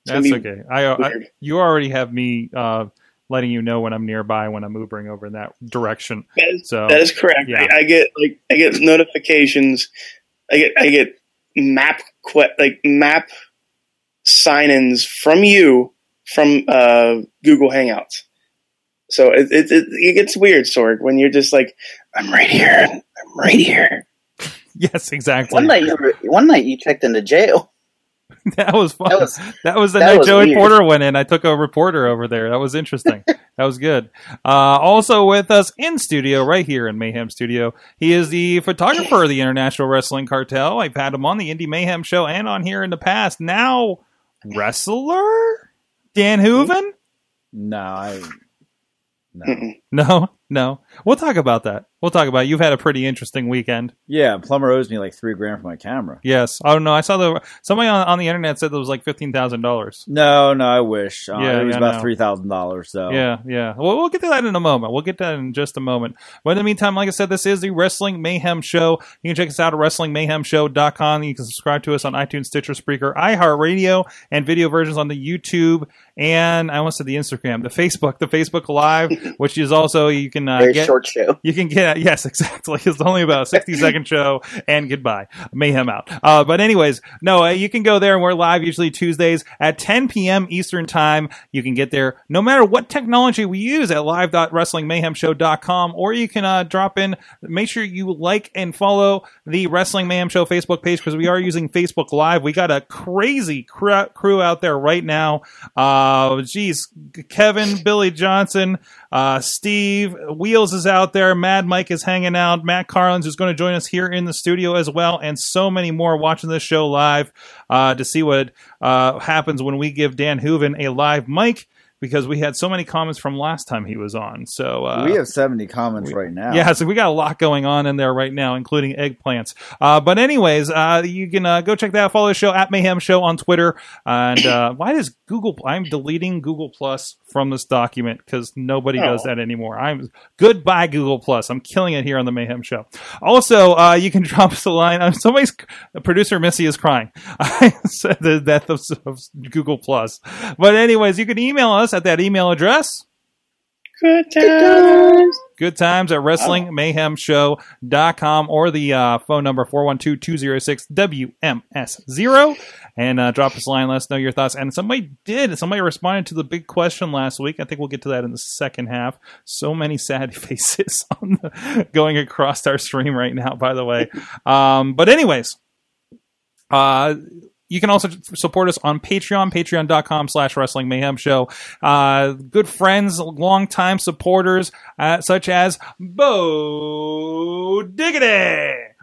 It's gonna That's be okay. I, I weird. you already have me uh, letting you know when I'm nearby when I'm Ubering over in that direction. That is, So that is correct. yeah. I, I get like I get notifications. I get I get map que- like map sign-ins from you from uh, Google Hangouts. So it, it, it it gets weird, Sorg, when you're just like, I'm right here, I'm right here. yes, exactly. One night you were, one night you checked into jail. that was fun. That was That was the That night was Joey weird. Porter went in. I took a reporter over there. That was interesting. that was good. Uh, also with us in studio, right here in Mayhem Studio, he is the photographer of the International Wrestling Cartel. I've had him on the Indie Mayhem show and on here in the past. Now, wrestler Dan Hooven. No, I no. Mm-mm. No, no. We'll talk about that. We'll talk about. It. You've had a pretty interesting weekend. Yeah, Plumber owes me like three grand for my camera. Yes. I don't know. I saw the somebody on, on the internet said it was like fifteen thousand dollars. No, no, I wish. Uh, Yeah, it was yeah, about no. three thousand dollars. So Yeah, yeah. Well, we'll get to that in a moment. We'll get to that in just a moment. But in the meantime, like I said, this is the Wrestling Mayhem Show. You can check us out at WrestlingMayhemShow.com. You can subscribe to us on iTunes, Stitcher, Spreaker, iHeartRadio, and video versions on the YouTube and I almost said the Instagram, the Facebook, the Facebook Live, which is also you can uh, very get short show. you can get yes exactly it's only about a 60 second show and goodbye mayhem out uh, but anyways no uh, you can go there and we're live usually tuesdays at 10 p.m eastern time you can get there no matter what technology we use at live.wrestlingmayhemshow.com or you can uh, drop in make sure you like and follow the wrestling mayhem show facebook page because we are using facebook live we got a crazy cr- crew out there right now uh geez kevin billy johnson uh, Steve Wheels is out there. Mad Mike is hanging out. Matt Carlins is going to join us here in the studio as well, and so many more watching this show live uh, to see what uh, happens when we give Dan Hooven a live mic because we had so many comments from last time he was on. So uh, we have seventy comments right now. yeah, so we got a lot going on in there right now, including eggplants. Uh, but anyways, uh, you can uh, go check that. out. Follow the show at Mayhem Show on Twitter. And uh, why does Google? I'm deleting Google Plus from this document because nobody does Oh. that anymore. I'm goodbye Google Plus. I'm killing it here on the Mayhem Show. Also, uh, you can drop us a line. Uh, somebody's producer Missy is crying. I said the death of, of Google Plus. But anyways, you can email us at that email address. Good times. Good times at WrestlingMayhemShow.com or the uh, phone number 412 206 WMS0. And uh, drop us a line. Let us know your thoughts. And somebody did. Somebody responded to the big question last week. I think we'll get to that in the second half. So many sad faces on the, going across our stream right now, by the way. Um, but, anyways. Uh, you can also support us on Patreon, patreon.com slash wrestling mayhem show. Uh, good friends, longtime supporters, uh, such as Bo Diggity.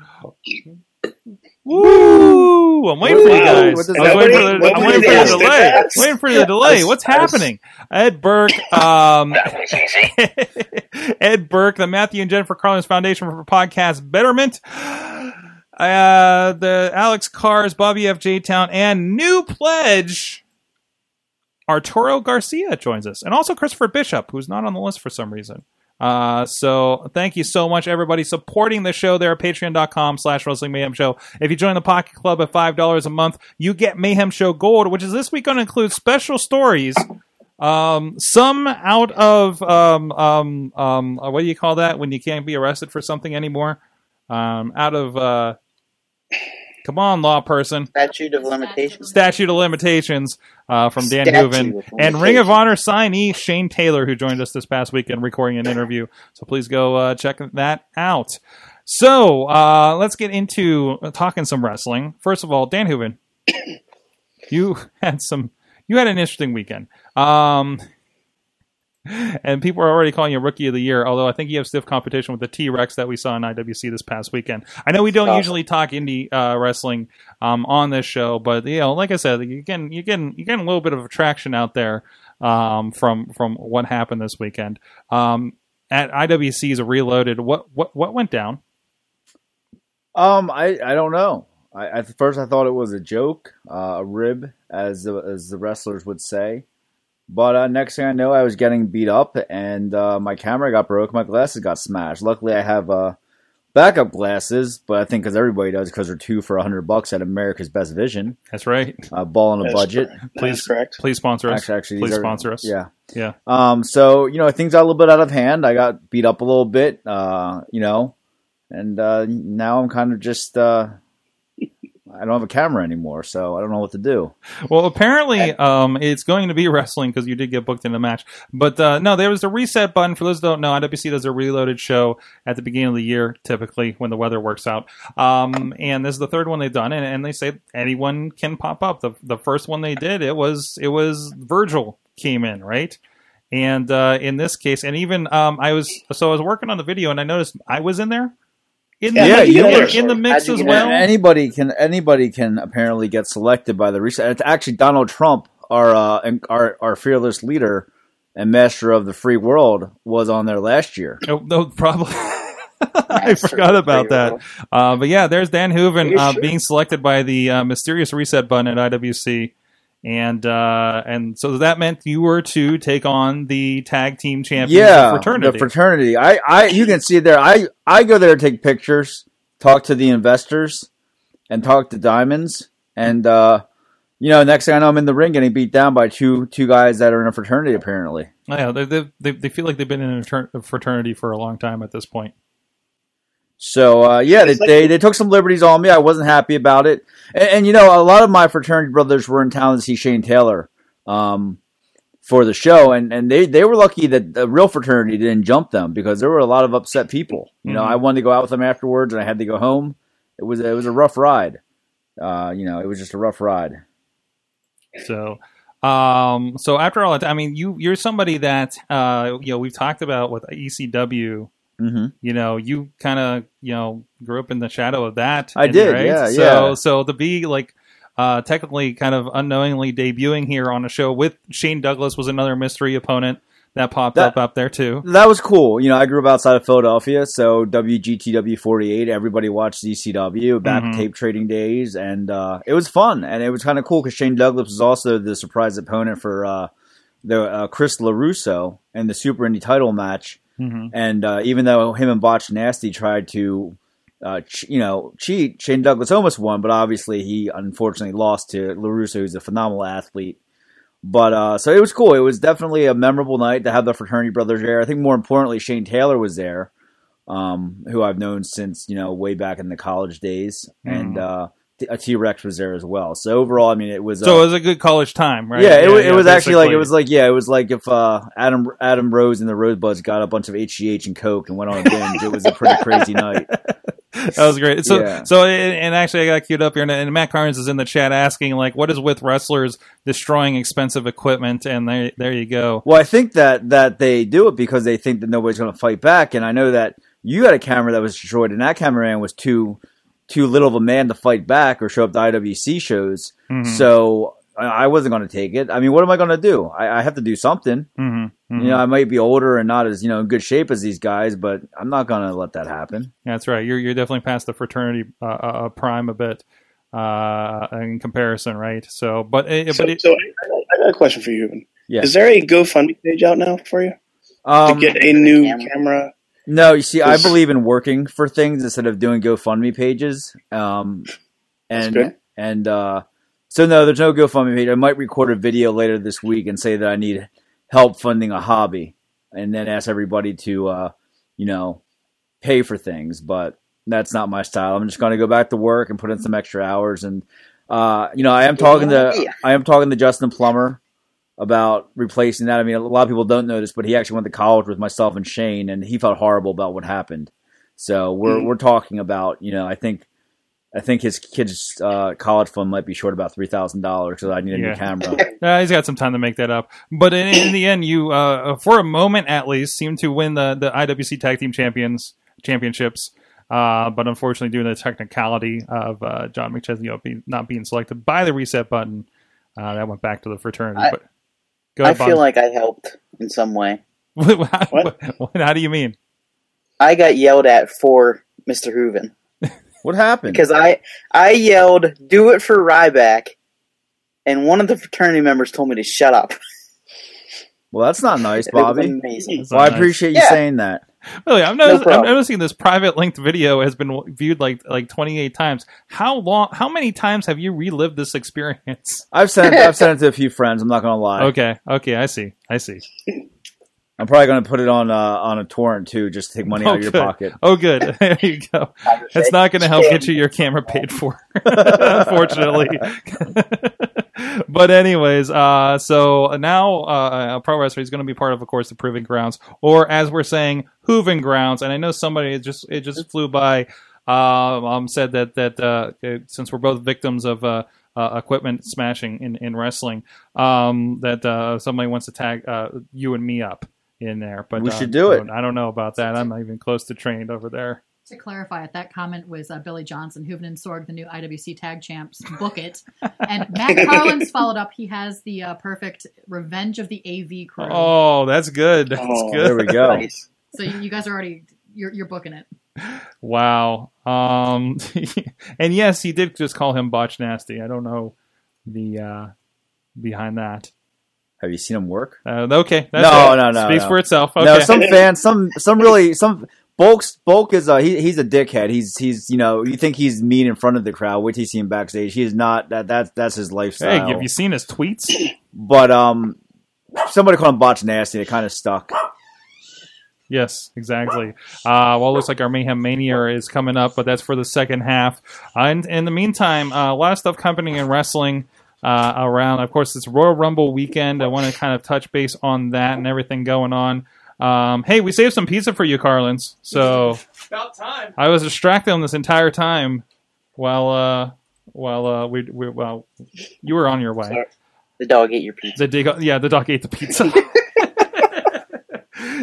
Woo! I'm waiting for you guys. What does I'm that waiting for mean? the, I'm What waiting does for the that mean? delay. I'm waiting for the delay. What's That was- happening? Ed Burke, um, That was easy. Ed Burke, the Matthew and Jennifer Carlin's Foundation for Podcast Betterment, uh, the Alex Cars, Bobby F. J. Town, and new pledge Arturo Garcia joins us, and also Christopher Bishop, who's not on the list for some reason. Uh, so thank you so much, everybody, supporting the show there at patreon.com slash wrestling mayhem show. If you join the pocket club at $5 a month, you get mayhem show gold, which is this week going to include special stories um, some out of um, um, um, uh, what do you call that when you can't be arrested for something anymore? Um, out of uh, come on, law person. Statute of limitations. Statute of Limitations uh, from Dan Statute of Newman Limitations. and Ring of Honor signee Shane Taylor, who joined us this past weekend recording an interview. So please go uh, check that out. So uh, let's get into uh, talking some wrestling. First of all, Dan Hooven, you had some, you had an interesting weekend. Um, and people are already calling you rookie of the year. Although I think you have stiff competition with the T Rex that we saw in IWC this past weekend. I know we don't Awesome. usually talk indie uh, wrestling um, on this show, but you know, like I said, you're getting you're getting you're getting a little bit of attraction out there um, from from what happened this weekend um, at IWC's Reloaded. What what what went down? Um, I, I don't know. I, at first, I thought it was a joke, uh, a rib, as the, as the wrestlers would say. But uh, next thing I know, I was getting beat up, and uh, my camera got broke. My glasses got smashed. Luckily, I have uh, backup glasses, but I think because everybody does, because they're two for a hundred bucks at America's Best Vision, That's right. uh, ball on a That's budget. That's correct. Please sponsor us. Actually, actually, these please are- sponsor us. Yeah, yeah. Um, so you know, things got a little bit out of hand. I got beat up a little bit, uh, you know, and uh, now I'm kind of just uh, I don't have a camera anymore, so I don't know what to do. Well, apparently, um, it's going to be wrestling because you did get booked in the match. But uh, no, there was a reset button. For those who don't know, IWC does a reloaded show at the beginning of the year, typically when the weather works out. Um, and this is the third one they've done, and, and they say anyone can pop up. The the first one they did, it was it was Virgil came in, right? And uh, in this case, and even um, I was so I was working on the video, and I noticed I was in there. In the, Yeah, you in, were. in the mix How'd you as get well. in? Anybody can anybody can apparently get selected by the reset. It's actually Donald Trump, our uh, and our our fearless leader and master of the free world, was on there last year. Oh, no, probably. I Master forgot about that. Railroad. Uh, but yeah, there's Dan Hooven You uh, sure? being selected by the uh, mysterious reset button at IWC, and uh, and so that meant you were to take on the tag team champions yeah, of fraternity. The fraternity. I, I, you can see there. I, I go there to take pictures, talk to the investors, and talk to diamonds. And uh, you know, next thing I know, I'm in the ring getting beat down by two two guys that are in a fraternity. Apparently, Oh, yeah, they, they, they, they feel like they've been in a fratern- a fraternity for a long time at this point. so uh, yeah, they, It's like- they they took some liberties on me. I wasn't happy about it. And, and you know, a lot of my fraternity brothers were in town to see Shane Taylor. Um, for the show, and, and they, they were lucky that the real fraternity didn't jump them because there were a lot of upset people. You know, Mhm. I wanted to go out with them afterwards, and I had to go home. It was it was a rough ride. Uh, you know, it was just a rough ride. So, um, so after all, that, I mean, you you're somebody that uh, you know we've talked about with E ECW. hmm you know, you kind of, you know, grew up in the shadow of that. I and- did, yeah, so, yeah. So to be like, uh, technically kind of unknowingly debuting here on a show with Shane Douglas was another mystery opponent that popped That- up up there too. That was cool. You know, I grew up outside of Philadelphia, so WGTW forty eight. Everybody watched ECW back Mhm. tape trading days, and uh, it was fun and it was kind of cool because Shane Douglas was also the surprise opponent for uh, the uh, Chris Larusso in the Super Indie title match. Mhm. And uh, even though him and Botch Nasty tried to, uh, ch- you know, cheat, Shane Douglas almost won, but obviously he unfortunately lost to Larusso, who's a phenomenal athlete. But uh, so it was cool. It was definitely a memorable night to have the fraternity brothers there. I think more importantly, Shane Taylor was there, um, who I've known since you know way back in the college days, and uh, T- a T Rex was there as well. So overall, I mean, it was So uh, it was a good college time, right? yeah, it, wa- it was actually like basically. it was like yeah, it was like if uh, Adam Adam Rose and the Rosebuds got a bunch of HGH and Coke and went on a binge. it was a pretty crazy night. That was great. So, Yeah. so, and and actually, I got queued up here, and, and Matt Carnes is in the chat asking, like, what is with wrestlers destroying expensive equipment? And there, there you go. Well, I think that that they do it because they think that nobody's going to fight back, and I know that you had a camera that was destroyed, and that cameraman was too too little of a man to fight back or show up to IWC shows, Mm-hmm. so I- I wasn't going to take it. I mean, what am I going to do? I, I have to do something. hmm You know, I might be older and not as you know in good shape as these guys, but I'm not going to let that happen. That's right. You're you're definitely past the fraternity uh, uh, prime a bit uh, in comparison, right? So, but, uh, So, but it, so I, got- I got a question for you, Ruben. Yeah. Is there a GoFundMe page out now for you to Um, get a new Camera. camera? No, you see, I 'Cause- believe in working for things instead of doing GoFundMe pages. Um, and good. and uh, so no, there's no GoFundMe page. I might record a video later this week and say that I need help funding a hobby, and then ask everybody to uh, you know pay for things. But that's not my style. I'm just going to go back to work and put in some extra hours. And uh, you know, I am talking to I am talking to Justin Plummer about replacing that. I mean, a lot of people don't know this, but he actually went to college with myself and Shane, and he felt horrible about what happened. So we're Mm. we're talking about you know I think I think his kid's uh, college fund might be short about three thousand dollars because I need a Yeah. new camera. uh, he's got some time to make that up. But in, in the end, you, uh, for a moment at least, seemed to win the the IWC Tag Team Champions championships. Uh, but unfortunately, due to the technicality of uh, John McChesney be- not being selected by the reset button, uh, that went back to the fraternity. I- but go I ahead, feel like I helped in some way. Bob. How- What? what- How do you mean? I got yelled at for Mr. Hooven What happened? because I I yelled, "Do it for Ryback," and one of the fraternity members told me to shut up. well, that's not nice, It was Bobby. amazing. It's Well, I not nice. appreciate you Yeah. saying that. Really, I'm, notice- I'm problem. noticing this private linked video has been w- viewed like like 28 times. How long? How many times have you relived this experience? I've sent it, I've sent it to a few friends. I'm not gonna lie. Okay, okay, I see, I see. I'm probably gonna put it on uh, on a torrent too, just to take money out of your good. pocket. Oh, good. There you go. That's not going to help get you your camera paid for, unfortunately. but anyways, uh, so now uh, a pro wrestler is going to be part of, of course, the Proving Grounds, or as we're saying, Hooving Grounds. And I know somebody it just it just flew by. Um, um, said that that uh, uh, since we're both victims of uh, uh, equipment smashing in in wrestling, um, that uh, somebody wants to tag uh, you and me up in there. But We uh, should do it. I don't know about that. I'm not even close to trained over there. To clarify it, that comment was uh, Billy Johnson, Hooven and Sorg, the new IWC tag champs. Book it. And Matt Carlin's followed up. He has the uh, perfect Revenge of the AV crew. Oh, that's good. That's Oh, good. There we go. Nice. So you you guys are already you're, you're booking it. Wow. Um, and yes, he did just call him Botch Nasty. I don't know the uh, behind that. Have you seen him work? Uh, okay. That's No, it. no, no, Speaks no. for itself. Okay. No, some fans, some some really some Bulk's Bulk is a he, he's a dickhead. He's he's you know you think he's mean in front of the crowd. Wait till you see him backstage. He's not that that's that's his hey, lifestyle. have you seen his tweets? but um, somebody called him botch nasty. and It kind of stuck. Yes, exactly. Uh, well, it looks like our Mayhem Mania is coming up, but that's for the second half. Uh, and in the meantime, uh, a lot of stuff happening in wrestling uh, around. Of course, it's Royal Rumble weekend. I want to kind of touch base on that and everything going on. Um, hey, we saved some pizza for you, Carlins. So About time. I was distracted on this entire time while uh, while uh, we, we well you were on your way. The dog ate your pizza. The dog, yeah, the dog ate the pizza.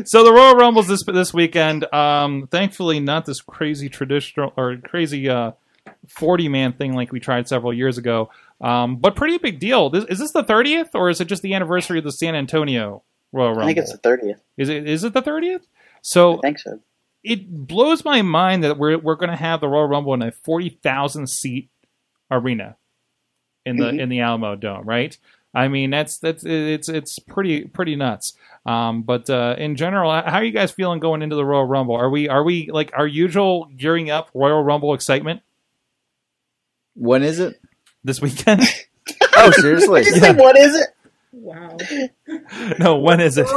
so the Royal Rumbles this this weekend. Um, thankfully, not this crazy traditional or crazy uh, forty man thing like we tried several years ago. Um, but pretty big deal. This, is this the thirtieth, or is it just the anniversary of the San Antonio Royal Rumble? I think it's the thirtieth. is it is it the thirtieth? So I think so. it blows my mind that we're we're going to have the Royal Rumble in a forty thousand seat arena in the Mhm. in the Alamo Dome, right? I mean, that's that's it's it's pretty pretty nuts. Um, but uh, in general, how are you guys feeling going into the Royal Rumble? Are we are we like our usual gearing up Royal Rumble excitement When is it? this weekend? Oh, seriously? Did you say what is it? Wow. No, when is it?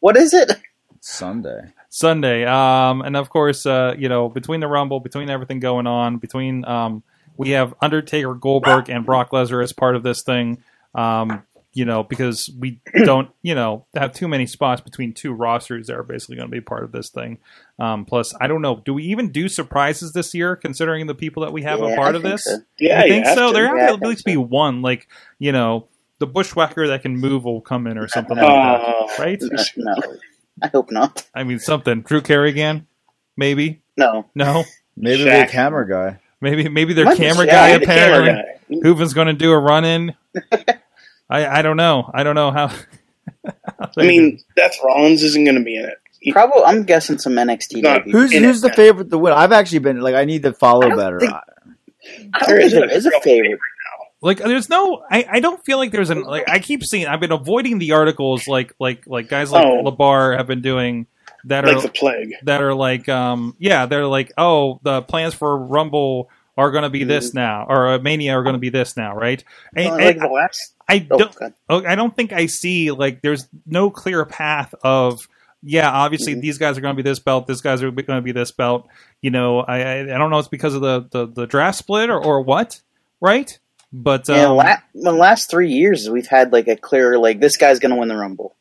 What is it? Sunday. Sunday. Um, and of course, uh, you know, between the Rumble, between everything going on, between um, we have Undertaker, Goldberg, and Brock Lesnar as part of this thing. Um, you know, because we don't, you know, have too many spots between two rosters that are basically going to be part of this thing. Um, plus, I don't know, do we even do surprises this year, considering the people that we have Yeah, a part I of think this? so. Yeah, I you think have so. to. There Yeah, have I to at think least be one, like you know, the bushwhacker that can move will come in or something like Uh, Oh. that, right? No, no. I hope not. I mean, something. Drew Kerrigan, maybe. No. No, Maybe Shaq. the camera guy. maybe maybe their Might be camera Shaq, guy the apparently. camera guy. Hooven's going to do a run in. I I don't know. I don't know how. I mean, Seth Rollins isn't going to be in it. He- Probably, I'm guessing some NXT No. debut. Who's In who's it, the yeah. favorite to win? I've actually been like I need to follow don't better. think- I- I don't think there is a real favorite. like there's no I, I don't feel like there's an like I keep seeing I've been avoiding the articles like like like guys like Oh. Labar have been doing that are Like the plague. that are like um yeah they're like oh the plans for rumble are going to be this now or uh, mania are going to be this now right and, Mm. No, and Oh, like the last. i Oh, don't God. oh, i don't think i see like there's no clear path of yeah obviously these guys are going to be this belt these guys are going to be this belt you know i i, I don't know it's because of the the, the draft split or, or what right but um, yeah, la- the last three years we've had like a clear like this guy's gonna win the rumble,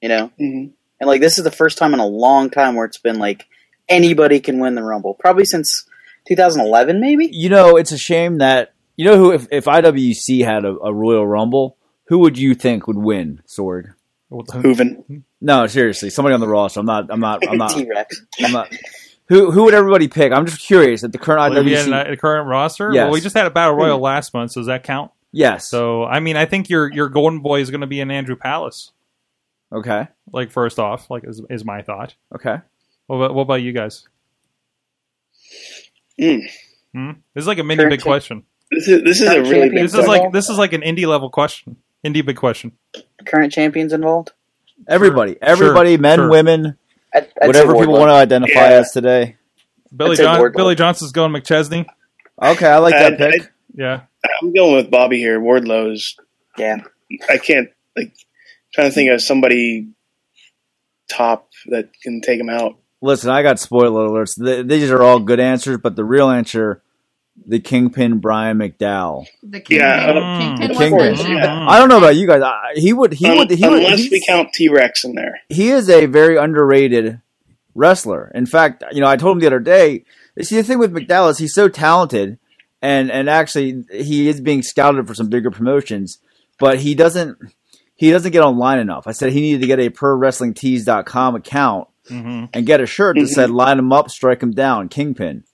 you know, Mhm. and like this is the first time in a long time where it's been like anybody can win the rumble. Probably since 2011, maybe. You know, it's a shame that you know who if, if IWC had a, a Royal Rumble, who would you think would win, Sorg? Hooven. No, seriously, somebody on the roster. I'm not I'm not I'm not T Rex. I'm not who who would everybody pick? I'm just curious at the current Olivia IWC. and I- the current roster. Yes. Well, we just had a battle royal last month, so does that count? yes. So I mean, I think your your golden boy is going to be an Andrew Palace. okay. Like first off, like is, is my thought. Okay. What about, what about you guys? Mm. Hmm? This is like a mini Current big cha- question. This is this is a Current really big. champion. This is like Involved? this is like an indie level question. Indie big question. Current champions involved. Everybody, everybody, Sure. men, Sure. women, I'd, I'd whatever say people Wardlow. want to identify Yeah. as today. Billy say John, Wardlow. Billy Johnson's going McChesney. Okay, I like that Uh, pick. Yeah, I'm going with Bobby here. Wardlow's. Yeah, I can't like trying to think of somebody top that can take him out. Listen, I got spoiler alerts. Th these are all good answers, but the real answer, the kingpin Brian McDowell. The Kingpin, Yeah, uh, Kingpin, Kingpin. was good. Yeah. I don't know about you guys. I, he would. He Um, would. He would. unless he's- we count T Rex in there. he is a very underrated wrestler. In fact, you know, I told him the other day. you See, the thing with McDowell is he's so talented, and and actually he is being scouted for some bigger promotions, but he doesn't he doesn't get online enough. I said he needed to get a prowrestlingtees.com account and get a shirt Mm-hmm. that said "Line him up, strike him down, Kingpin,"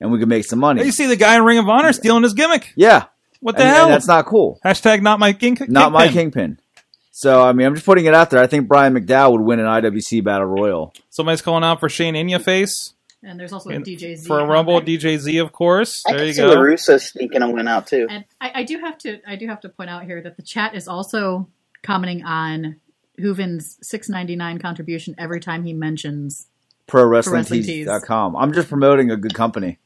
and we could make some money. you see the guy in Ring of Honor stealing his gimmick. yeah, What the and, and hell? that's not cool. Hashtag not my king. Not my kingpin. kingpin. So I mean, I'm just putting it out there. I think Brian McDowell would win an IWC Battle Royal. Somebody's calling out for Shane in your face And there's also a And DJ Z. for a Rumble. DJ Z, of course. I there can you see go. Larusa sneaking a win out too. And I, I do have to I do have to point out here that the chat is also commenting on Hooven's six ninety nine contribution every time he mentions ProWrestlingTees.com. I'm just promoting a good company.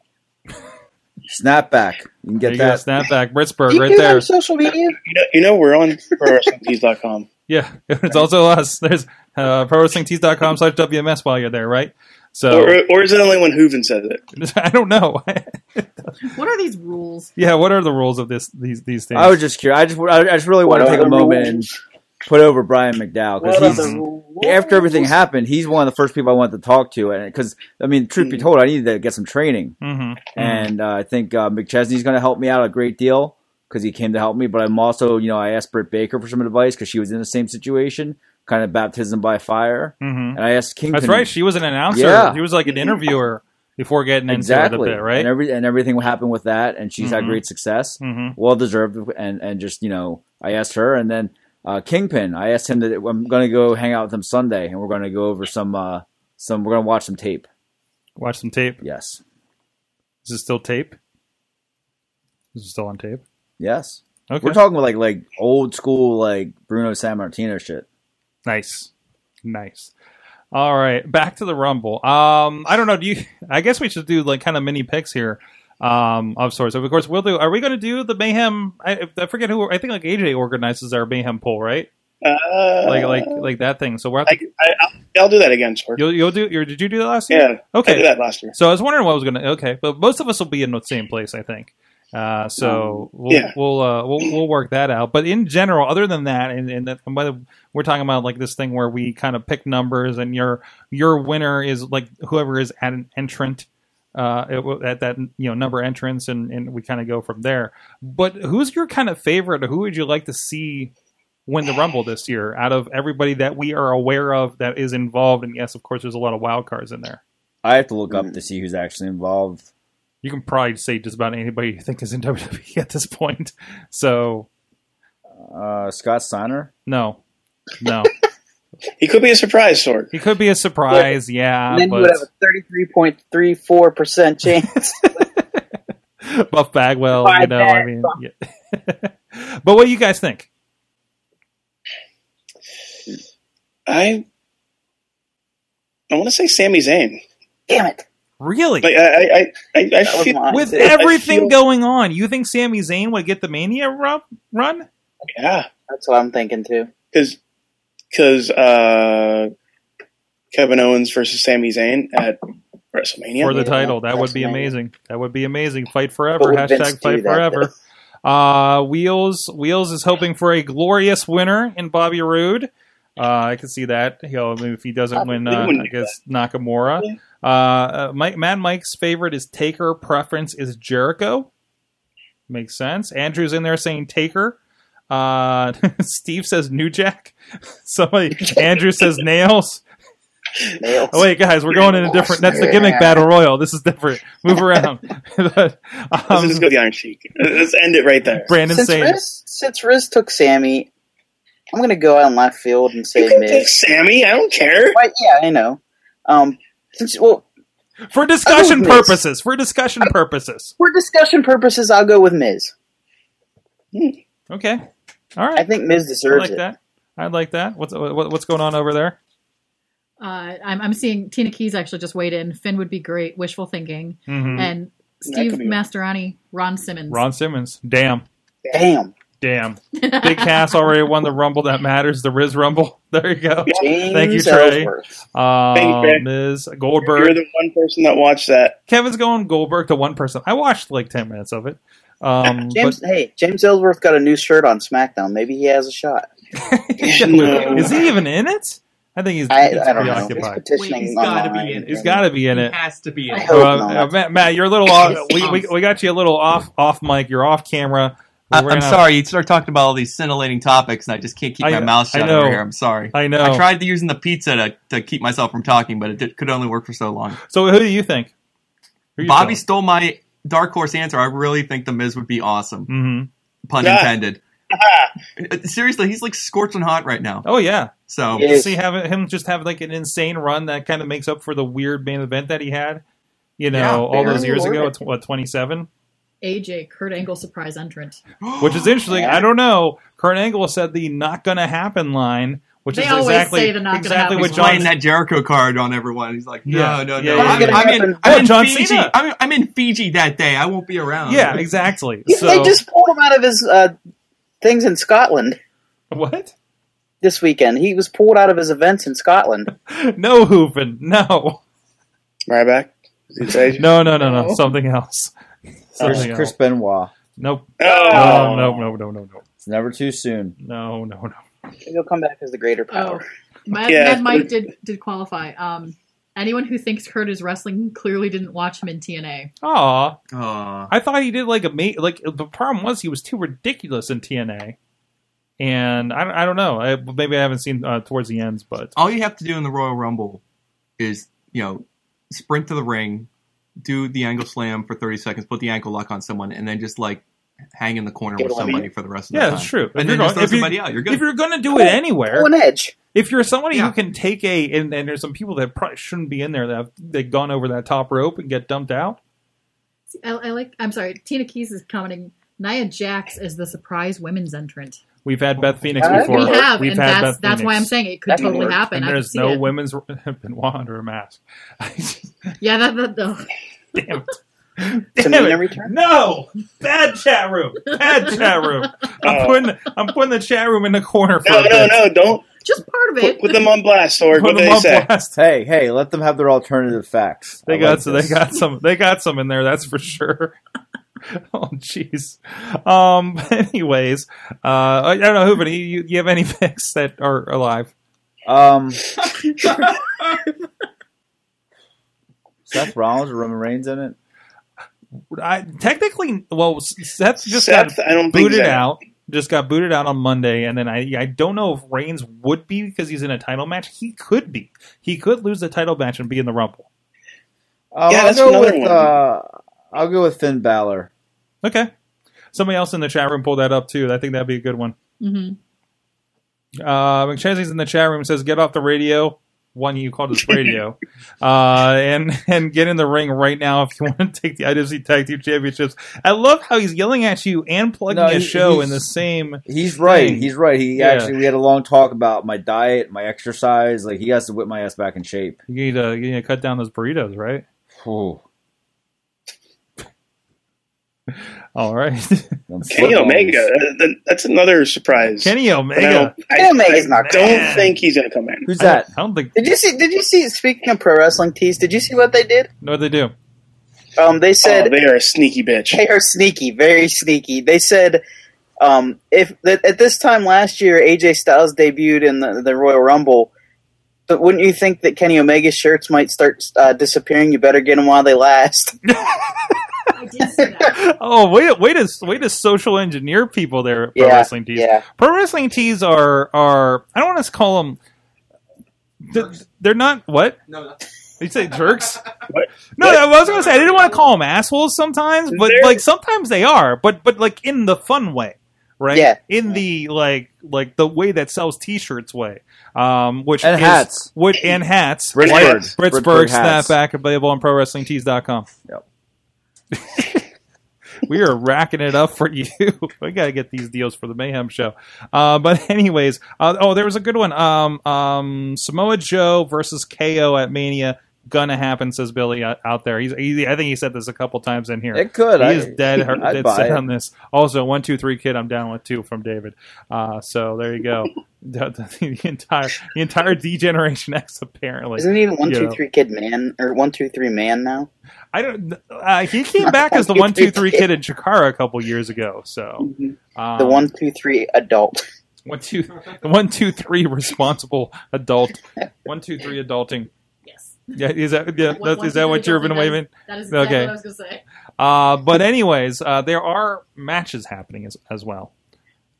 Snapback. You can There get you go, that. snapback, Do Britsburg, you right do that there. on social media? You know, you know we're on ProWrestlingTees.com. yeah, it's also us. There's uh, prowrestlingtees.com slash WMS while you're there, right? So Or, or is it only when Hooven says it? I don't know. What are these rules? yeah, what are the rules of this these these things? I was just curious. I just, I just really want to What take are a the moment and rules? put over Brian McDowell What are because the he's rules? after everything happened. He's one of the first people I wanted to talk to, and because I mean, truth Hmm. be told, I needed to get some training, Mhm. and uh, I think uh, McChesney's going to help me out a great deal because he came to help me. But I'm also, you know, I asked Britt Baker for some advice because she was in the same situation, kind of baptism by fire, Mhm. and I asked King. That's right. She was an announcer. Yeah. She was like an interviewer before getting exactly into it a bit, right? and every and everything happened with that and she's had Mhm. great success Mhm. well deserved and and just you know i asked her and then uh kingpin i asked him that i'm gonna go hang out with him sunday and we're gonna go over some uh some we're gonna watch some tape Watch some tape. yes Is it still tape? Is it still on tape? yes Okay. we're talking about like like old school like bruno san martino shit Nice, nice. All right, back to the Rumble. Um, I don't know. Do you? I guess we should do like kind of mini picks here. um, of sorts. Of course, we'll do. Are we going to do the mayhem? I, I forget who. I think like AJ organizes our mayhem poll, right? Uh, Like like like that thing. So we're at I, the, I, I'll, I'll do that again, Sork. you'll you'll do. Your, did you do that last year? Yeah, I Okay. did that last year. So I was wondering what was going to. Okay, but most of us will be in the same place, I think. Uh, so we'll yeah. we'll, uh, we'll we'll work that out. But in general, other than that, and, and that, and by the, we're talking about like this thing where we kind of pick numbers, and your your winner is like whoever is at an entrant uh, it will- at that you know number entrance, and, and we kind of go from there. But who's your kind of favorite? Who would you like to see win the Rumble this year out of everybody that we are aware of that is involved? And yes, of course, there's a lot of wild cards in there. I have to look Mm. up to see who's actually involved. you can probably say just about anybody you think is in WWE at this point. So Uh, Scott Steiner. no, no, He could be a surprise, Sork. he could be a surprise. And Yeah, then you would Ah, but have a thirty-three point three four percent chance. Buff Bagwell, you Buff know, I mean. yeah. but what do you guys think? I I want to say Sami Zayn. Damn it! Really, Like I I I, I, I That was feel mine. with uh, I everything feel- going on, you think Sami Zayn would get the Mania run? run? yeah That's what I'm thinking too. because because uh, Kevin Owens versus Sami Zayn at WrestleMania. for the yeah, title. That would be WrestleMania. amazing. That would be amazing. Fight forever. would Vince Hashtag do fight that, forever. Uh, Wheels Wheels is hoping for a glorious winner in Bobby Roode. Uh, I can see that. You know, I mean, if he doesn't win, Probably uh, wouldn't I do guess Nakamura. Yeah. Uh, uh, Mike, Mad Mike's favorite is Taker. Preference is Jericho. Makes sense. Andrew's in there saying Taker. Uh, Steve says New Jack. Somebody Andrew says Nails. Nails. Oh wait, guys, we're going in a different. That's the gimmick battle royal. This is different. Move around. Let's um, just go to the Iron Sheik. Let's end it right there. Brandon since saying Riz, since Riz took Sammy, I'm gonna go out in left field and say You can take Miz. Sammy. I don't care. But yeah, I know. Um, since well, for discussion I don't know. purposes. For discussion purposes. for discussion purposes, I'll go with Miz. Okay. All I right. think Miz I, deserves like it. that. I like that. What's what, what's going on over there? Uh, I'm, I'm seeing Tina Keys actually just weighed in. Finn would be great. Wishful thinking. Mhm. And That Steve could be- Masterani, Ron Simmons. Ron Simmons. Damn. Damn, Damn. Big Cass already won the Rumble that matters. The Riz Rumble. There you go. James Thank you, Trey. Ellsworth. Um, Brad. Ms. You're Goldberg. the one person that watched that. Kevin's going Goldberg to one person. I watched like ten minutes of it. Um, but- James, hey, James Ellsworth got a new shirt on SmackDown. Maybe he has a shot. No. Is he even in it? I think he's, I, he's I don't know. He's preoccupied. petitioning Wait, he's gotta online. be in it. He's got to be in He it. has to be in I it. hope Uh, not. uh, Matt, Matt, you're a little off. We, we, we got you a little off off mic. You're off camera. I, We're I'm gonna- sorry. You start talking about all these scintillating topics, and I just can't keep I- my mouth I shut know. over here. I'm sorry. I know. I tried using the pizza to, to keep myself from talking, but it did, could only work for so long. So who do you think? Who you Bobby stole my dark horse answer. I really think the Miz would be awesome. hmm Pun Yeah. intended. Uh, Seriously, he's like scorching hot right now. Oh yeah. So Yeah. You see have it- him just have like an insane run that kind of makes up for the weird main event that he had. You know, Yeah, all those very years ago, rewarding. at, what twenty seven, AJ, Kurt Angle surprise entrant. which is interesting. I don't know. Kurt Angle said the "not gonna happen" line, which They is always exactly say the not gonna exactly happen what he's John playing that Jericho card on everyone. He's like, no, Yeah. no, Yeah, no. yeah, I'm, yeah. I'm in, Happen. I'm in Oh, John Fiji. Cena. I'm, I'm in Fiji that day. I won't be around. Yeah, exactly. Yeah, so they just pulled him out of his uh, things in Scotland what? this weekend. He was pulled out of his events in Scotland. No hooping. No. Right back. No, no, no, no. Something else. Something Chris else. Benoit. Nope. Oh. No, no, no, no, no, no. It's never too soon. No, no, no. Maybe he'll come back as the greater Oh, power. Mad, Yeah. Mad Mike did did qualify. Um, anyone who thinks Kurt is wrestling clearly didn't watch him in TNA. Aw. Aw. I thought he did like a mate. Like, the problem was he was too ridiculous in TNA. And I, don't- I don't know. I, maybe I haven't seen uh, towards the ends, but. All you have to do in the Royal Rumble is, you know, sprint to the ring, do the angle slam for 30 seconds, put the ankle lock on someone, and then just like hang in the corner Get with away. somebody for the rest of the Yeah, time. that's true. And If then you're just going- throw if you- somebody out. You're If good. you're going to do it anywhere, Pull an edge. if you're somebody Yeah. who can take a, and, and there's some people that probably shouldn't be in there that have they've gone over that top rope and get dumped out. I, I like. I'm sorry. Tina Keys is commenting. Nia Jax is the surprise women's entrant. We've had Beth Phoenix Uh, before. we have, We've and had that's Beth that's why I'm Phoenix. saying it could That can totally work. happen. And I could there's see no it. women's Benoit under a mask. Yeah, that, that, that- Damn it. To Damn mean it. every turn? No, bad chat room. Bad chat room. I'm Oh. putting I'm putting the chat room in the corner for No, a bit. no, no! Don't Just part of put, it. put them on blast, or Put what do them they on say? blast. Hey, hey, let them have their alternative facts. They I got like so this. they got some they got some in there. That's for sure. oh jeez. Um. but Anyways, uh, I I don't know, Hooven. You, you- you have any picks that are alive? Um, Seth Rollins or Roman Reigns in it? I technically, well, Seth just got Seth, I don't think booted so. out. Just got booted out on Monday, and then I I don't know if Reigns would be because he's in a title match. He could be. He could lose the title match and be in the Rumble. Um, Yeah, I'll that's go another with one. uh, I'll go with Finn Balor. Okay. Somebody else in the chat room pulled that up too. I think that'd be a good one. hmm Uh, McChesney's in the chat room says, "Get off the radio." One you called his radio, uh, and and get in the ring right now if you want to take the IWC Tag Team Championships. I love how he's yelling at you and plugging No, a he- show in he's- the same. He's right. Dang. He's right. He Yeah. actually we had a long talk about my diet, my exercise. Like he has to whip my ass back in shape. You need to you need to cut down those burritos, right? Whew. All right, Them Kenny flip-ons. Omega. that- that- That's another surprise. Kenny But I Omega. don't, I, Kenny Omega's not I don't coming. think he's going to come in. Who's that? I don't think. Did you see? Did you see? Speaking of pro wrestling tees, did you see what they did? No, they do. Um, they said oh, they are a sneaky bitch. They are sneaky, very sneaky. They said um, if that at this time last year AJ Styles debuted in the, the Royal Rumble, but wouldn't you think that Kenny Omega's shirts might start uh, disappearing? You better get them while they last. I did see that. Oh, wait, wait, to way to social engineer people there. At Pro yeah, wrestling tees. yeah. Pro wrestling tees are are. I don't want to call them. They're, they're not what No, that's you say jerks. What? No, I was gonna say I didn't want to call them assholes sometimes, but They're- like sometimes they are, but but like in the fun way, right? Yeah. In the like like the way that sells T-shirts way, um, which And is, hats. which and hats, Bridgeford. Britsburg Bridgeford hats. snapback available on ProWrestlingTees.com. Yep. we are racking it up for you. we got to get these deals for the Mayhem show. Uh, but anyways, uh, oh, there was a good one. Um, um, Samoa Joe versus KO at Mania. Gonna happen, says Billy uh, out there. He's, he, I think he said this a couple times in here. It could. I, He is dead, hurt, I'd dead buy set it. on this. Also, one, two, three, kid, I'm down with two from David. Uh, so there you go. the, the- the entire the entire D Generation X apparently. Isn't he the one you two know. three kid man or one two three man now? I don't. Uh, he came back as the one, two, three kid in Chikara a couple years ago. So Mm-hmm. um, The one two three adult. one, two, the one, two, three responsible adult, one, two, three adulting. Yes. Yeah, is that yeah, One- that, one, is that two, what three, you've been don't think waving? That is exactly Okay. what I was going to say. Uh, but anyways, uh, there are matches happening as, as well.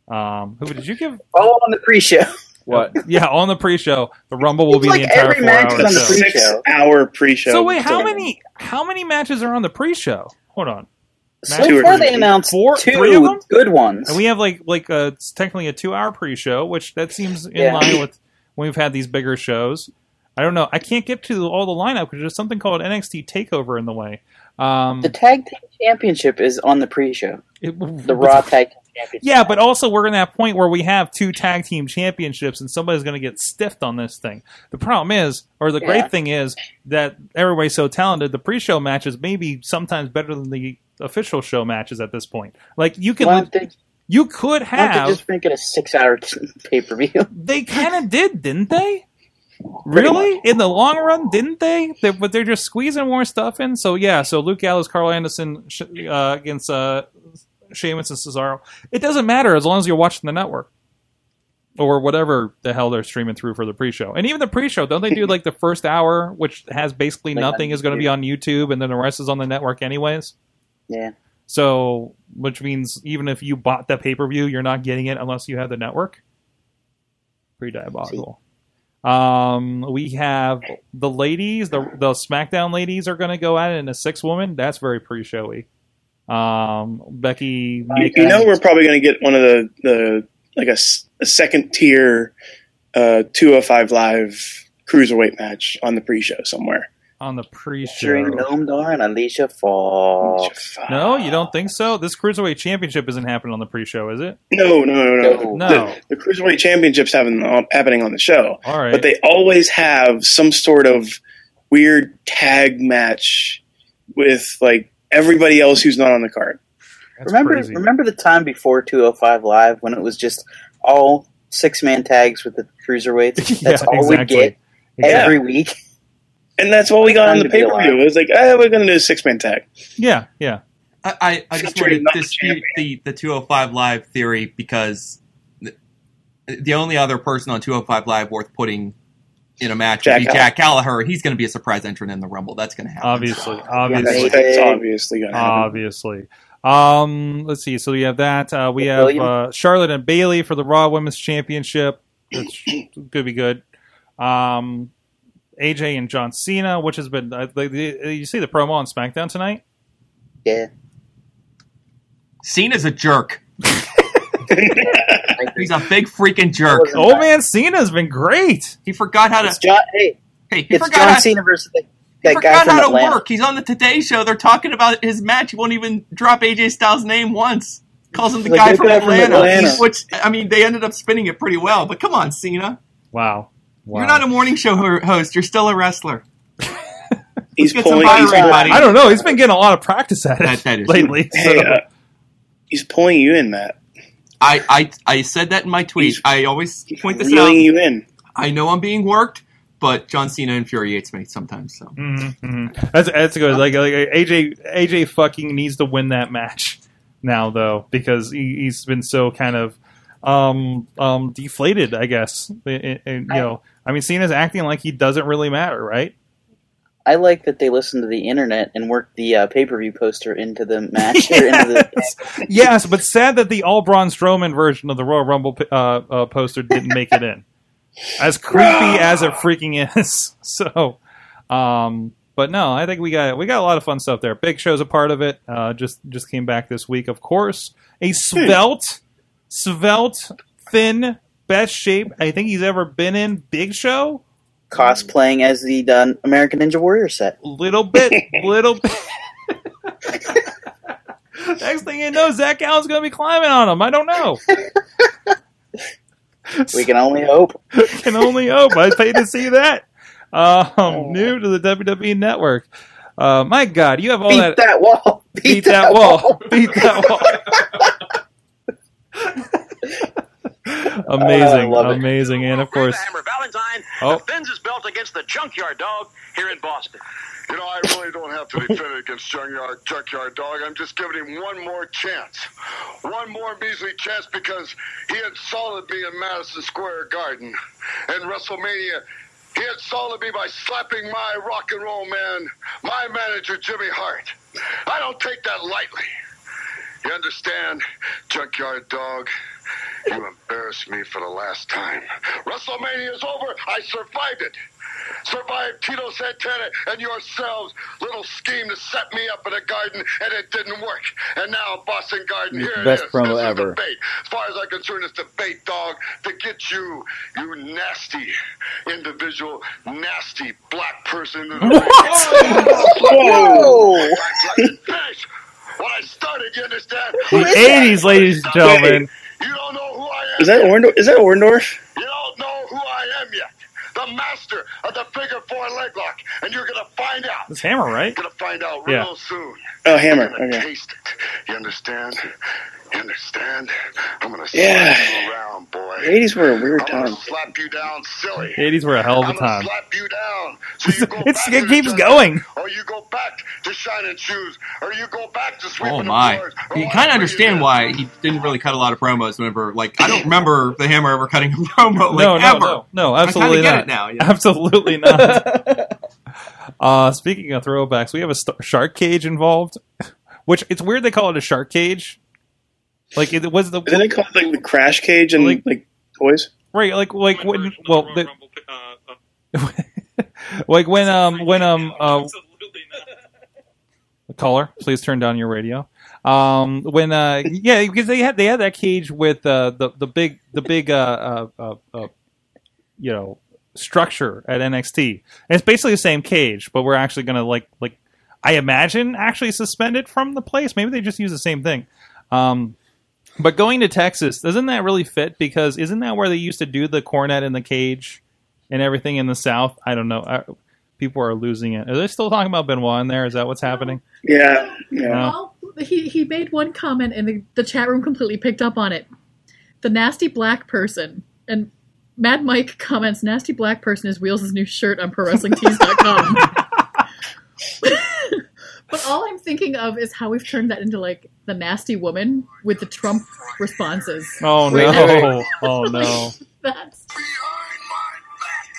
Um, who did you give? Follow on the pre-show. What? Yeah, on the pre-show, the Rumble will It's be like the entire every four hours. match on the so. pre- Six hour pre show. so wait, how many how many matches are on the pre-show? Hold on. So Two or far, they three. announced Four- two three of them? good ones. And we have like like a, it's technically a two hour pre show, which that seems in Yeah. line with when we've had these bigger shows. I don't know. I can't get to all the lineup because there's something called NXT Takeover in the way. Um, the tag team championship is on the pre-show. it- The Raw tag team championship. Yeah, but also we're in that point where we have two tag team championships and somebody's going to get stiffed on this thing. The problem is, or the Yeah. great thing is, that everybody's so talented. The pre-show matches may be sometimes better than the official show matches at this point. Like you could, Why don't they you could Why don't have they just make it a six-hour pay per view? They kind of did, didn't they? Pretty Really? In the long run, didn't they? they? But they're just squeezing more stuff in. So yeah, so Luke Gallows, Carl Anderson sh- uh, against uh, Sheamus and Cesaro. It doesn't matter as long as you're watching the network or whatever the hell they're streaming through for the pre-show. And even the pre-show, don't they do like the first hour, which has basically Like on nothing, is going to be on YouTube, and then the rest is on the network anyways. Yeah. So, which means even if you bought the pay per view, you're not getting it unless you have the network. Pretty diabolical. Um, we have the ladies. The the SmackDown ladies are going to go at it in a six woman. That's very pre showy. Um, Becky, You, Micah, you um, know, we're probably going to get one of the, the like a, s- a second tier uh, 205 Live cruiserweight match on the pre show somewhere. on the pre During show. Gnome Dar and Alicia Fox. No, you don't think so. This cruiserweight championship isn't happening on the pre show, is it? No, no, no, no. No. No. The, the cruiserweight championships having on, happening on the show, All right. but they always have some sort of weird tag match with like everybody else who's not on the card. That's remember, crazy. remember the time before 205 Live when it was just all six man tags with the cruiserweights? That's all we get every week. And that's what we got on Time the to be pay per view. alive. It was like, ah, we're going to do a six man tag. Yeah, yeah. I, I, I just want Featuring to not dispute the, the 205 Live theory because the, the only other person on 205 Live worth putting in a match Jack would be Jack Gallagher. He's going to be a surprise entrant in the Rumble. That's going to happen. Obviously, That's, obviously, Right. that's obviously going to happen. Uh, obviously. Um, let's see. So we have that. Uh, we have William? uh, Charlotte and Bailey for the Raw Women's Championship, which could be good. Um, AJ and John Cena, which has been uh, the, the, you see the promo on SmackDown tonight. Yeah. Cena's a jerk. I agree. He's a big freaking jerk. wasn't- Old man Cena's been great. He forgot how It's to. John, hey, Hey, he it's forgot John how, Cena versus that, he that guy forgot from how to Atlanta. work. He's on the Today Show. They're talking about his match. He won't even drop AJ Styles' name once. Calls him the The guy good from guy from Atlanta, Atlanta. Which I mean, they ended up spinning it pretty well. But come on, Cena, Wow. wow. you're not a morning show ho- host. You're still a wrestler. He's Let's get some pulling. fire He's, rate, buddy. I don't know. He's been getting a lot of practice at it That- that is lately. So. hey, uh, he's pulling you in, Matt. I, I I said that in my tweet. He's- I always point this out. Reeling you in. I know I'm being worked, but John Cena infuriates me sometimes. So Mhm, mhm. That's that's good. Like, like AJ AJ fucking needs to win that match now though because he, he's been so kind of um um deflated, I guess. And- and- and, you know, I mean, Cena's acting like he doesn't really matter, right? I like that they listened to the internet and worked the uh, pay per view poster into the match. Or into the, yes. Yes, but sad that the all Braun Strowman version of the Royal Rumble p- uh, uh, poster didn't make it in. As creepy as it freaking is. So, um, but no, I think we got we got a lot of fun stuff there. Big Show's a part of it. Uh, just just came back this week, of course. A svelte, svelte, thin, best shape I think he's ever been in. Big Show, cosplaying as the uh, American Ninja Warrior set. little bit, little bit. Next thing you know, Zach Allen's going to be climbing on him. I don't know. We can only hope. can only hope. I paid to see that. Um, new to the WWE network. Uh, my God, you have all Beat that. that, wall. Beat, beat that wall. beat that wall. amazing, love it. amazing, and of course, Hammer Valentine Oh. defends his belt against the Junkyard Dog here in Boston. You know, I really don't have to defend it against Junkyard, Junkyard Dog. I'm just giving him one more chance. One more measly chance because he insulted me in Madison Square Garden. And WrestleMania, he insulted me by slapping my rock and roll man, my manager, Jimmy Hart. I don't take that lightly. You understand, Junkyard Dog? You embarrassed me for the last time. WrestleMania is over. I survived it. Survived Tito Santana and yourselves little scheme to set me up in a garden, and it didn't work. And now Boston Garden here Best it is. promo this ever. Is debate. As far as I'm concerned, it's debate, dog, to get you, you nasty individual, nasty black person. Into the Whoa! I'd like to finish what I started. You understand? the '80s, ladies and gentlemen. You don't know who I am. Is that Orndorff? Is that Orndorff? You don't know who I am yet. The master of the figure four leg lock, and you're gonna find out. It's Hammer, right? Gonna find out Yeah. real soon. Oh, Hammer. I'm gonna Okay. taste it. You understand? You understand? I'm gonna Yeah. slap you around, boy. The 80s were a weird I'm time. gonna slap you down, silly. '80s were a hell of I'm a gonna time. slap you down. So you go It's, back it to keeps the- going. Or you go back to shining shoes. Or you go back to sweeping oh the my, floors. or you I'll kind bring of understand down. why he didn't really cut a lot of promos. Whenever like I don't remember the Hammer ever cutting a promo Oh, like no, no, ever. no, no, I kind absolutely of get not. it now. You know? Absolutely not. uh, speaking of throwbacks, we have a star- shark cage involved, which it's weird they call it a shark cage. Like it was the Isn't it called like the crash cage and Like- like, toys? right, like like when well, the, like when um when um uh, caller, please turn down your radio. Um, when uh yeah, because they had they had that cage with uh the the big the big uh uh, uh, uh you know structure at NXT. And it's basically the same cage, but we're actually gonna like like I imagine actually suspend it from the place. Maybe they just use the same thing. Um, but going to Texas doesn't that really fit? Because isn't that where they used to do the cornet in the cage and everything in the South? I don't know. I, people are losing it. Are they still talking about Benoit in there? Is that what's happening? Yeah, Well, he, he made one comment and the, the chat room completely picked up on it. The nasty black person. And Mad Mike comments, nasty black person is Wheels' new shirt on ProWrestlingTees.com. but all I'm thinking of is how we've turned that into like the nasty woman with the Trump responses. Oh Wait, no! wait, wait. Oh no! That's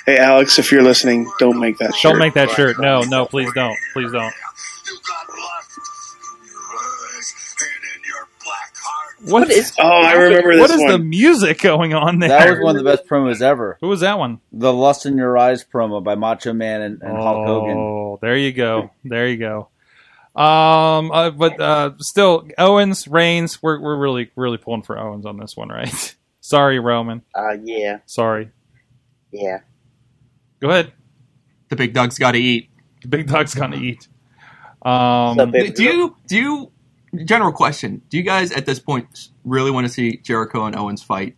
Hey, Alex, if you're listening, don't make that shirt. Don't make that shirt. No, no, please don't. Please don't. What is- Oh, I remember What this is the one. music going on there? That was one of the best promos ever. Who was that one? The Lust in Your Eyes promo by Macho Man and, and Hulk Hogan. Oh, there you go. There you go. Um, uh, but uh, still, Owens, Reigns. We're we're really really pulling for Owens on this one, right? Sorry, Roman. Uh, yeah, Sorry. yeah. Go ahead. The big dog's got to eat. The big dog's gonna eat. Um, Sup, Do baby? you do you? General question: Do you guys at this point really want to see Jericho and Owens fight,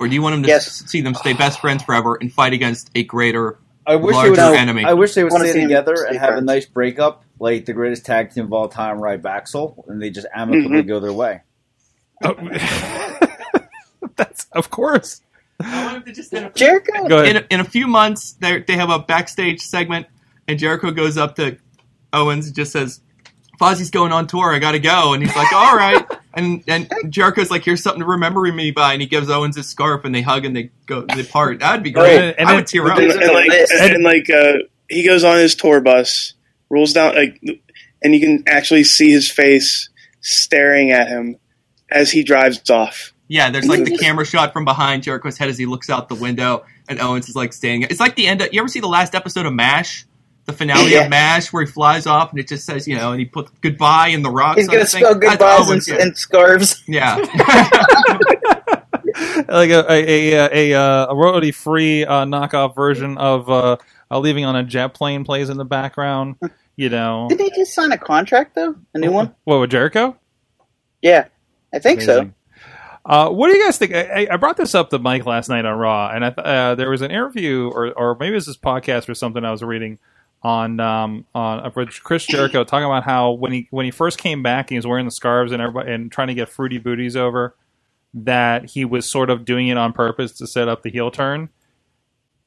or do you want them to Yes. s- see them stay best friends forever and fight against a greater? I wish Larger they would. enemy. I wish they would Wanna stay see them together stay and have a friends. nice breakup, like the greatest tag team of all time, Rybacksel, and they just amicably go their way. oh, that's of course. I want them to just Jericho. Go in ahead. a, in a few months, they they have a backstage segment, and Jericho goes up to Owens and just says, "Fozzie's going on tour. I gotta go." And he's like, "All right." And and Jericho's like, "Here's something to remember me by." And he gives Owens his scarf, and they hug and they go they part. That'd be great. And- and I it- would tear up. and, and like, List. and, and like uh, he goes on his tour bus, rolls down, like, and you can actually see his face staring at him as he drives off. Yeah, there's like the camera shot from behind Jericho's head as he looks out the window, and Owens is like standing. It's like the end. Of, you ever see the last episode of Mash, the finale Yeah. of Mash, where he flies off and it just says, you know, and he puts goodbye in the rocks. He's on gonna the thing? spell That's goodbyes and, Owens, yeah. and scarves. yeah. like a a a, a, uh, a royalty free uh, knockoff version of uh, uh, leaving on a jet plane plays in the background. You Oh. know, Did they just sign a contract though? A new one? what with Jericho? Yeah, I think Amazing. Uh, what do you guys think? I, I- I brought this up to Mike last night on Raw, and I th- uh, there was an interview, or, or maybe it was this podcast or something I was reading on um, on uh, with Chris Jericho talking about how when he when he first came back, he was wearing the scarves and everybody and trying to get fruity booties over. That he was sort of doing it on purpose to set up the heel turn.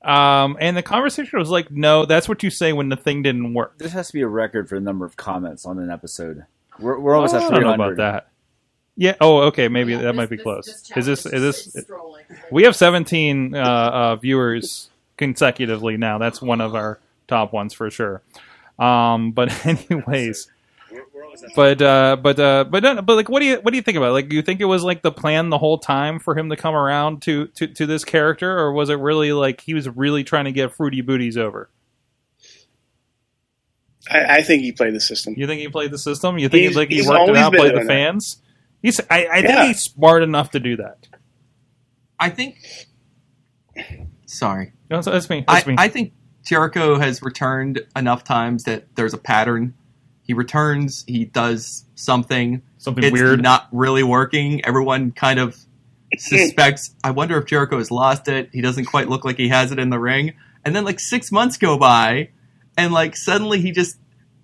Um, and the conversation was like, "No, that's what you say when the thing didn't work." This has to be a record for the number of comments on an episode. We're, we're almost I at don't know 300. about that. Yeah. Oh, okay. Maybe Yeah, that this- might be this- close. chat is this room is this just strolling. we have 17 uh, uh, viewers consecutively now. That's one of our top ones for sure. Um, but anyways, but uh, but uh, but no, but like, what do you what do you think about? It? Like, do you think it was like the plan the whole time for him to come around to to, to this character, or was it really like he was really trying to get fruity booties over? I, I think he played the system. You think he played the system? You think He's- like he he's worked it always out, been played the doing that. fans? He's I, I Yeah. think he's smart enough to do that. I think. Sorry, No, that's- that's me. I, That's me. I think Jericho has returned enough times that there's a pattern. He returns, he does something. Something it's weird. not really working. Everyone kind of suspects. I wonder if Jericho has lost it. He doesn't quite look like he has it in the ring. And then like six months go by, and like suddenly he just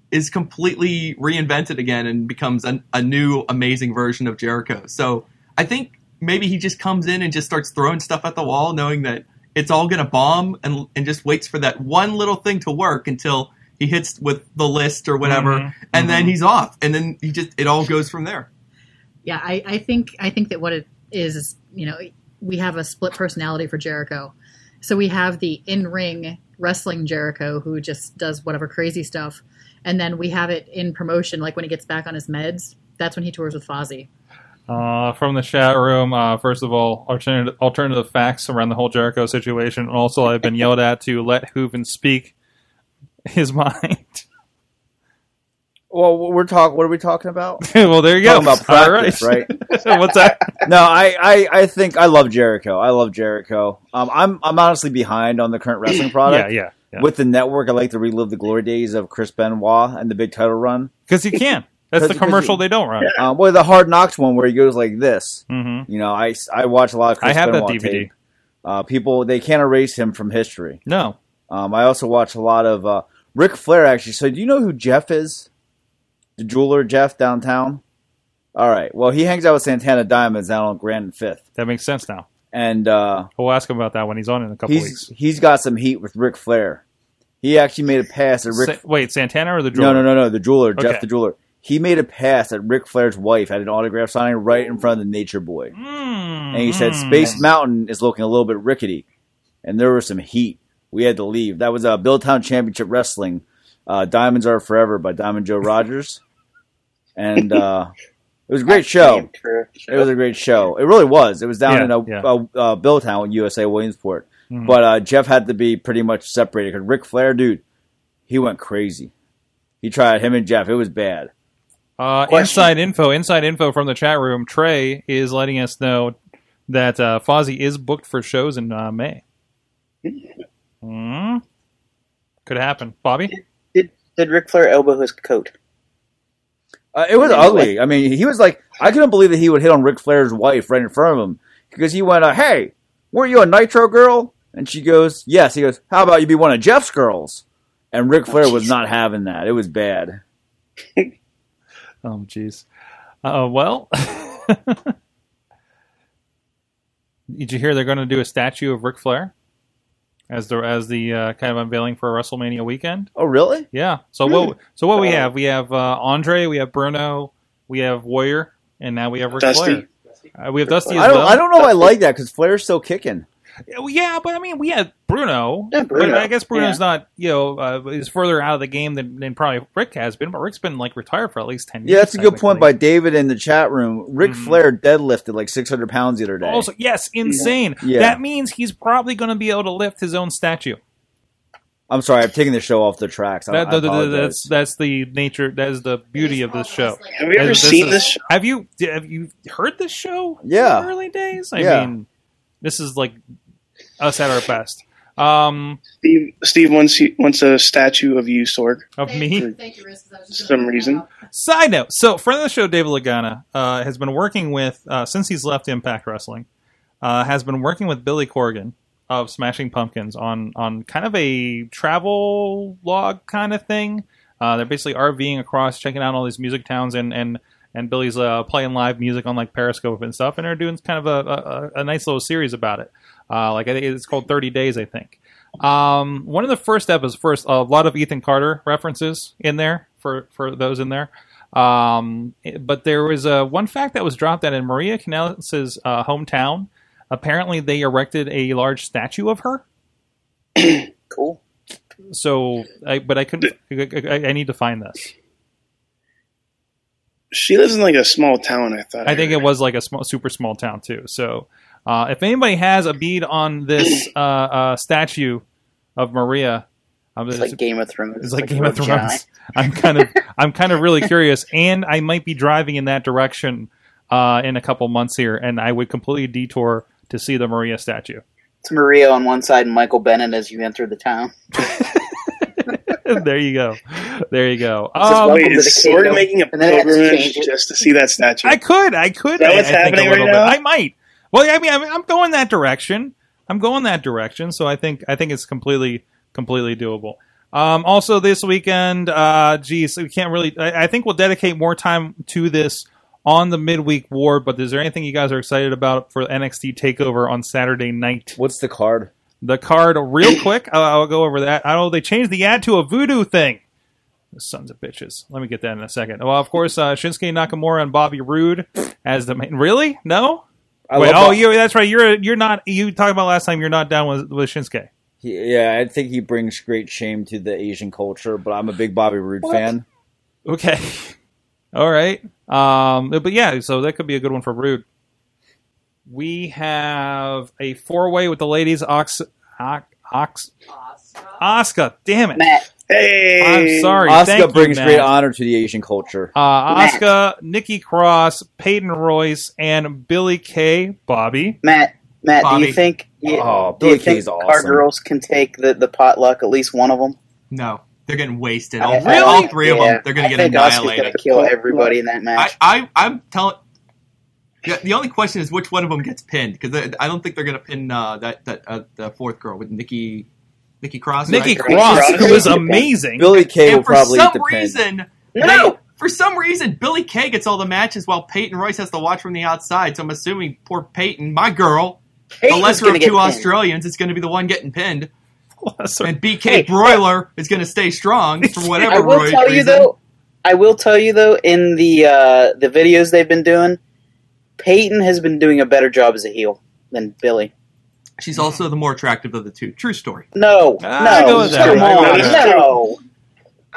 is completely reinvented again and becomes an, a new amazing version of Jericho. So I think maybe he just comes in and just starts throwing stuff at the wall, knowing that it's all going to bomb, and and just waits for that one little thing to work until he hits with the list or whatever, Mhm, and then mhm. he's off, and then he just it all goes from there. yeah I, I think i think that what it is is you know we have a split personality for jericho so we have the in-ring wrestling jericho who just does whatever crazy stuff and then we have it in promotion like when he gets back on his meds that's when he tours with Fozzy. Uh, from the chat room, uh, first of all, alternative, alternative facts around the whole Jericho situation. And also, I've been yelled at to let Hooven speak his mind. Well, we're talk. What are we talking about? well, there you go. Talking about practice, all right? What's that? no, I, I, I think I love Jericho. I love Jericho. Um, I'm I'm honestly behind on the current wrestling yeah, product. yeah. yeah. With the network, I like to relive the glory days of Chris Benoit and the big title run. Because you can. That's the Because- commercial they don't run. Um, well, the Hard Knocks one where he goes like this. hmm You know, I, I watch a lot of Chris I have that Benoit DVD. tape. Uh, people they can't erase him from history. No. Um, I also watch a lot of uh, Ric Flair actually. So do you know who Jeff is? the jeweler Jeff downtown. All right. Well, he hangs out with Santana Diamonds down on Grand and Fifth, That makes sense now. and uh, We'll ask him about that when he's on in a couple he's weeks. he's got some heat with Ric Flair. He actually made a pass at Ric. Sa- wait, Santana or the no, jeweler? no, no, no. The jeweler, Okay. Jeff, the jeweler. He made a pass at Ric Flair's wife at an autograph signing right in front of the Nature Boy, and he said, Mm. "Space Mountain is looking a little bit rickety," and there was some heat. We had to leave. That was uh, Billtown Championship Wrestling, uh, "Diamonds Are Forever" by Diamond Joe Rogers, and uh, it was a great show. True. It was a great show. It really was. It was down Yeah, in a, yeah. a, a Billtown, USA Williamsport. But uh, Jeff had to be pretty much separated because Ric Flair, dude, he went crazy. He tried him and Jeff. It was bad. Uh, inside info, inside info from the chat room. Trey is letting us know that uh, Fozzy is booked for shows in uh, May. Mm. Could happen, Bobby. Did did Ric Flair elbow his coat? Uh, it was ugly. I mean, he was like, I couldn't believe that he would hit on Ric Flair's wife right in front of him because he went, uh, "Hey, weren't you a Nitro girl?" And she goes, "Yes." He goes, "How about you be one of Jeff's girls?" And Ric Flair was not having that. It was bad. Oh, jeez. Uh, well, did you hear they're going to do a statue of Ric Flair as the as the uh, kind of unveiling for WrestleMania weekend? Oh, really? Yeah. So what? So what we have? We have uh, Andre. We have Bruno. We have Warrior, and now we have Ric Dusty. Flair. Uh, we have Dusty as I don't. well. I don't know. if I like that because Flair's still kicking. Yeah, well, yeah, but I mean, we had Bruno. Yeah, Bruno. But I guess Bruno's not, you know, uh, is further out of the game than, than probably Rick has been. But Rick's been like retired for at least ten years. Yeah, that's a good point by technically. David in the chat room. Ric Flair deadlifted like 600 pounds the other day. Mm-hmm. also, yes, insane. Yeah. That means he's probably going to be able to lift his own statue. I'm sorry, I've taken the show off the tracks. I, That- I that- that- apologize. that's that's the nature. That is the beauty of this show. Have you ever This- seen is- this show? Have you have you heard this show? in Yeah. the early days. I Yeah. mean, this is like us at our best. Um, Steve, Steve wants, you- wants a statue of you, Sorg. of me. Thank you, Riz, 'cause I was just Some gonna bring that reason. up. Side note: So, friend of the show, David Lagana, uh, has been working with uh, since he's left Impact Wrestling. Uh, has been working with Billy Corgan of Smashing Pumpkins on on kind of a travel log kind of thing. Uh, they're basically RVing across, checking out all these music towns, and and and Billy's uh, playing live music on like Periscope and stuff, and they're doing kind of a, a, a nice little series about it. Uh, like I think it's called Thirty Days, I think. Um, one of the first episodes, first a lot of Ethan Carter references in there for for those in there. Um, it- but there was uh, one fact that was dropped that in Maria Canales' uh, hometown, apparently they erected a large statue of her. Cool. So, I, but I couldn't. I, I- I need to find this. She lives in like a small town, I thought. I think it heard. was like a small, super small town too. So, uh, if anybody has a bead on this uh, uh, statue of Maria, I'm It's just, like Game of Thrones. It's like, Game of Rogue Thrones. Giant. I'm kind of I'm kind of really curious, and I might be driving in that direction uh, in a couple months here, and I would completely detour to see the Maria statue. It's Maria on one side and Michael Bennett as you enter the town. there you go, there you go. just Um, welcome Wait, to the is Sorg kingdom. making a And then it had to pilgrimage change it. just to see that statue? I could, I could. Is that I- what's I think a happening little right bit. now? I might. Well, I mean, I mean, I'm going that direction. I'm going that direction, so I think I think it's completely completely doable. Um, also, this weekend, uh, geez, we can't really. I, I think we'll dedicate more time to this on the midweek war. But is there anything you guys are excited about for NXT Takeover on Saturday night? What's the card? The card, real quick. I'll, I'll go over that. I know they changed the ad to a voodoo thing. Sons of bitches. Let me get that in a second. Well, of course, uh, Shinsuke Nakamura and Bobby Roode as the main. Really? No. I Wait, love oh, that- you. That's right. You're you're not. You talked about last time. You're not down with with Shinsuke. He, yeah, I think he brings great shame to the Asian culture, but I'm a big Bobby Roode fan. Okay. All right. Um, but yeah, so that could be a good one for Rude. We have a four way with the ladies. Ox, Ox, Ox, Oscar. Damn it! Matt, hey, I'm sorry. Thank Asuka you, brings Matt. great honor to the Asian culture. Uh, Matt. Asuka, Nikki Cross, Peyton Royce, and Billy Kay, Bobby. Matt, Matt, do Bobby. you think you, Oh, do you Billie Kay's think our awesome. girls can take the, the potluck at least one of them? No, they're getting wasted. I- All, I- all three of yeah, them, they're going I to get think Oscar's gonna annihilated. kill everybody in that I, match. I, I'm telling. The, the only question is which one of them gets pinned because I don't think they're going to pin uh, that that uh, the fourth girl with Nikki Nikki Cross. Nikki right? Cross, Cross. who is amazing. Billy Kay will And for probably some depend. reason, no, they- For some reason, Billy Kay gets all the matches while Peyton Royce has to watch from the outside. So I'm assuming poor Peyton, my girl, Peyton's the lesser gonna of get two pinned. Australians, is going to be the one getting pinned. And BK Broiler is going to stay strong for whatever I will Roy- tell you reason. though. I will tell you though. In the uh, the videos they've been doing, Peyton has been doing a better job as a heel than Billy. She's also the more attractive of the two. True story. No, Ah, no, I go with that. come I go on, with that. no,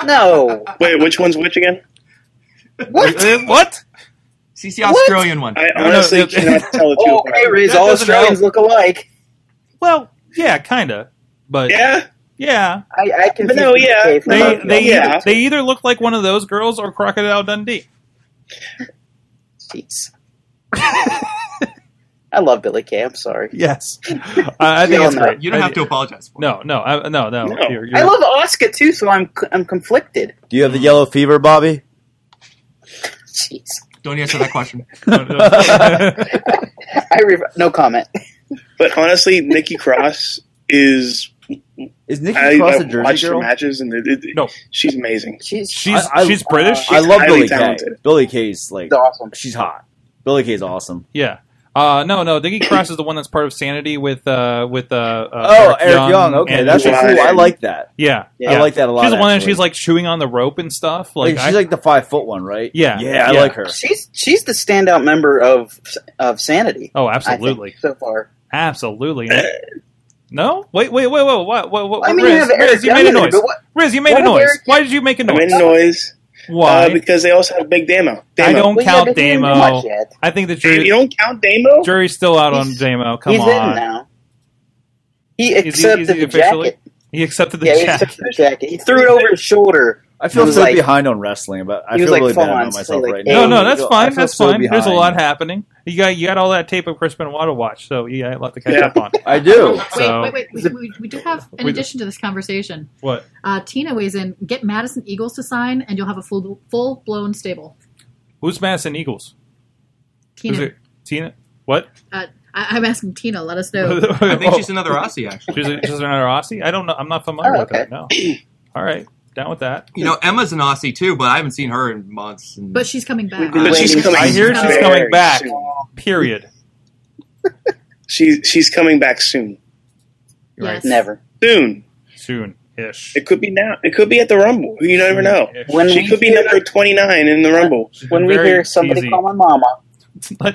no. Wait, which one's which again? What? what? She's the Australian one. No, I no, honestly no. cannot tell the two Oh, apart. hey, Riz, That all doesn't Australians look alike. Well, yeah, kind of. But yeah, Yeah, I, I can. But no, yeah, they Uh, they yeah. either, they either look like one of those girls or Crocodile Dundee. I love Billy Kay. I'm sorry. Yes, uh, I think all it's know. great. You don't I- have to apologize for it. No, no, I, no, no. No. You're, you're, I love Oscar too, so I'm I'm conflicted. Do you have the Mm-hmm. yellow fever, Bobby? Jeez, Don't answer that question. I re- no comment. but honestly, Nikki Cross is Is Nikki I, Cross I a Jersey watched her girl? matches and it, it, No. she's amazing. She's she's I- I- she's British. I love highly Billy Kay. talented. Billy Kay's like she's awesome. she's hot. Billy Kay's awesome. yeah. Uh, no, no. Diggy Cross is the one that's part of Sanity with uh, with uh, uh, Oh, Eric Young. Okay, and- that's Juwan cool. I and- like that. yeah, Yeah. I like that a lot. she's the one and actually. she's like chewing on the rope and stuff. Like, Like, she's I- like the five foot one, right? Yeah. yeah, I Yeah. like her. She's she's the standout member of of Sanity. oh, I think, absolutely, so far. absolutely. And it- no, wait, wait, wait, wait. What? What? What? I mean, you Riz, have Eric Riz, you Young made a in there, noise. but what- Riz, you made what a was noise. Eric- Why did you make a I noise? mean, noise Why? uh, because they also have Big Damo. Damo. I don't Well, yeah, count but he didn't do Damo. much yet. I think the jury, You don't count Damo? jury's still out on He's- Damo. Come he's on. in now. He Is he- is accepted he the jacket. He accepted the Yeah, he jacket. accepted the jacket. He threw it over his shoulder. I feel He was so like- behind on wrestling, but I he was feel like really bad full on, about myself like, right hey, now. No, no, that's I feel fine. so That's fine. There's a behind. lot happening. You got you got all that tape of Chris Benoit to watch, so you got a lot to catch Yeah. up on. I do. So- wait, wait, wait. We, we, we do have, in We- addition to this conversation, What? uh, Tina weighs in. Get Madison Eagles to sign, and you'll have a full full blown stable. Who's Madison Eagles? Who's Tina, it? Tina? What? uh, I, I'm asking Tina. Let us know. I think Oh, she's another Aussie, actually. she's, she's another Aussie. I don't know. I'm not familiar Oh, with her. No. All right, down with that. You know, Emma's an Aussie too, but I haven't seen her in months. And But she's coming back. But she's coming. I hear she's very coming back. soon. Period. She's she's coming back soon. Yes. Never. Soon. Soon ish. It could be now. It could be at the Rumble. You never know. When She we could be hear, number twenty nine in the Rumble. when we Very hear somebody cheesy. call my mama,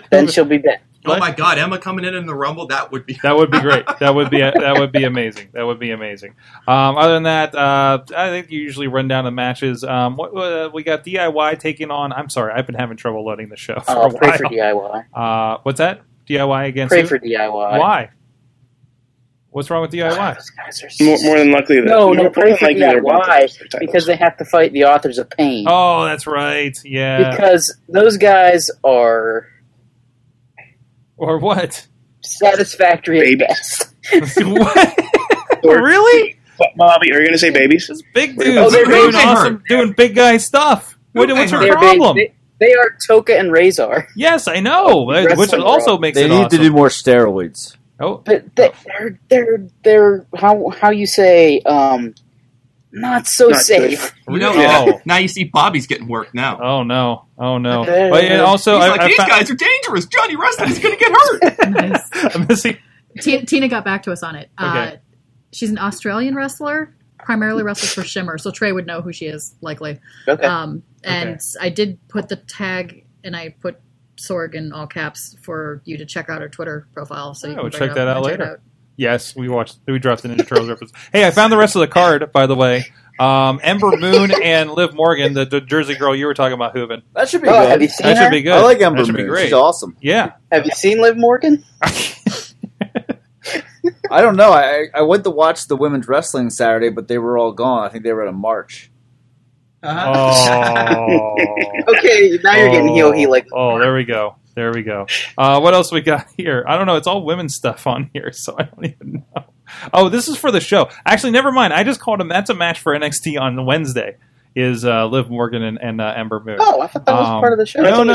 then she'll be back. oh my God, Emma coming in in the Rumble, that would be. That would be great. That would be that would be amazing. That would be amazing. Um, other than that, uh, I think you usually run down the matches. Um, what, uh, we got DIY taking on. I'm sorry, I've been having trouble loading the show for Uh, a pray for while. DIY. uh, what's that? DIY against Pray who? for DIY. Why? What's wrong with DIY? Those guys are More, so- more than likely, that no, more, no, more pray than for likely they're both DIY losing their because titles. they have to fight the authors of pain. Oh, that's right. Yeah. Because those guys are or what? satisfactory Babies. at best. What? Or- Oh, really? But, Bobby, are you going to say babies? Just big Oh, dudes they're doing big- awesome, doing big guy stuff. What, what's her They're big- problem? They, they are Toka and Razor, Yes, I know, Uh, which Wrestling also world. makes They it need to awesome. do more steroids. oh, but they, they're they're they're how how you say um not so Not safe. You know, Oh. now you see Bobby's getting worked now. oh no, oh no. Okay. But yeah, also, He's I, like, I these found- guys are dangerous. Johnny Wrestling is going to get hurt. Nice. I'm missing- Ti- Tina got back to us on it. Uh, Okay. she's an Australian wrestler, primarily wrestles for Shimmer, so Trey would know who she is, likely. Okay. Um, and I did put the tag, and I put Sorg in all caps for you to check out her Twitter profile. So you Yeah, can we'll bring check it up that and out check it later. Yes, we watched. We dropped the Ninja Turtles reference. Hey, I found the rest of the card, by the way. Um, Ember Moon and Liv Morgan, the, the Jersey girl you were talking about, Hooven. That should be Oh, good. have you seen That her? should be good. I like Ember That should be Moon. great. She's awesome. Yeah. Have you seen Liv Morgan? I don't know. I I went to watch the women's wrestling Saturday, but they were all gone. I think they were at a march. Oh. Okay, now you're getting heel heel like Oh, there we go. There we go. Uh, what else we got here? I don't know. It's all women's stuff on here, so I don't even know. Oh, this is for the show. Actually, never mind. I just called him. That's a match for NXT on Wednesday. Is uh, Liv Morgan and, and uh, Ember Moon? Oh, I thought that was Um, part of the show. No, That's no, on no,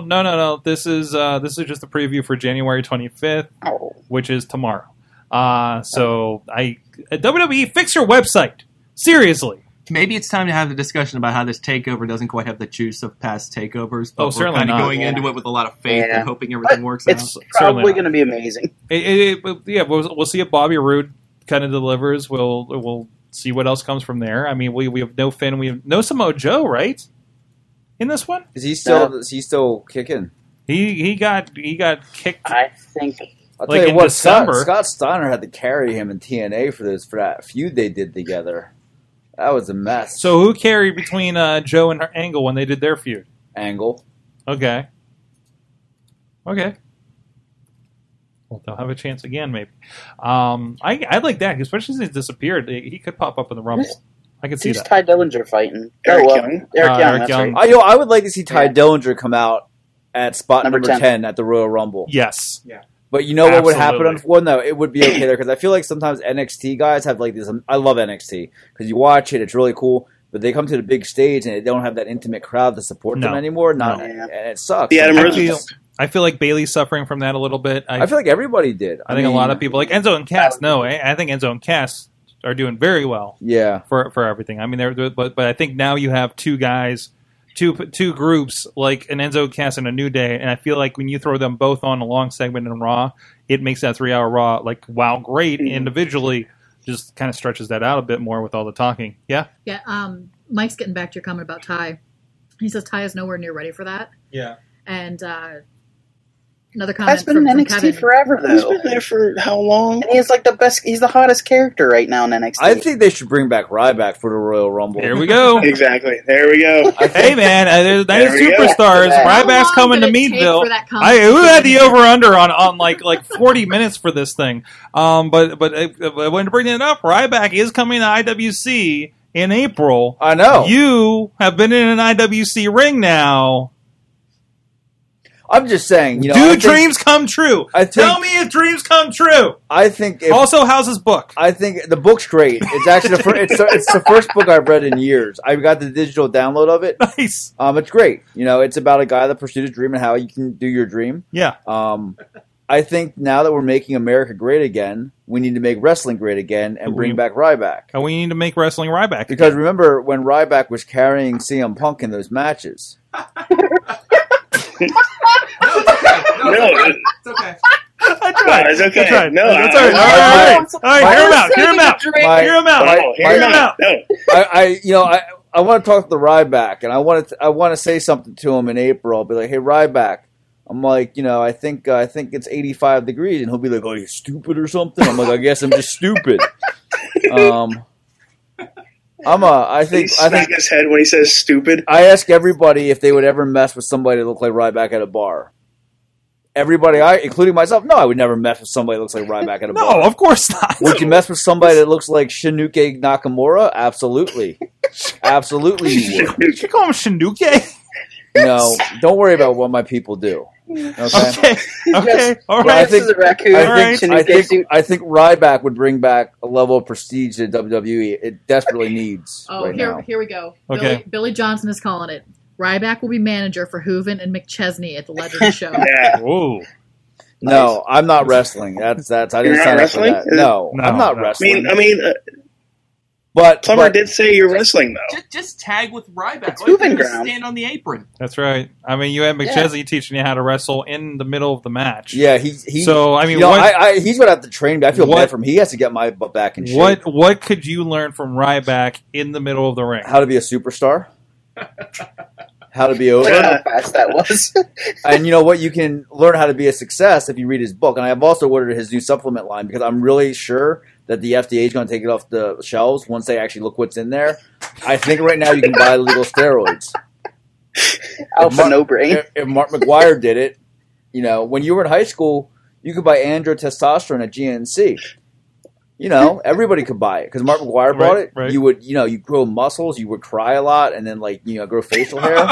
no, no, no, no. This is uh, this is just a preview for January 25th, Oh. which is E, tomorrow. Uh, so I uh, WWE fix your website seriously. maybe it's time to have the discussion about how this takeover doesn't quite have the juice of past takeovers. But Oh, we're certainly kinda not. going Yeah. into it with a lot of faith Yeah. and hoping everything works It's out. probably not. going to be amazing. It, it, it, yeah, we'll, we'll see if Bobby Roode kind of delivers. We'll we'll see what else comes from there. I mean, we we have no Finn, we have no Samoa Joe, right? In this one, Is he still? Is he still kicking? he he got he got kicked. I think I'll Like tell you in what, Scott, December. Scott Steiner had to carry him in TNA for this for that feud they did together. That was a mess. So who carried between uh, Joe and Angle when they did their feud? angle. Okay, okay. Well, they'll have a chance again, maybe. Um, I I like that, especially since he disappeared. He could pop up in the Rumble. I could see Who's that. Ty Dillinger fighting? Eric oh, well, Young. Eric Uh, Young. Eric that's Young. right. I know. I would like to see Ty Yeah. Dillinger come out at spot number, Number 10. 10. at the Royal Rumble. Yes. But you know what would happen? On, Absolutely. well, no, it would be okay there because I feel like sometimes NXT guys have like this. I love NXT because you watch it; it's really cool. But they come to the big stage and they don't have that intimate crowd to support them No. anymore. Not No. and it sucks. The Adam I, I Rose feel, I feel like Bailey's suffering from that a little bit. I, I feel like everybody did. I think a mean, lot of people like Enzo and Cass. No, eh? I, I think Enzo and Cass are doing very well Yeah, for for everything. I mean, they're they're- but but I think now you have two guys, two two groups like an Enzo Cass and a New Day, and I feel like when you throw them both on a long segment in Raw, it makes that three hour Raw like wow great individually. Just kind of stretches that out a bit more with all the talking. Yeah, Yeah, um, Mike's getting back to your comment about Ty. He says Ty is nowhere near ready for that. yeah. And uh, another comment Ty's been in Uh, from, from NXT Kevin. forever He's though, been there for how long? and he's like the best. He's the hottest character right now in NXT. I think they should bring back Ryback for the Royal Rumble. There we go. Exactly. There we go. hey man, uh, there's- that is There we go. superstars. How Ryback's long coming to did it take Meadville. for that I comment who to had the be over under on, on like like forty minutes for this thing. Um, but but uh, uh, when bringing it up, Ryback is coming to IWC in April. I know. You have been in an IWC ring now. I'm just saying. You know, Do I think, dreams come true? I think- Tell me if dreams come true. I think if, also, how's his book? I think the book's great. It's actually the fir- it's, the- it's the first book I've read in years. I've got the digital download of it. Nice. Um, it's great. You know, it's about a guy that pursued his dream and how you can do your dream. Yeah. Um, I think now that we're making America great again, we need to make wrestling great again and bring We- back Ryback. And Oh, we need to make wrestling Ryback. Because remember when Ryback was carrying CM Punk in those matches? No, it- It's okay. I tried. No, it's okay. I tried. No, That's I- all right. I- all right. All right. Hear him out. Hear him out. My- Hear him out. no, Hear here him out. not. No, I, I you know, I I want to talk to Ryback, and I want to I want to say something to him in April. I'll be like, "Hey, Ryback." I'm like, you know, I think uh, I think it's 85 degrees, and he'll be like, "Oh, you're stupid or something." I'm like, "I guess I'm just stupid." Um, I'm a. I he think I smack think his head when he says stupid. I ask everybody if they would ever mess with somebody that looked like Ryback at a bar. Everybody, I including myself, no, I would never mess with somebody that looks like Ryback at a bar. No, of course not. Would you mess with somebody that looks like Shinuke Nakamura? Absolutely. Absolutely you would. Did you call him Shinuke? No, don't worry about what my people do. Okay. Okay. Okay. All Well, I right. think- This is a raccoon. I Alright. think, Shouldn't I, get think, sued. I think Ryback would bring back a level of prestige that WWE it desperately needs Oh, right here, now. here we go. Okay. Billy, Billy Johnson is calling it. Ryback will be manager for Hooven and McChesney at the Legends show. Yeah. Whoa. No, I'm not wrestling. That's that's I didn't You're not sign up for wrestling? that. No, No, I'm not no. I wrestling. mean, I mean, uh, but Plummer but- did say you're wrestling though. Just, just tag with Ryback. It's moving you just ground. Stand on the apron. That's right. I mean, you had McChesney teaching you how to wrestle in the middle of the match. Yeah, he. he So, I mean, you know, what- I, I, he's gonna have to train me. I feel What- bad for him. He has to get my butt back in shape. What What could you learn from Ryback in the middle of the ring? How to be a superstar? how to be over? Look at how fast that was. and you know what? You can learn how to be a success if you read his book. And I have also ordered his new supplement line because I'm really sure that the FDA is going to take it off the shelves once they actually look what's in there. I think right now you can buy legal steroids. Alpha Mar- no brain. If, if Mark McGuire did it, you know, when you were in high school, you could buy andro testosterone at GNC. You know, everybody could buy it because Mark McGuire bought Right, it. right. You would, you know, you grow muscles, you would cry a lot, and then like you know, grow facial hair.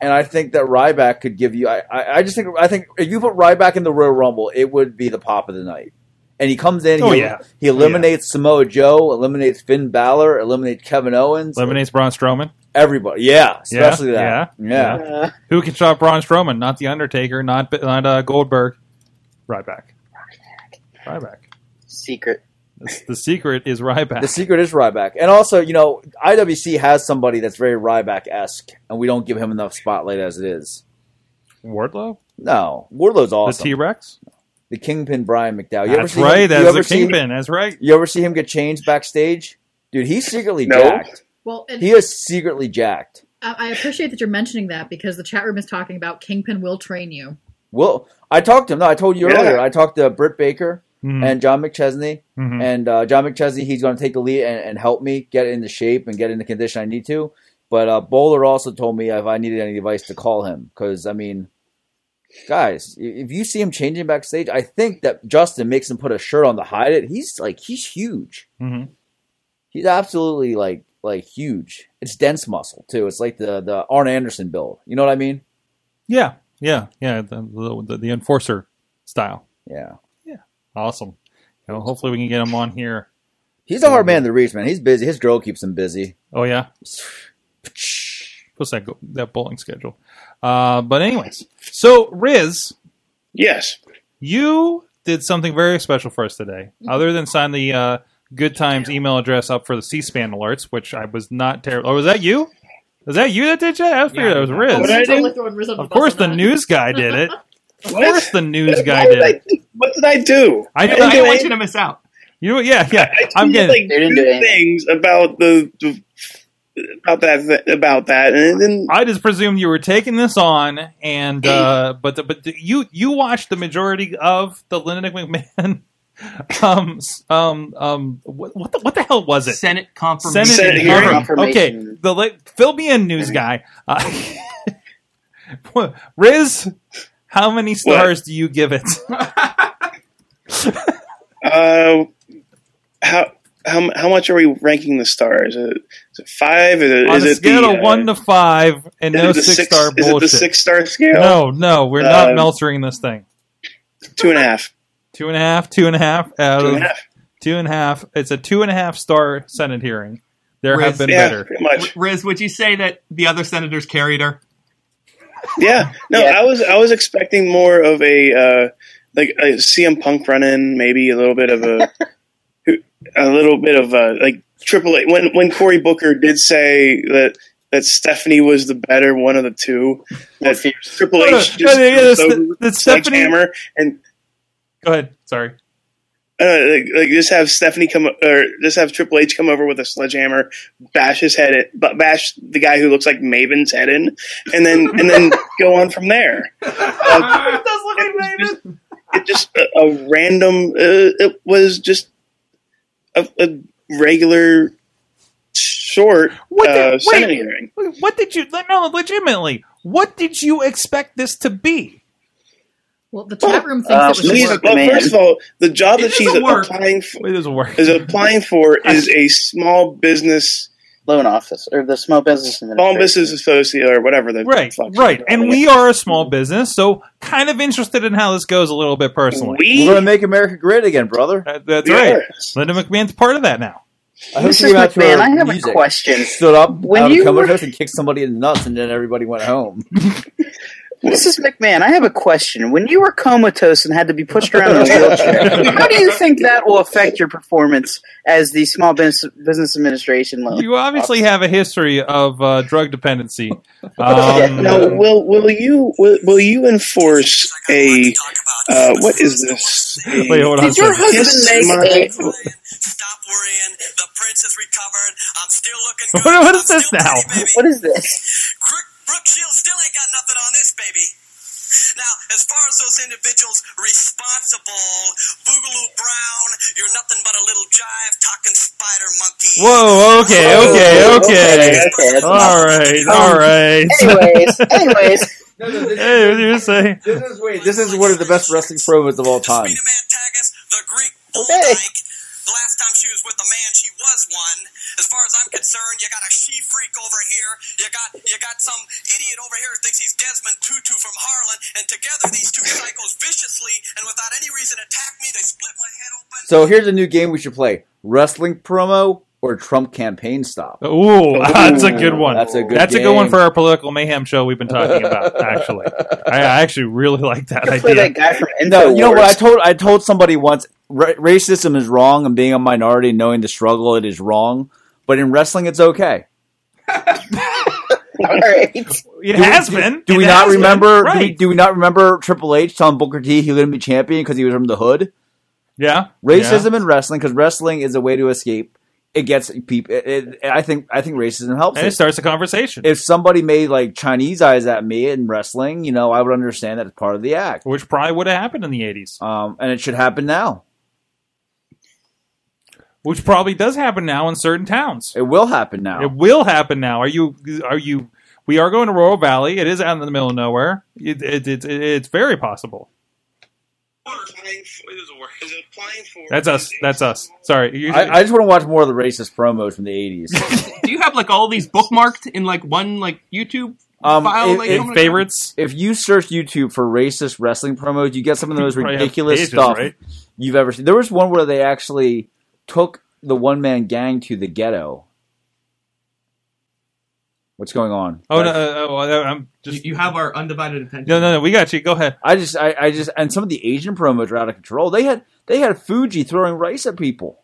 and I think that Ryback could give you. I, I, I just think I think if you put Ryback in the Royal Rumble, it would be the pop of the night. And he comes in. Oh, he, yeah. he eliminates Samoa Joe, eliminates Finn Balor, eliminates Kevin Owens, Eliminates Braun Strowman. everybody. Yeah, especially that. yeah. Uh, Who can stop Braun Strowman? Not the Undertaker. Not not uh, Goldberg. Ryback. Ryback. secret. That's- the secret is Ryback. The secret is Ryback. And also, you know, IWC has somebody that's very Ryback esque, and we don't give him enough spotlight as it is. Wardlow? No. Wardlow's awesome. T Rex? The Kingpin Brian McDowell. You ever That's see him- right, that's you ever the see him- Kingpin, that's right. You ever see him get changed backstage? Dude, he's secretly No. jacked. Well, and He is secretly jacked. I I appreciate that you're mentioning that because the chat room is talking about Kingpin will train you. Well, I talked to him. No, I told you Yeah. earlier. I talked to Britt Baker Mm-hmm. Hmm. Mhm. and John McChesney. Mhm. And uh, John McChesney, he's going to take the lead and, and help me get into shape and get in the condition I need to. But uh, Bowler also told me if I needed any advice to call him. Because, I mean, guys, i- if you see him changing backstage, I think that Justin makes him put a shirt on to hide it. He's like, he's huge. Mm-hmm. He's absolutely like, like huge. It's dense muscle, too. It's like the, the Arn Anderson build. You know what I mean? Yeah, yeah, yeah. The, the, the enforcer style. Yeah. Yeah. Awesome. Well, hopefully we can get him on here. He's a hard man to reach, man. He's busy. His girl keeps him busy. Oh yeah. What's that go- that bowling schedule? Uh, but anyways, so Riz, yes, you did something very special for us today. Other than sign the uh, Good Times email address up for the C-SPAN alerts, which I was not terrible. Oh, was that you? Was that you that did that? I figured it was Riz. Oh, I'm totally throwing Riz under Of the course, bus the on that. news guy did it. Of What? course, the news What guy did did I it. What did I do? I, I did didn't do want you anything. to miss out. You, yeah, yeah. I'm did, getting. like, two things about the, the about that thi- about that, and then I just presumed you were taking this on, and uh, but the, but the, you you watched the majority of the Linda McMahon. Um, s- um, um, what what the, what the hell was it? Senate confirmation. Senate hearing. Confirmation. Okay, the la- fill me in, news guy. Uh, what- Riz, how many stars do you give it? Uh, how how how much are we ranking the stars? Is it, is it five? Is it, On is a it scale the, of uh, one to five, and is no it the six, star Is bullshit. it the six star scale? No, no, we're not Uh, meltering this thing. Two and a half. Two and a half, two and a half out Two of and a half. two and a half. It's a two and a half star Senate hearing. There have been better. much. Riz, would you say that the other senators carried her? Yeah. No, I was I was expecting more of a uh, like a CM Punk run in, maybe a little bit of a a little bit of a like Triple H. When when Cory Booker did say that. That Stephanie was the better one of the two. That Triple No, no, H no, just yeah, threw that's- the that's sledgehammer and Go ahead. Sorry. Uh, like, like just have Stephanie come or just have Triple H come over with a sledgehammer, bash his head, in, but bash the guy who looks like Maven's head in, and then and then go on from there. Uh, it does look like Maven. It just a, a random. Uh, it was just a, a regular short What uh, did, Senate wait, hearing. wait, what did you no legitimately? What did you expect this to be? Well, the chat room thinks Uh, it was she's- work. well, first of all, the job that she's doesn't work. applying for It doesn't work. is applying for is a small business loan office or the small business small business associate or whatever the Right, fuck right. And we are a small business, so kind of interested in how this goes a little bit personally. Uh, We- We're going to make America great again, brother. That's We right. are. Linda McMahon's part of that now. I hope Mrs. she came out to her McMahon, I have a music. question. Stood up, When out of you cover were- dress, and kicked somebody in the nuts, and then everybody went home. Mrs. McMahon, I have a question. When you were comatose and had to be pushed around in a wheelchair, how do you think that will affect your performance as the Small Business, business Administration loan? You obviously have a history of uh, drug dependency. Yeah, Um, now, will will you will, will you enforce a uh, what is this? A- Wait, hold on a Did your second. husband Kiss make my- what, what is this now? What is this? Whoa, okay, Oh, okay, okay. that's All right, Um, all right. Anyways, anyways. Hey, what did you say? This is wait. This is one of the best wrestling promos of all time. Okay. So here's a new game we should play: wrestling promo or Trump campaign stop. Ooh, that's a good one. That's a good. That's a good one game. for our political mayhem show we've been talking about. Actually, I, I actually really like that Play that idea. guy from No, you know what I InfoWars. told I told somebody once ra- racism is wrong, and being a minority, and knowing the struggle, it is wrong. But in wrestling, it's okay. All right. It Do we- has do- been. Do we It not has been. remember? Do, we, Right. do we not remember Triple H telling Booker T he wouldn't be champion because he was from the hood? Yeah. Racism in wrestling because wrestling is a way to escape. It gets people. It, it, I think. I think racism helps. And it. it starts a conversation, if somebody made like Chinese eyes at me in wrestling, you know, I would understand that it's part of the act, which probably would have happened in the 80s, um, and it should happen now. which probably does happen now in certain towns. It will happen now. It will happen now. Are you? Are you? We are going to Royal Valley. It is out in the middle of nowhere. It, it, it, it's very possible. That's us. That's us. Sorry. You- I, I just want to watch more of the racist promos from the eighties. Do you have like all these bookmarked in like one like YouTube Um, file? it- like, it- how many- favorites. if you search YouTube for racist wrestling promos, you get some of the most Probably have ridiculous pages, stuff right? you've ever seen. There was one where they actually took the one man gang to the ghetto. What's going on? Oh no! Uh, oh, uh, I'm just. you, you have our undivided attention. No, no, no. We got you. Go ahead. I just, I, I just, and some of the Asian promos are out of control. They had, they had Fuji throwing rice at people.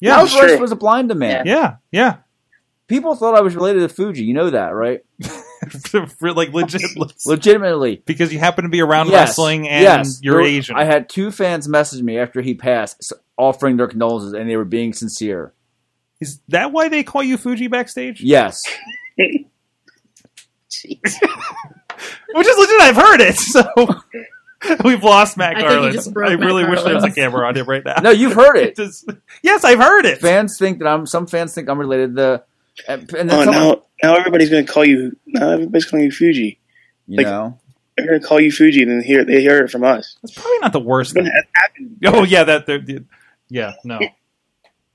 Yeah. I was rice Sure. was a blind man. Yeah. Yeah. People thought I was related to Fuji. You know that, right? For, like legit. Legitimately. Because you happen to be around Yes. wrestling and yes. you're There- Asian. I had two fans message me after he passed, s- offering their condolences, and they were being sincere. Is that why they call you Fuji backstage? Yes. Jeez. Which is legit. I've heard it. So we've lost Matt I think you Garland. just broke I Matt really wish there was a Garland. camera on him right now. No, you've heard it. Just- yes, I've heard it. Fans think that I'm. Some fans think I'm related to. And, and then Oh, someone, now now everybody's going to call you. Now everybody's calling you Fuji. you like- know, They're going to call you Fuji, and then hear they hear it from us. That's probably not the worst. Thing. It's gonna happen. Oh yeah, that there, yeah, yeah, no.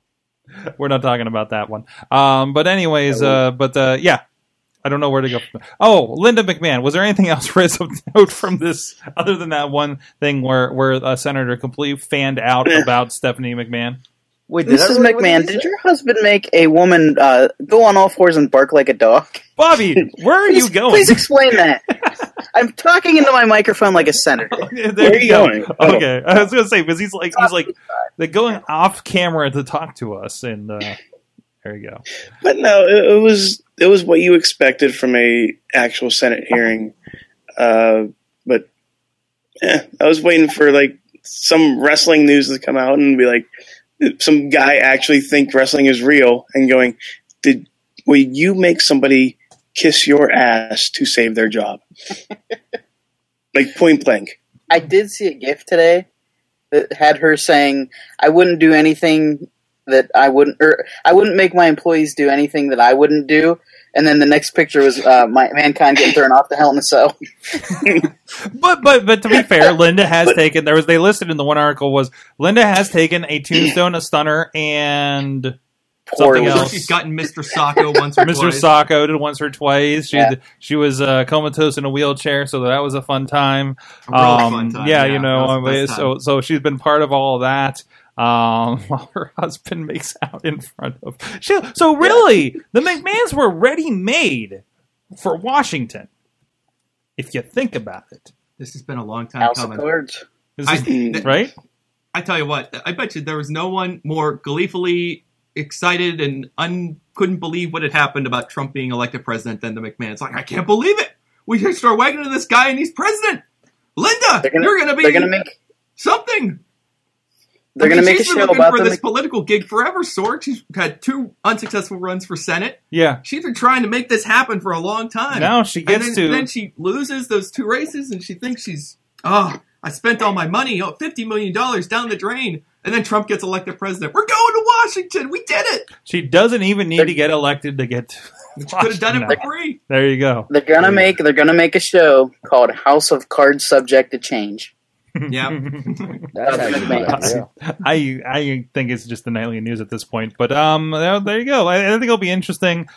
We're not talking about that one. Um, but anyways, uh, but uh, yeah, I don't know where to go. from- Oh, Linda McMahon. Was there anything else Riz of note from this other than that one thing where where uh, Senator completely fanned out about Stephanie McMahon? wait, did I Mrs. really- what McMahon, he did say? your husband make a woman uh, go on all fours and bark like a dog? Bobby, where are you Please- going? Please explain that. I'm talking into my microphone like a senator. there Where are you you go. going? Oh. Okay, I was gonna say because he's like he's like they're going off camera to talk to us, and uh, there you go. But no, it, it was it was what you expected from a actual Senate hearing. Uh, but eh, I was waiting for like some wrestling news to come out and be like, some guy actually think wrestling is real and going, did will you make somebody kiss your ass to save their job? like point blank. I did see a GIF today that had her saying, "I wouldn't do anything that I wouldn't, or I wouldn't make my employees do anything that I wouldn't do." And then the next picture was uh, my, mankind getting thrown off the Hell in a Cell. But but but to be fair, Linda has taken there was they listed in the one article was Linda has taken a tombstone, a stunner, and something So else. she's gotten Mr. Sacco once or Mr. twice. Sacco did once or twice. She Yeah. had- she was uh, comatose in a wheelchair, so that was a fun time. A really um, fun time, Yeah, yeah. you That know, was the um, best so so she's been part of all that. Um, while her husband makes out in front of she, so really the McMahons were ready made for Washington, if you think about it, This has been a long time House of coming. Cards. This I, is- th- right? I tell you what, I bet you there was no one more gleefully excited and un- couldn't believe what had happened about Trump being elected president than the McMahons. Like, I can't believe it. We hitched our wagon to this guy and he's president. Linda, They're gonna, you're going to be They're gonna make. something. They're I mean, gonna make a she's been show looking about for the. this Mc- political gig forever, Sorg. She's had two unsuccessful runs for Senate. Yeah. She's been trying to make this happen for a long time. Now she and gets then, to then she loses those two races, and she thinks she's oh, I spent all my money, oh, fifty million dollars down the drain. And then Trump gets elected president. We're going to Washington. We did it. She doesn't even need to get elected to get. We could have done it for No. free. There you go. they're gonna make. They're gonna make a show called House of Cards, subject to change. Yeah. That's Mr. actually a good McMahon. idea. I I think it's just the nightly news at this point, but um, there, there you go. I, I think it'll be interesting.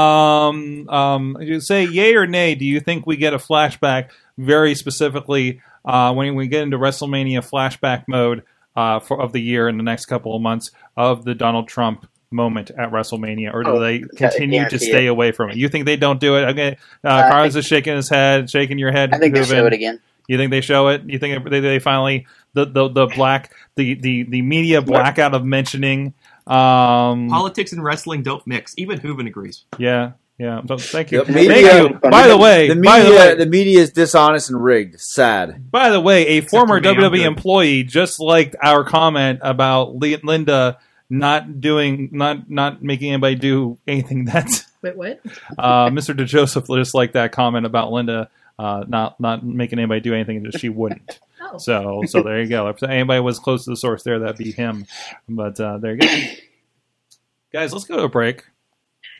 Um, um, you say yay or nay? Do you think we get a flashback very specifically uh, when we get into WrestleMania flashback mode uh, for, of the year in the next couple of months of the Donald Trump moment at WrestleMania, or do Oh, they I continue to guarantee stay away from it? You think they don't do it? Okay, uh, I Carlos is shaking his head, shaking your head. I think they Ruben. show it again. You think they show it? You think they, they finally the the, the black the, the the media blackout of mentioning um Politics and wrestling don't mix. Even Hooven agrees. yeah yeah So thank you Yep, media- thank you by the way the media, by the way the media is dishonest and rigged. Sad. By the way, a former to me, I'm WWE good. employee just liked our comment about Li- Linda not doing not not making anybody do anything that Wait, what? uh, Mr. DeJoseph just liked that comment about Linda uh, not not making anybody do anything that she wouldn't. Oh. So so there you go. If anybody was close to the source there, that'd be him. But uh, there you go. Guys, let's go to a break.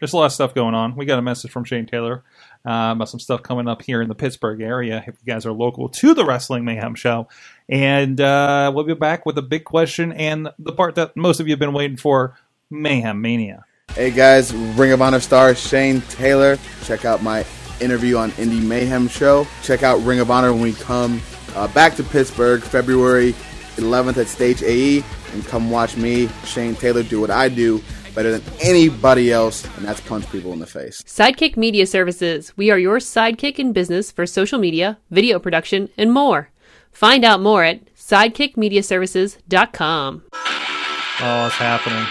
There's a lot of stuff going on. We got a message from Shane Taylor uh, about some stuff coming up here in the Pittsburgh area. If you guys are local to the Wrestling Mayhem show, and uh, we'll be back with a big question and the part that most of you have been waiting for: Mayhem Mania. Hey guys, Ring of Honor star Shane Taylor. Check out my interview on Indie Mayhem Show. Check out Ring of Honor when we come uh, back to Pittsburgh February 11th at Stage AE. And come watch me, Shane Taylor, do what I do better than anybody else, and that's punch people in the face. Sidekick Media Services. We are your sidekick in business for social media, video production, and more. Find out more at sidekickmediaservices.com. Oh, it's happening.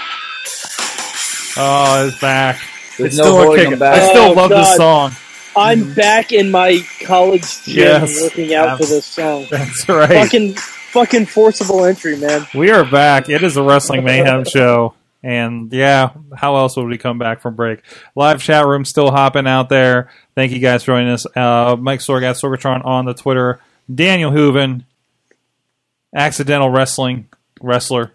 Oh, it's back. There's it's no still a holding kick. them back. I still Oh, love this God. song. I'm back in my college gym Yes. looking out Abs- for this song. That's right. Fucking fucking forcible entry, man. We are back. It is a Wrestling Mayhem show. And yeah, how else would we come back from break? Live chat room still hopping out there. Thank you guys for joining us. Uh, Mike Sorg at Sorgatron on the Twitter. Daniel Hooven, accidental wrestling wrestler,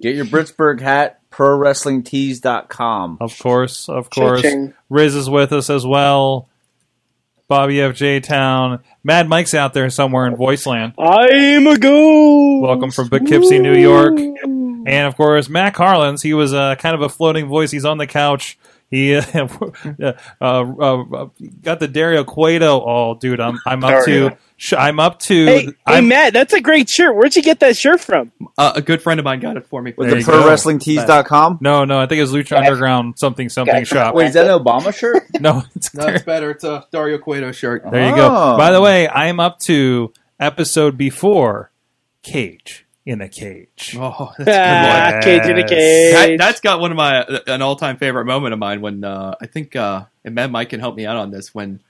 Get your Britsburg hat. ProWrestlingTees.com. of course, of course. Cha-ching. Riz is with us as well. Bobby FJ Town. Mad Mike's out there somewhere in Voiceland. I'm a ghoul. Welcome from Poughkeepsie, New York. And of course, Mac Harlins. He was uh, kind of a floating voice. He's on the couch. He uh, uh, uh, got the Dario Cueto. Oh, dude, I'm I'm up to sh- I'm up to Hey, hey I'm Matt, that's a great shirt. Where'd you get that shirt from? Uh, a good friend of mine got it for me. With With There the you go. ProWrestlingTees.com. no no. I think it was Lucha Underground something something Guys. shop. Wait, is that an Obama shirt? No, it's No, it's better. It's a Dario Cueto shirt. There you go. Oh. By the way, I am up to episode before Cage in a Cage. Oh, that's Ah, one. cage in a Yes. cage. That, that's got one of my an all time favorite moment of mine when uh, I think uh, and Matt Mike can help me out on this when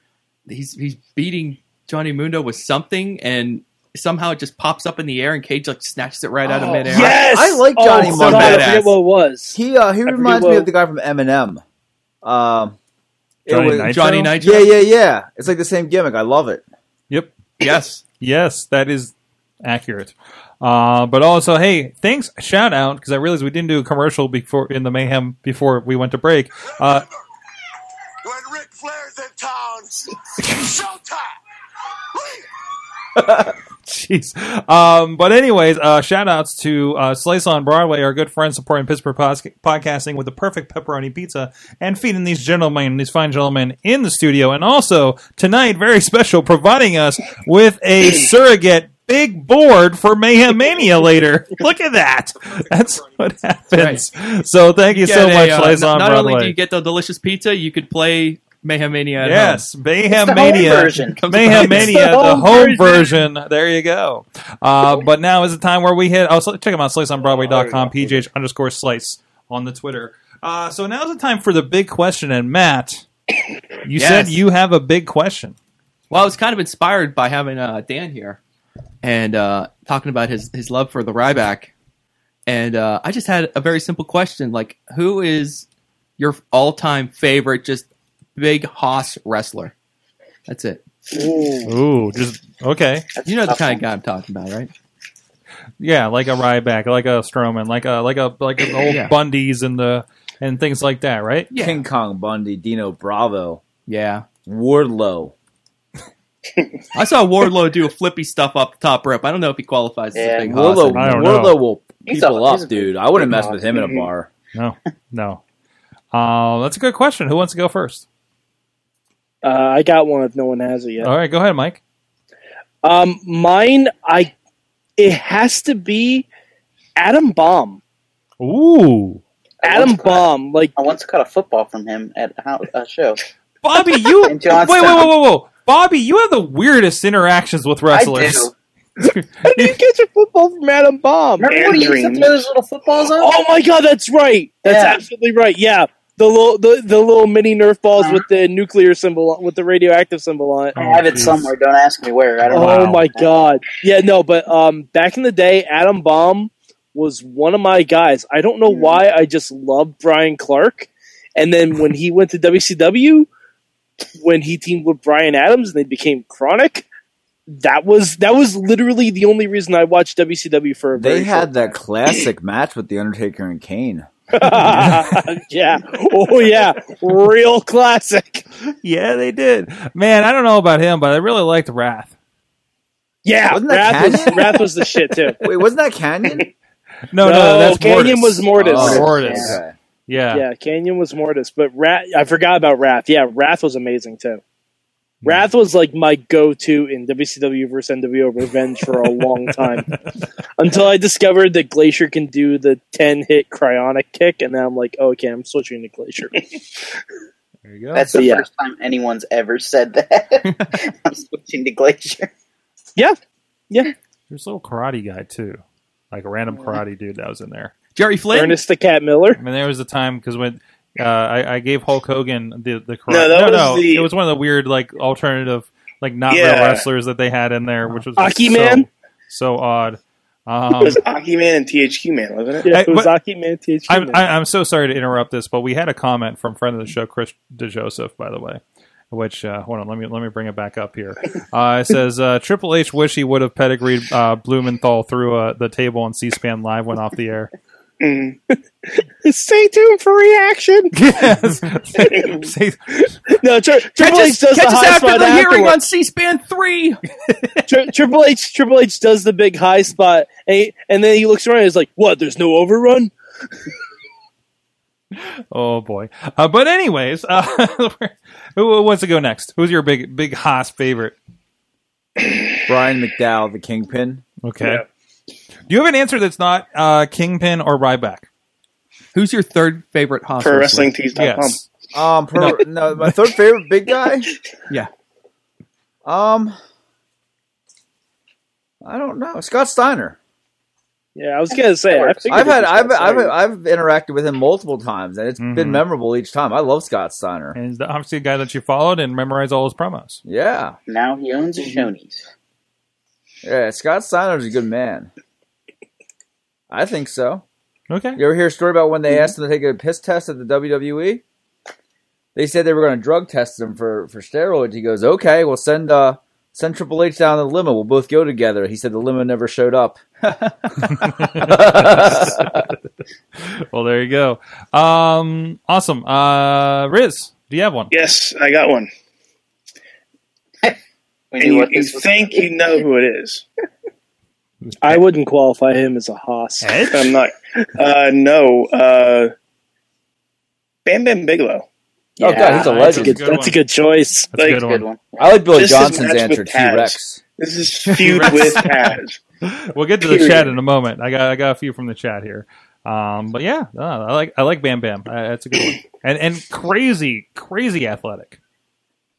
he's he's beating Johnny Mundo with something and somehow it just pops up in the air and Cage like snatches it right out Oh, of midair. yes, I like Johnny oh, Mundo. God, I Badass. forget what it was. He uh, he forget reminds me what- of the guy from Eminem. Um, it Johnny was- Nitro? Johnny Nitro. Yeah, yeah, yeah. It's like the same gimmick. I love it. Yep. Yes. Yes, that is accurate. Uh, but also, hey, thanks. Shout out because I realized we didn't do a commercial before in the mayhem before we went to break. Uh, When Ric Flair's in town, showtime! Jeez. Um, but anyways, uh, shout outs to uh, Slice on Broadway, our good friends supporting Pittsburgh pos- podcasting with the perfect pepperoni pizza and feeding these gentlemen, these fine gentlemen in the studio. And also tonight, very special, providing us with a surrogate big board for Mayhem Mania later. Look at that. That's what happens. So thank you, so Get a, much, uh, Slice on not Broadway. only do you get the delicious pizza, you could play Mayhem Mania. At home. Yes, Mayhem the home Mania. version. Comes Mayhem with the- Mania, the the home home version. There you go. Uh, but now is the time where we hit. Oh, so check them out, sliceonbroadway.com, pjh underscore slice on the Twitter. Uh, so now's the time for the big question. And Matt, you Yes. said you have a big question. Well, I was kind of inspired by having uh, Dan here and uh, talking about his, his love for the Ryback. And uh, I just had a very simple question like, who is your all time favorite, just big hoss wrestler? That's it. Ooh. Ooh, just okay. You know the kind of guy I'm talking about, right? Yeah, like a Ryback, like a Strowman, like a like a like an old Yeah. Bundy's and the and things like that, right? Yeah. King Kong Bundy, Dino Bravo, Yeah. Wardlow. I saw Wardlow do a flippy stuff up the top rope. I don't know if he qualifies as Yeah, a big hoss. Wardlow, I don't Wardlow know. will He's people a- up, he's a big- dude. I wouldn't big mess with him in a bar. No, no. Uh, that's a good question. Who wants to go first? Uh, I got one if no one has it yet. All right, go ahead, Mike. Um, mine, I it has to be Adam Bomb. Ooh. Adam Bomb, like I once caught a football from him at a, hou- a show. Bobby, you wait, wait, In wait, Johnstown. wait, wait, Bobby, you have the weirdest interactions with I wrestlers. do. How do you get your football from Adam Bomb? Remember when you used to throw those little footballs on? Oh my god, that's right. That's Yeah. absolutely right. Yeah. The little the, the little mini Nerf balls with the nuclear symbol on- with the radioactive symbol on it. I have it somewhere. Don't ask me where. I don't know. Oh my god. Yeah, no, but um back in the day Adam Bomb was one of my guys. I don't know why I just loved Brian Clark. And then when he went to WCW, when he teamed with Brian Adams and they became chronic, that was that was literally the only reason I watched WCW for a They very short had that classic match with the Undertaker and Kane. yeah. Oh yeah. Real classic. Yeah, they did. Man, I don't know about him, but I really liked Wrath. Yeah, Wasn't that Wrath was, Canyon? Wrath was the shit too. Wait, wasn't that Canyon? No, no, that's Canyon Mortis. was Mortis. Oh, Mortis. Okay. Yeah. yeah, Canyon was Mortis, but Wrath. I forgot about Wrath. Yeah, Wrath was amazing too. Hmm. Wrath was like my go-to in WCW versus NWO Revenge for a long time, until I discovered that Glacier can do the ten-hit cryonic kick, and then I'm like, oh, okay, I'm switching to Glacier. there you go. That's the Yeah. first time anyone's ever said that. I'm switching to Glacier. Yeah. Yeah. There's a little karate guy too, like a random karate dude that was in there. Jerry Flynn, Ernest the Cat Miller. I mean, there was a time because when uh, I, I gave Hulk Hogan the the karate. No, that was the- it was one of the weird like alternative like not real Yeah. wrestlers that they had in there, which was just Aki so, Man? so odd. it Um, was Aki Man and THQ Man, wasn't it? Yeah, it was I- Aki Man, THQ I'm, I, I'm so sorry to interrupt this, but we had a comment from friend of the show, Chris DeJoseph, by the way. Which uh, hold on, let me let me bring it back up here. Uh, it says uh, Triple H wish he would have pedigreed uh, Blumenthal through uh, the table, and C-SPAN live went off the air. Stay tuned for reaction. Yes. no, tri- Triple catch H us, does the catch us high after spot the hearing afterward. on C-SPAN three. Tri- Triple H Triple H does the big high spot, and, he- and then he looks around. and He's like, "What? There's no overrun." Oh boy! Uh, but anyways, uh, who wants to go next? Who's your big big Haas favorite? Brian McDowell, the Kingpin. Okay. Do you have an answer that's not uh, Kingpin or Ryback? Who's your third favorite Haas? Pro wrestler? WrestlingTees.com. Yes. Um, pro- no, my third favorite big guy. Yeah. Um, I don't know. Scott Steiner. Yeah, I was gonna say. I figured I've this had I've, was Scott I've Steiner. I've interacted with him multiple times, and it's Mhm. been memorable each time. I love Scott Steiner. And he's the- obviously a guy that you followed and memorized all his promos. Yeah, Now he owns a Shoney's. yeah. Scott Steiner's a good man. I think so. Okay. You ever hear a story about when they Mm-hmm. asked him to take a piss test at the WWE? They said they were going to drug test him for, for steroids. He goes, "Okay, we'll send uh, send Triple H down the limo. We'll both go together." He said the limo never showed up. well, there you go. Um, awesome. Uh, Riz, do you have one? Yes, I got one. and knew you, what you this was think you know who it is? I wouldn't qualify him as a Haas. I'm not. Uh, no. Uh, Bam Bam Bigelow. oh God, he's a legend. That's a good, that's a good choice. That's a good Good one. I like Billy This is Johnson's match answer, with T Taz. Rex. This is feud with Taz. We'll get to the Period. chat in a moment. I got I got a few from the chat here. Um, but yeah, no, I like I like Bam Bam. Uh, that's a good one. And and crazy crazy athletic.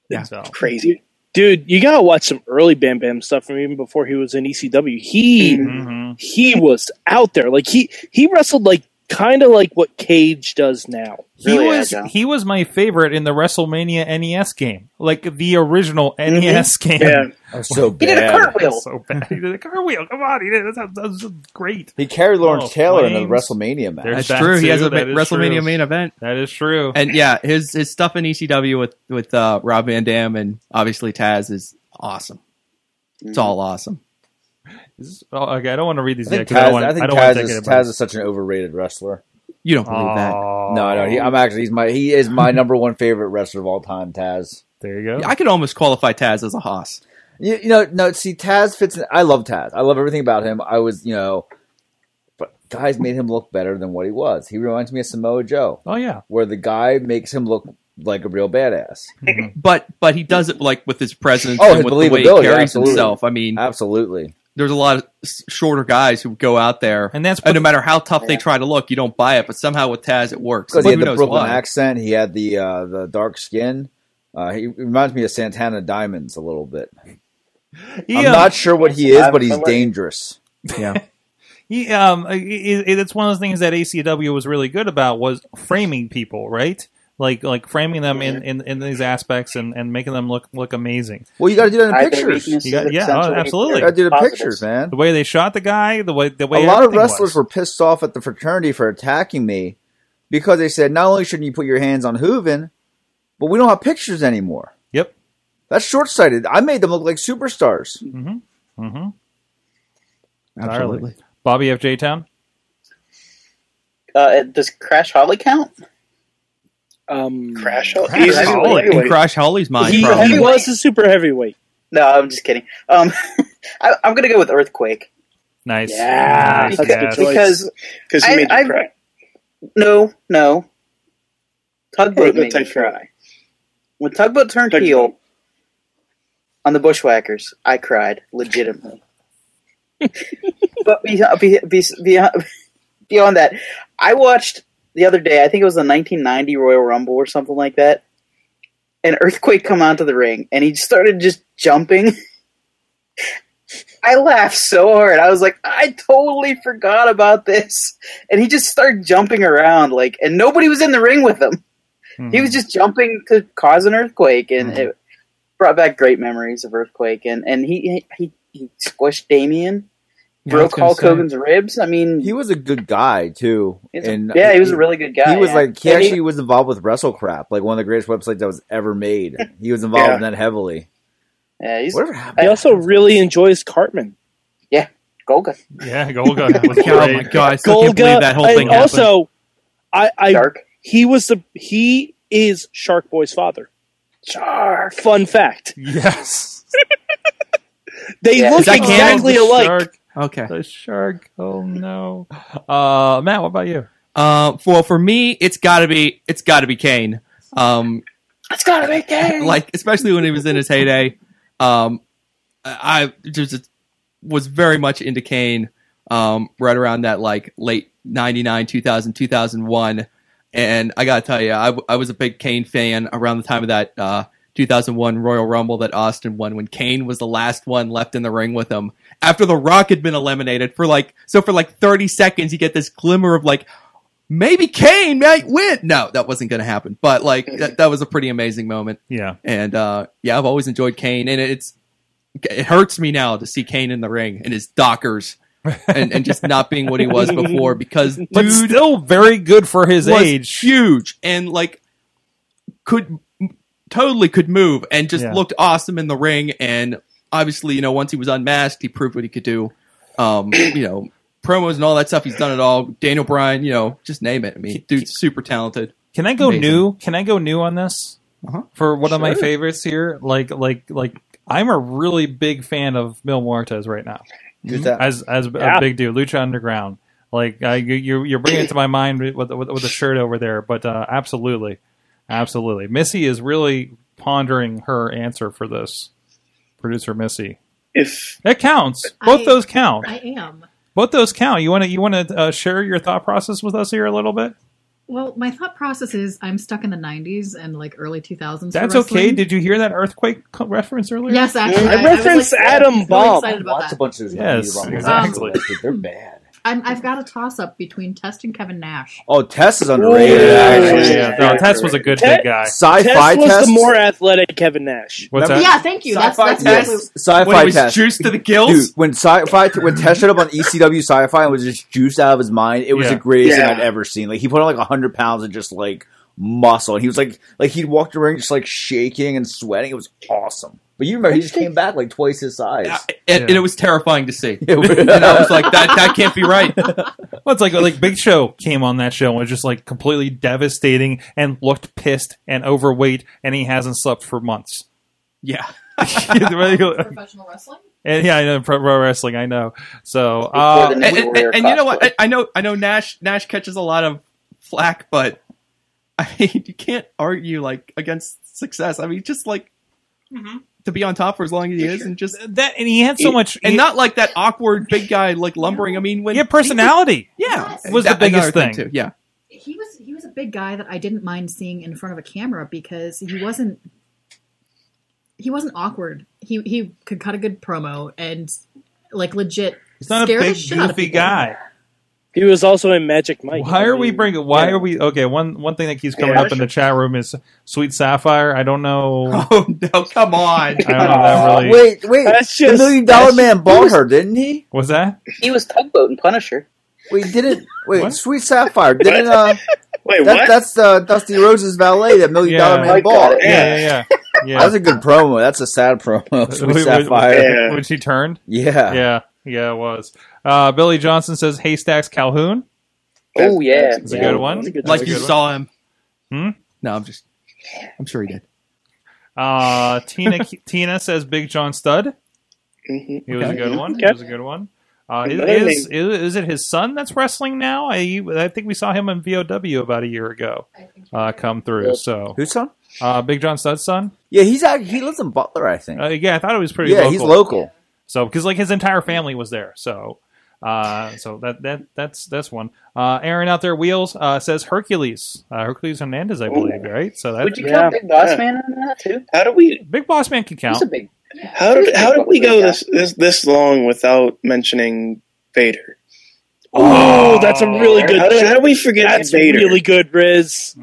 Yeah. So Crazy. Dude, you gotta watch some early Bam Bam stuff from even before he was in ECW. He Mm. mhm. he was out there. Like he he wrestled like kind of like what Cage does now. he Really was agile. he was my favorite in the WrestleMania NES game, like the original NES game. Yeah. That's so bad. He did a cartwheel. So bad. He did a cartwheel. Come on, he did. That's, that's, that's great. He carried Lawrence Oh, Taylor in the flames. WrestleMania match. There's That's that true. He too. has a That ma- is WrestleMania true. main event, That is true. and yeah, his his stuff in ECW with with uh, Rob Van Dam and obviously Taz is awesome. It's all awesome. Is- oh, okay, I don't want to read I these yet think because I Taz, don't want. I I think don't want Taz, to is, take anybody. Taz is such an overrated wrestler. You don't believe that? Oh. No, no, he, I'm actually he's my he is my number one favorite wrestler of all time. Taz. there you go. I could almost qualify Taz as a Haas. You, you know, no, see, Taz fits. In, I love Taz. I love everything about him. I was, you know, but guys made him look better than what he was. He reminds me of Samoa Joe, Oh yeah. where the guy makes him look like a real badass. But but he does it like with his presence Oh, and his with the way he believability, carries absolutely. himself. I mean, Absolutely. there's a lot of s- shorter guys who go out there, And that's no matter how tough they try to look, you don't buy it. But somehow with Taz, it works. Because he And who had the knows Brooklyn why? accent, he had the uh, the dark skin. Uh, he reminds me of Santana Diamonds a little bit. Yeah. um, I'm not sure what he is, but he's I'm- dangerous. Yeah. He, um, i- i- it, it's one of those things that ACW was really good about was framing people, right? Like like framing them in, in, in these aspects and, and making them look look amazing. Well, you got to do that in pictures. You got- yeah, oh, absolutely. You got to do the pictures, man. The way they shot the guy, the way the way a lot of everything was. wrestlers were pissed off at the fraternity for attacking me because they said not only shouldn't you put your hands on Hooven, but we don't have pictures anymore. Yep, that's short sighted. I made them look like superstars. Mm-hmm. Mm-hmm. Absolutely. Entirely. Bobby F J Town. Uh, does Crash Holly count? Um, Crash Crash He's a Holly. In heavyweight. Crash Holly's mind, He- probably. he was a super heavyweight. No, I'm just kidding. Um, I, I'm gonna go with Earthquake. Nice. Yeah, Nice, because yes. because, Because he I- made you I've- cry. No, no. Tugboat the made me cry. When Tugboat turned heel on the Bushwhackers, I cried legitimately. but beyond, beyond, beyond that, I watched the other day. I think it was the 1990 Royal Rumble or something like that. An earthquake come onto the ring, and he started just jumping. I laughed so hard. I was like, I totally forgot about this. And he just started jumping around, like, and nobody was in the ring with him. Mm-hmm. He Mm-hmm. was just jumping to cause an earthquake, and it brought back great memories of earthquake. And and he he he squished Damien, Yeah, I was broke gonna Hulk say. Hogan's ribs. I mean, He was a good guy too, He's a- yeah, he was a really good guy, He was yeah. like he And he- actually was involved with WrestleCrap, like one of the greatest websites that was ever made. He was involved in that heavily. Yeah, he's, Whatever He also really enjoys Cartman. Yeah, Golga. Yeah, Golga. was Oh my god, I still can't believe that whole and thing happened. Also, I, I he was the he is Shark Boy's father. Shark. Fun fact. Yes. they Yeah. look Is that exactly Campbell's alike. shark? Okay. The shark. Oh no. Uh, Matt, what about you? Uh, well, for me, it's gotta be it's gotta be Kane. Um, it's gotta be Kane. like especially when he was in his heyday. Um, I I just was very much into Kane. Um, right around that like late 99 2000 2001 and i gotta tell you I, w- I was a big kane fan around the time of that uh 2001 royal rumble that austin won when kane was the last one left in the ring with him after the rock had been eliminated for like so for like 30 seconds you get this glimmer of like maybe Kane might win. No, that wasn't going to happen. But like that, that was a pretty amazing moment. Yeah. And uh, yeah, I've always enjoyed Kane, and it's it hurts me now to see Kane in the ring and his Dockers. and, and just not being what he was before because dude But still very good for his was age. huge and like could totally could move and just Yeah. looked awesome in the ring and obviously you know once he was unmasked he proved what he could do um you know promos and all that stuff he's done it all daniel bryan you know just name it i mean dude's super talented Can I go Amazing. new? Can I go new on this? Uh-huh. For one of my Sure. favorites here, like like like I'm a really big fan of Mil Muertes right now. Who's that? As as Yeah. a big dude, Lucha Underground. Like I, you- you're you're bringing it to my mind with with, with the shirt over there, but uh, absolutely, absolutely. Missy is really pondering her answer for this. Producer Missy, if it counts, both those count. I am. both those count. You want to you want to uh, share your thought process with us here a little bit? Well, my thought process is I'm stuck in the 90s and like early 2000s. for That's wrestling. okay. Did you hear that earthquake co- reference earlier? Yes, actually, I- I was, like, really excited Watch about that. a bunch of those Yes, Rumble exactly. matches, but They're bad. I'm, I've got a toss up between Test and Kevin Nash. Oh, Tess is underrated. Yeah, actually. yeah, no, Tess was a good Ted- big guy. Sci-fi Tess was Test? the more athletic Kevin Nash. What's that? Yeah, thank you. That's, that's Yes, When sci-fi he was test. juiced to the gills? Dude, when sci-fi, when Tess showed up on ECW sci-fi and was just juiced out of his mind, it was Yeah. the greatest Yeah. thing I'd ever seen. Like he put on like hundred pounds and just like muscle, and he was like, like he'd walk around just like shaking and sweating. It was awesome. But you remember he just came back like twice his size. and, and it was terrifying to see and i was like that that can't be right Well, it's like like Big Show came on that show and was just like completely devastating and looked pissed and overweight, and he hasn't slept for months. Yeah. professional wrestling. And yeah, I know pro pro wrestling. I know. So, Uh, uh, and, and- and- and you know what? I, I know I know Nash Nash catches a lot of flack, but I mean you can't argue like against success. I mean just like Mm-hmm. to be on top for as long as he is, and just that and he had so much- and he- not like that awkward big guy like lumbering. I mean when Yeah, personality. yeah, Yes. was the That- biggest another thing. too. Yeah, He was he was a big guy that I didn't mind seeing in front of a camera because he wasn't he wasn't awkward. He he could cut a good promo and like legit. He's not scare a the big shit out of goofy people. guy. He was also in Magic Mike. Why are we bringing? Why are we? Okay, one one thing that keeps coming Yeah, up in the chat room is Sweet Sapphire. I don't know. Oh no! Come on! I don't know that really. Wait, wait. the Million Dollar Man bought her, didn't he? Was that? He was tugboat and Punisher. We didn't. Wait, Sweet Sapphire didn't. Uh, wait, that, what? That's uh, Dusty Rose's valet that Million Dollar Yeah. Man bought. Yeah, yeah, yeah. yeah. That's a good promo. That's a sad promo. Sweet When- when- Sapphire. When she turned? Yeah. Yeah. Yeah, it was. Uh, Billy Johnson says Haystacks Calhoun. Oh, yeah. It's a good one. Like you saw him. Hmm? No, I'm just. I'm sure he did. Uh, Tina Tina says Big John Stud. He was a Okay. good one. He Okay. was a good one. Uh, is, Another is, is, it his son that's wrestling now? I, I think we saw him in VOW about a year ago uh, come through. Yeah. So Whose son? Uh, Big John Stud's son. Yeah, he's out. He lives in Butler, I think. Uh, yeah, I thought it was pretty. Yeah, local. he's local. So because like his entire family was there, so uh, so that that that's that's one. Uh, Aaron out there wheels uh, says Hercules, uh, Hercules Hernandez, I believe, right? So that Would you count Big Boss Man on that too? How do we? Big Boss Man can count. He's a big. How did how did we go this this this long without mentioning Vader? Oh, that's a really good. How did, how did we forget That's Vader? Hmm? really good, Riz.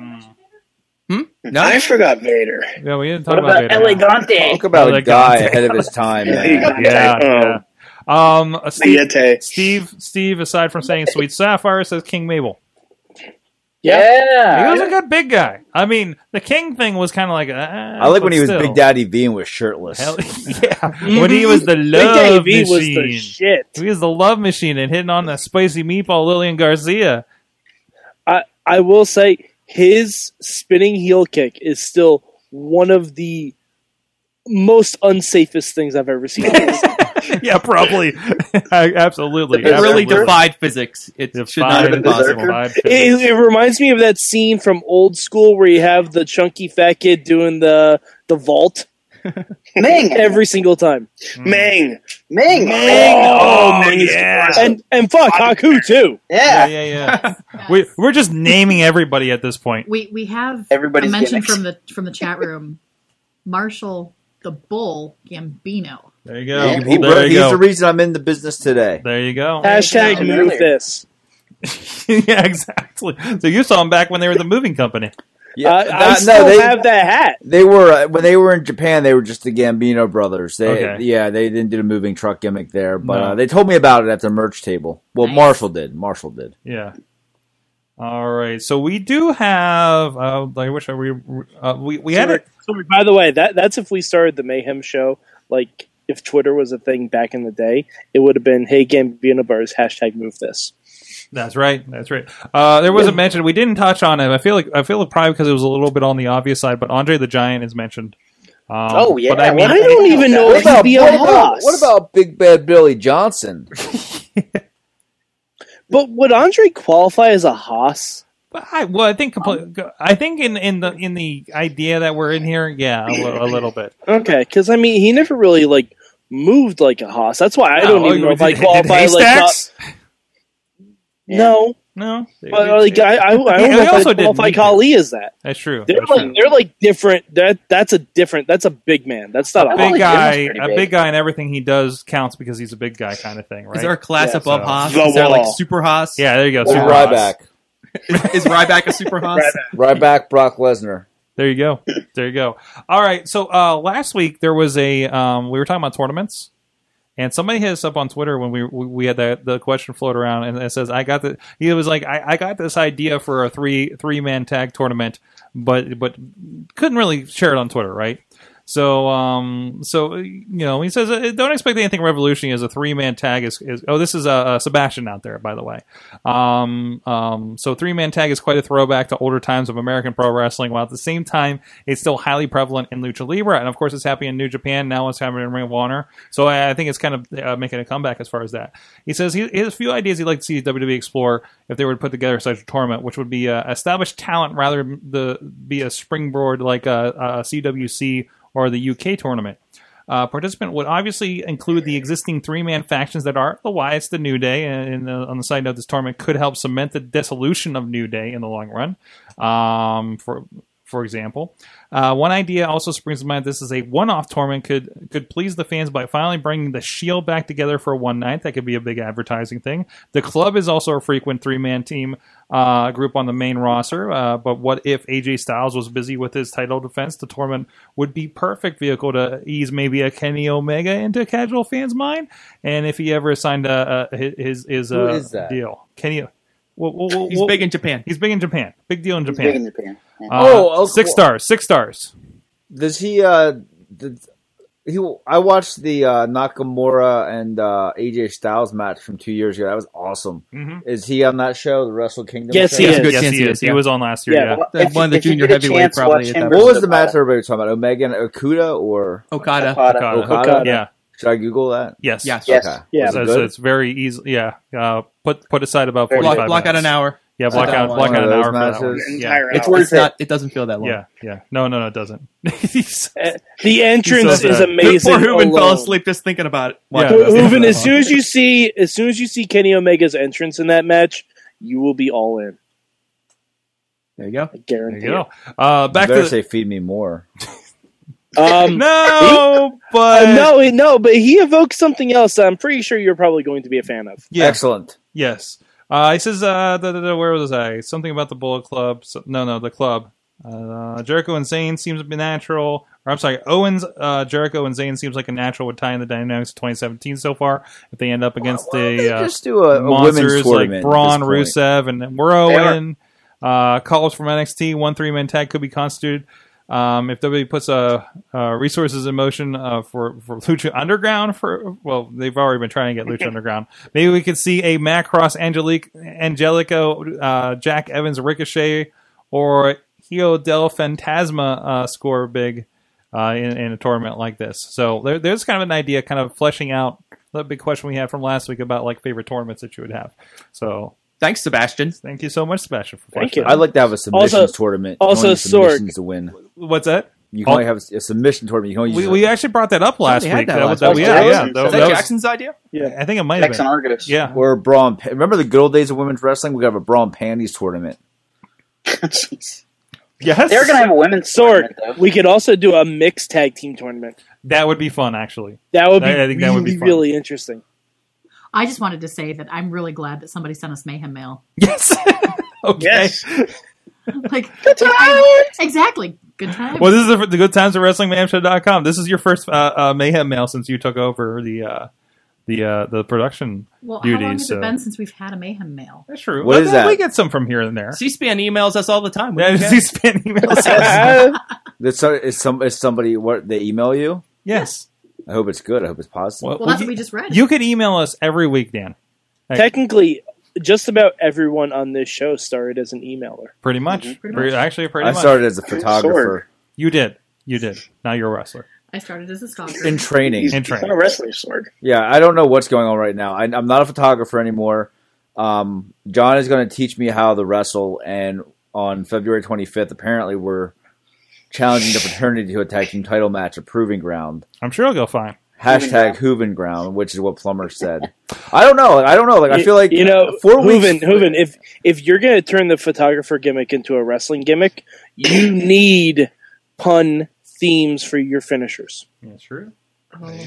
No, I forgot Vader. Yeah, we didn't What talk about about, Oh, Vader. Elegante? Talk about a Elegante. guy ahead of his time. Man. yeah, yeah. Um, uh, Steve, Steve, Steve. Aside from saying "Sweet Sapphire," says King Mabel. Yeah. Uh, He was a good big guy. I mean, the King thing was kind of like. Uh, I like when he was still. Big Daddy V and was shirtless. Hell- yeah, when he was the love Big Daddy V was machine. the shit. He was the love machine and hitting on the spicy meatball, Lillian Garcia. I I will say his spinning heel kick is still one of the most unsafest things I've ever seen. yeah, probably. I- absolutely. It really Absolutely. defied physics. It should not have been Defied- possible. defied physics. It, it reminds me of that scene from Old School where you have the chunky fat kid doing the the vault. Ming every single time. Ming, Ming, Oh, Ming is yeah. and and fuck Haku too. Yeah, yeah, yeah. we, we're just naming everybody at this point. We we have Everybody's a mention gimmicks. from the from the chat room. Marshall the Bull Gambino. There you He- go. he there wrote- you he's go. the reason I'm in the business today. there you go. Hashtag move this. yeah, exactly. So you saw them back when they were the moving company. Yeah, I- I still have that hat. They were uh, when they were in Japan. They were just the Gambino brothers. They, Okay. yeah, they didn't do the moving truck gimmick there, but No. uh, they told me about it at the merch table. Well, Marshall did. Marshall did. Yeah. All right. So we do have. Uh, I wish I were. Uh, we we had Sorry, it. sorry, by the way, that that's if we started the Mayhem show. Like if Twitter was a thing back in the day, it would have been hey Gambino bars hashtag move this. That's right. That's right. Uh, there was a mention we didn't touch on it. I feel like I feel like probably because it was a little bit on the obvious side, but Andre the Giant is mentioned. Um, Oh, yeah. But I mean, What? I don't even know What if about, he'd be what on about- Ross. what about Big Bad Billy Johnson? But would Andre qualify as a Haas? But I, well, I think Um, compl- I think in, in the in the idea that we're in here, yeah, a li- a little bit. Okay, because I mean he never really like moved like a Haas. That's why I don't No, even know if I did- did qualify like Haystacks? not- no. No, But like I, I, I He- don't he know if also I did qualify meet Kali as that. That's true. They're That's like true. they're like different. That that's a different. That's a big man. That's not a, A Haas. big guy, a big. big guy, and everything he does counts because he's a big guy kind of thing, right? Is there a class Yeah, above so- Haas? Is there like Super Haas? Yeah, there you go. Or Super Ryback. Haas. Is Ryback a Super Haas? Ryback. Brock Lesnar. There you go. There you go. All right. So uh, last week there was a um, we were talking about tournaments, and somebody hit us up on Twitter when we we, we had that the question float around, and it says I got the he was like I, I got this idea for a three three man tag tournament, but but couldn't really share it on Twitter, right? So, um, so you know, he says, uh, "Don't expect anything revolutionary." As a three-man tag is, is oh, this is uh, uh, Sebastian out there, by the way. Um, um, so, three-man tag is quite a throwback to older times of American pro wrestling, while at the same time, it's still highly prevalent in lucha libre, and of course, it's happening in New Japan now. It's happening in Ring of Honor. So, I, I think it's kind of uh, making a comeback as far as that. He says he, he has a few ideas he'd like to see WWE explore if they were to put together such a tournament, which would be uh, established talent rather than the be a springboard like a, uh uh, CWC or the UK tournament. Uh, participant would obviously include the existing three-man factions that are the Wyatts, the New Day, and, and the, on the side note, this tournament could help cement the dissolution of New Day in the long run. Um, for for example. Uh, one idea also springs to mind. This is a one-off tournament could could please the fans by finally bringing the Shield back together for one night. That could be a big advertising thing. The club is also a frequent three-man team uh, group on the main roster. Uh, but what if AJ Styles was busy with his title defense? The tournament would be perfect vehicle to ease maybe a Kenny Omega into casual fans' mind. And if he ever signed a, a his his Who uh, is that? deal, Kenny. Well, well, well, He's well- big in Japan. He's big in Japan. Big deal in Japan. big in Japan, yeah. oh, Oh, six okay. stars. Six stars. Does he? uh did, He. I watched the uh, Nakamura and uh, AJ Styles match from two years ago. That was awesome. Mhm. Is he on that show, the Wrestle Kingdom? Yes, show? he Yes, is. good Yes, chance he he is. is, He yeah. was on last year, Yeah, yeah. well, if you- if you get a chance, watch him What was versus the match everybody was talking about? Omega and Okuda or Okada. Okada. Okada. Yeah. Should I Google that? Yes. Okay. Yeah. Was So, it so good? it's very easy. Yeah. Uh, put put aside about Block- forty five. block out an hour. Yeah. Block Sit out. down one. Block One out of an those hour for that one. matches. An Yeah. entire It's hour. worth It's not- it. it doesn't feel that long. Yeah. Yeah. No. No. No. It doesn't. The entrance He says is that. amazing. Poor Hooven fell alone. asleep just thinking about it. Who- Hooven, as soon as you see, as soon as you see Kenny Omega's entrance in that match, you will be all in. There you go. I guarantee. There you go. Uh, back to better the- say feed me more. Um, no, but uh, no, he- no, but he evokes something else. that I'm pretty sure you're probably going to be a fan of. Yeah. Excellent. Yes. Uh, he says, uh, da, da, da, where was I? Something about the Bullet Club. So, no, no, the club. Uh, Jericho and Zayn seems to be natural. Or I'm sorry, Owens, uh, Jericho and Zayn seems like a natural with tying the dynamics of 2017 so far. If they end up against the uh, just do a- a women's monsters tournament like at Braun, this point? Rusev, and then They are. Muro in. Uh, calls from NXT, one three man tag could be constituted. Um, if WWE puts uh, uh, resources in motion uh, for, for Lucha Underground, for well, they've already been trying to get Lucha Underground. Maybe we could see a Matt Cross, Angelique, Angelico, uh, Jack Evans, Ricochet, or Hio del Fantasma uh, score big uh, in, in a tournament like this. So there, there's kind of an idea, kind of fleshing out the big question we had from last week about like favorite tournaments that you would have. So thanks, Sebastian. Thank you so much, Sebastian. For Thank fleshing you. that I'd like to have a out. submissions tournament. You also only need Sorg. submissions to win. What's that? You can only have a submission tournament. You can only We, use we actually brought that up last we had week. that That last was that, week. yeah, yeah. Jackson's- That, is that that was- Jackson's idea? Yeah, I think it might Jackson have been. Argus. Yeah. Or bra and pa- remember the good old days of women's wrestling? We could have a bra and panties tournament. Jeez. Yes. They're gonna have a women's sword. We could also do a mixed tag team tournament. That would be fun, actually. That would be I, I think that would be really, fun. really interesting. I just wanted to say that I'm really glad that somebody sent us mayhem mail. Yes. okay. Like good times. Exactly. Good times. Well, this is the, the good times at WrestlingMayhemShow.com. This is your first uh, uh, mayhem mail since you took over the uh, the uh, the production Well, duties. how long has so. it been since we've had a mayhem mail? That's true. What Well, is then that? We get some from here and there. C-SPAN emails us all the time. We Yeah, don't care. C-SPAN emails That's so- uh, is some is somebody what they email you? Yes. I hope it's good. I hope it's positive. Well, that's what we just read. You could email us every week, Dan. Technically, just about everyone on this show started as an emailer. Pretty much. Pretty Pretty- much. Actually, pretty I much. started as a photographer. You did. You did. Now you're a wrestler. I started as a stalker. in training. In training. Not a wrestling sword. Yeah, I don't know what's going on right now. I, I'm not a photographer anymore. Um, John is going to teach me how to wrestle, and on February 25th, apparently we're challenging the fraternity to a tag team title match at Proving Ground. I'm sure it'll go fine. Hashtag Hooven Ground, which is what Plummer said. I don't know. I don't know. Like I You- feel like you know, four Hooven, weeks. Hooven, if if you're gonna turn the photographer gimmick into a wrestling gimmick, you need pun themes for your finishers. That's true.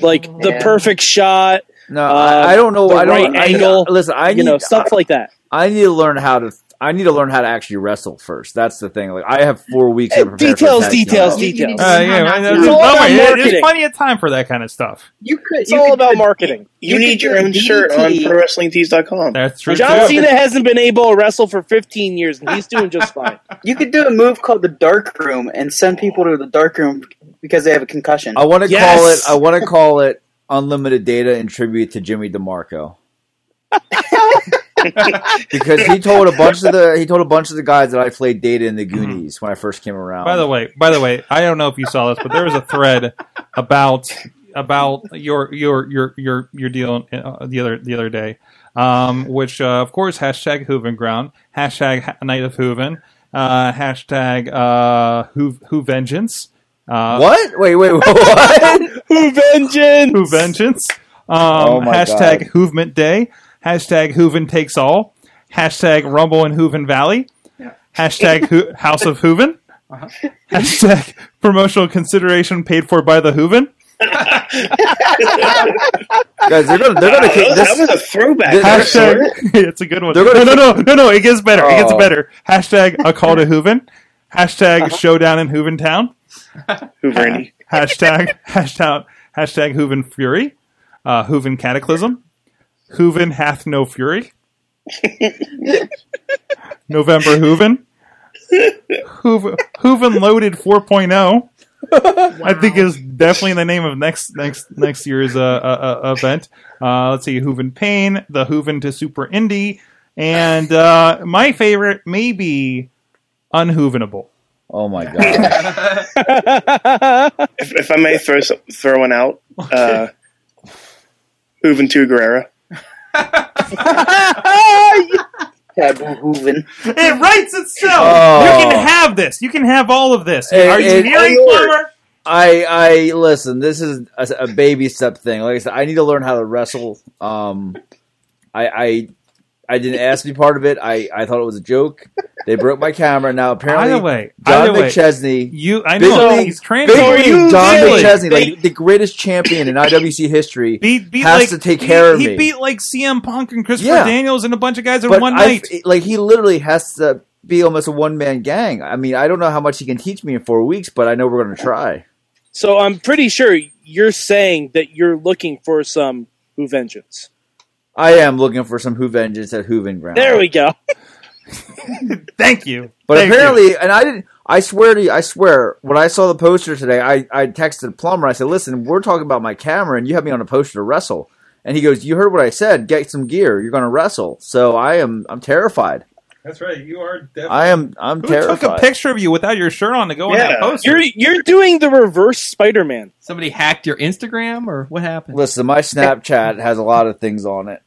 Like the Yeah. perfect shot. No, um, I, I don't know. The I don't right angle. I, listen, I you need know stuff like that. I need to learn how to. I need to learn how to actually wrestle first. That's the thing. Like I have four weeks. to prepare for Details, that game. Oh. details, You- you details. need to Uh, learn yeah, how not and to- there's, It's all no, about yeah, there's marketing. plenty of time for that kind of stuff. You could. It's all about marketing. You, could need do your a own shirt DDT. on ProWrestlingTees.com. That's John Cena hasn't been able to wrestle for 15 years, and he's doing just fine. You could do a move called the dark room and send people to the dark room because they have a concussion. Oh. I want to call it. I want to call it unlimited data in tribute to Jimmy DeMarco. because he told a bunch of the he told a bunch of the guys that I played data in the Goonies when I first came around. Mm-hmm. By the way, by the way, I don't know if you saw this, but there was a thread about about your your your your your deal uh, the other the other day, um, which uh, of course hashtag Hooven Ground, hashtag Ha- Night of Hooven, uh, hashtag uh, Who Who Vengeance. Uh, what? Wait, wait, what? Who Vengeance? Who Vengeance? Um, Oh my hashtag Hoovement Day, hashtag Hooven Takes All, hashtag Rumble in Hooven Valley, hashtag Hoo- House of Hooven. Hashtag promotional consideration paid for by the Hooven. Guys, they're gonna they're gonna kick kick this. Oh, a throwback. Hashtag, it's a good one. They're gonna no, no, no, no, no. It gets better. It gets Oh. Uh-huh. better. Hashtag a call to Hooven. Hashtag showdown in Hooventown. Hooven. hashtag hashtag hashtag Hooven Fury. Uh, Hooven Cataclysm. Hooven hath no fury. November Hooven. Hooven, Hooven loaded 4.0. I think is definitely the name of next next next year's uh, uh, uh, event. Uh, let's see, Hooven Pain, the Hooven to Super Indie, and uh, my favorite maybe Unhoovenable. Oh my god! if, if I may throw some, throw one out, uh, Hooven to Guerrera. Taboo Hooven. It writes itself. Oh. You can have this. You can have all of this. Are you It- it- hearing, Plumber? I I listen. This is a, a baby step thing. Like I said, I need to learn how to wrestle. Um, I I, I didn't ask to be part of it. I, I thought it was a joke. They broke my camera. Now apparently, Either way, Don either way, McChesney, you I big know league- he's big training. league Don McChesney, like the greatest champion in IWC history, has to take care of he, me. He beat like CM Punk and Christopher Yeah. Daniels and a bunch of guys in but one I- night. like he literally has to be almost a one man gang. I mean, I don't know how much he can teach me in four weeks, but I know we're going to try. So I'm pretty sure you're saying that you're looking for some who vengeance. I am looking for some Who Vengeance at Hooven Ground. There we go. Thank you. But Thank apparently, and I didn't. I swear to you, I swear. When I saw the poster today, I I texted Plumber. I said, "Listen, we're talking about my camera, and you have me on a poster to wrestle." And he goes, "You heard what I said. Get some gear. You're going to wrestle." So I am. I'm terrified. That's right. You are definitely. I am. I'm Who terrified. took a picture of you without your shirt on to go on that poster? you're you're doing the reverse Spider-Man. Somebody hacked your Instagram, or what happened? Listen, my Snapchat has a lot of things on it.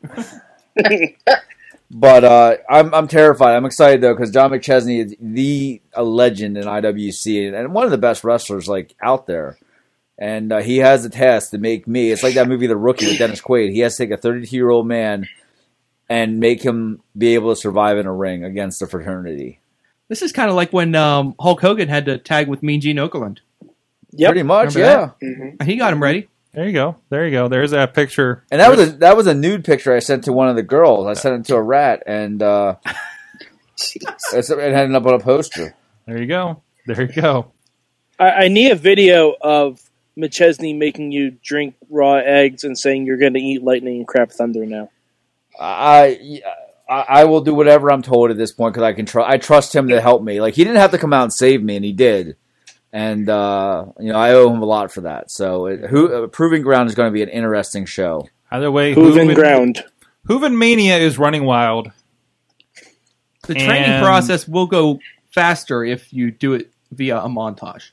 But uh, I'm I'm terrified. I'm excited though because John McChesney is the a legend in IWC and, and one of the best wrestlers like out there. And uh, he has a task to make me. It's like that movie The Rookie with Dennis Quaid. He has to take a 32 year old man and make him be able to survive in a ring against the fraternity. This is kind of like when um, Hulk Hogan had to tag with Mean Gene Okerlund. Pretty much, Remember yeah. He got him ready. There you go. There you go. There's that picture. And that was a, that was a nude picture I sent to one of the girls. I sent it to a rat, and uh, it ended up on a poster. There you go. There you go. I, I need a video of McChesney making you drink raw eggs and saying you're going to eat lightning and crap thunder now. I, I I will do whatever I'm told at this point because I can trust. I trust him to help me. Like he didn't have to come out and save me, and he did. And uh, you know I owe him a lot for that. So it, who uh, proving ground is going to be an interesting show. Either way, Hooven ground. Hooven Mania is running wild. The training And- process will go faster if you do it via a montage,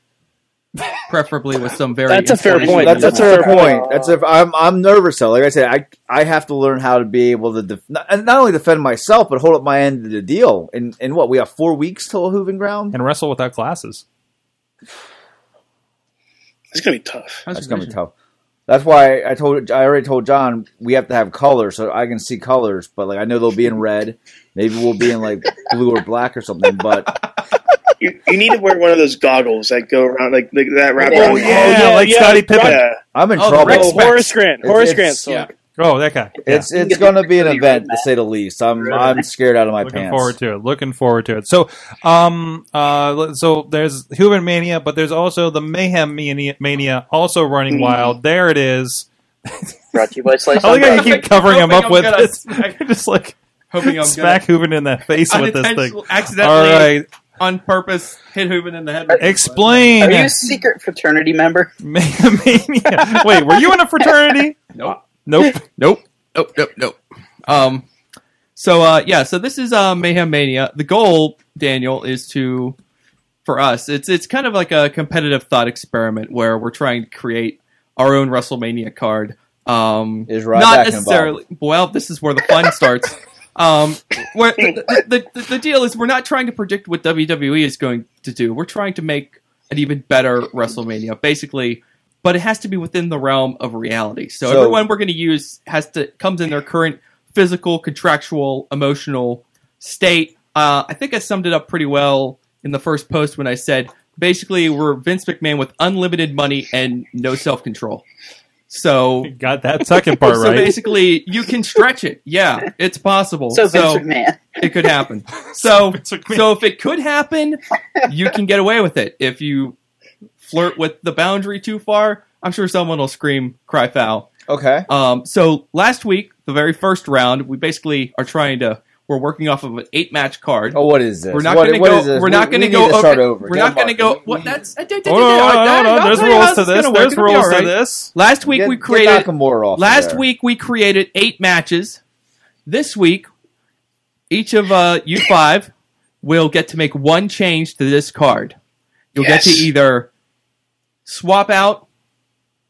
preferably with some very. astonishing That's, a fair music. point. That's a, I'm I'm nervous though. Like I said, I I have to learn how to be able to def- not, and not only defend myself but hold up my end of the deal. And and what we have four weeks till Hooven ground. And wrestle without glasses. It's gonna be tough. That's gonna be tough. That's why I told I already told John we have to have colors so I can see colors, but like I know they'll be in red. Maybe we'll be in like blue or black or something. But You, you need to wear one of those goggles that go around like, like that wrap around. Oh, yeah, like Scottie Pippen. I'm in Oh, the trouble. Rex Specs. Horace Grant. It's- Horace it's- Grant's song. Oh, that guy. It's it's gonna be an event to say the least. I'm I'm scared out of my Looking pants. forward to it. Looking forward to it. So, um, uh, so there's Human Mania, but there's also the Mayhem Mania, Mania also running Mm. wild. There it is. Brought to you by Slice. I Oh, like how you keep covering him Hoping up I'm with gonna this. just like hoping I'm smack Hooven in the face with this thing. Unintentional- Accidentally, All right. on purpose, hit Hooven in the head. Explain. Are you a secret fraternity member? Wait, were you in a fraternity? Uh, Nope. Nope. nope. Nope. Nope. Nope. Um. So uh, yeah. So this is uh, Mayhem Mania. The goal, Daniel, is to for us. It's it's kind of like a competitive thought experiment where we're trying to create our own WrestleMania card. Um, is Ryback not involved? necessarily. Well, this is where the fun starts. Um, where the, the, the, the deal is, we're not trying to predict what WWE is going to do. We're trying to make an even better WrestleMania, basically. But it has to be within the realm of reality. So, So- everyone we're going to use has to comes in their current physical, contractual, emotional state. Uh, I think I summed it up pretty well in the first post when I said basically were Vince McMahon with unlimited money and no self control. So got that second part so right. basically, you can stretch it. Yeah, it's possible. So Vince McMahon. it could happen. So so if it could happen, you can get away with it. If you flirt with the boundary too far, I'm sure someone will scream, cry foul. Okay. Um, so last week, the very first round, we basically are trying to. We're working off of an eight-match card. Oh, what is this? We're not What- going to what go. is this? We're not We- going we go. need to start okay, over. We're Dan not going to go. Martin. What? That's. I did- Hold on, hold on, hold on. There's rules to this. There's rules to this. Last week Get- we get created. Nakamura off of Last there. week we created eight matches. This week, each of uh, you five will get to make one change to this card. You'll get Yes. to either swap out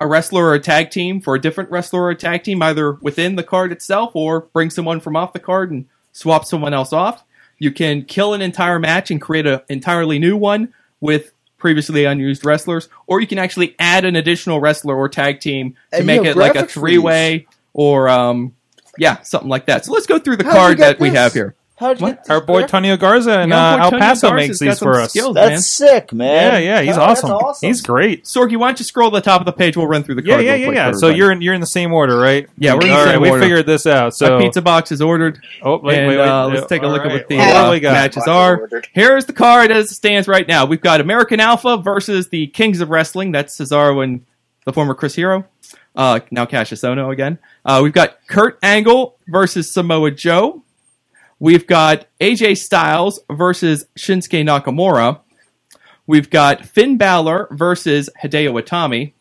a wrestler or a tag team for a different wrestler or a tag team, either within the card itself or bring someone from off the card and swap someone else off. You can kill an entire match and create an entirely new one with previously unused wrestlers, or you can actually add an additional wrestler or tag team to And make you it have like a graphics for three way or um, yeah, something like that. So let's go through the How'd you card get that we this? have here. How'd you get Our boy Tonio Garza and uh, Yeah, boy Al Tonio Paso Garza's makes got these some for us. skills, man. That's sick, man. Yeah, yeah, he's That's awesome. awesome. He's great. Sorky, why don't you scroll to the top of the page? We'll run through the Yeah, card. yeah, real yeah, quick yeah. for So everybody. you're in you're in the same order, right? Yeah, we're in the All same right, order. We figured this out. So My pizza box is ordered. Oh, wait, and, wait, wait. uh, let's take a All look at what right. the What uh, do we got? matches are. Here's the card as it stands right now. We've got American Alpha versus the Kings of Wrestling. That's Cesaro and the former Chris Hero. Uh, now Cassius Ono again. Uh, we've got Kurt Angle versus Samoa Joe. We've got AJ Styles versus Shinsuke Nakamura. We've got Finn Balor versus Hideo Itami.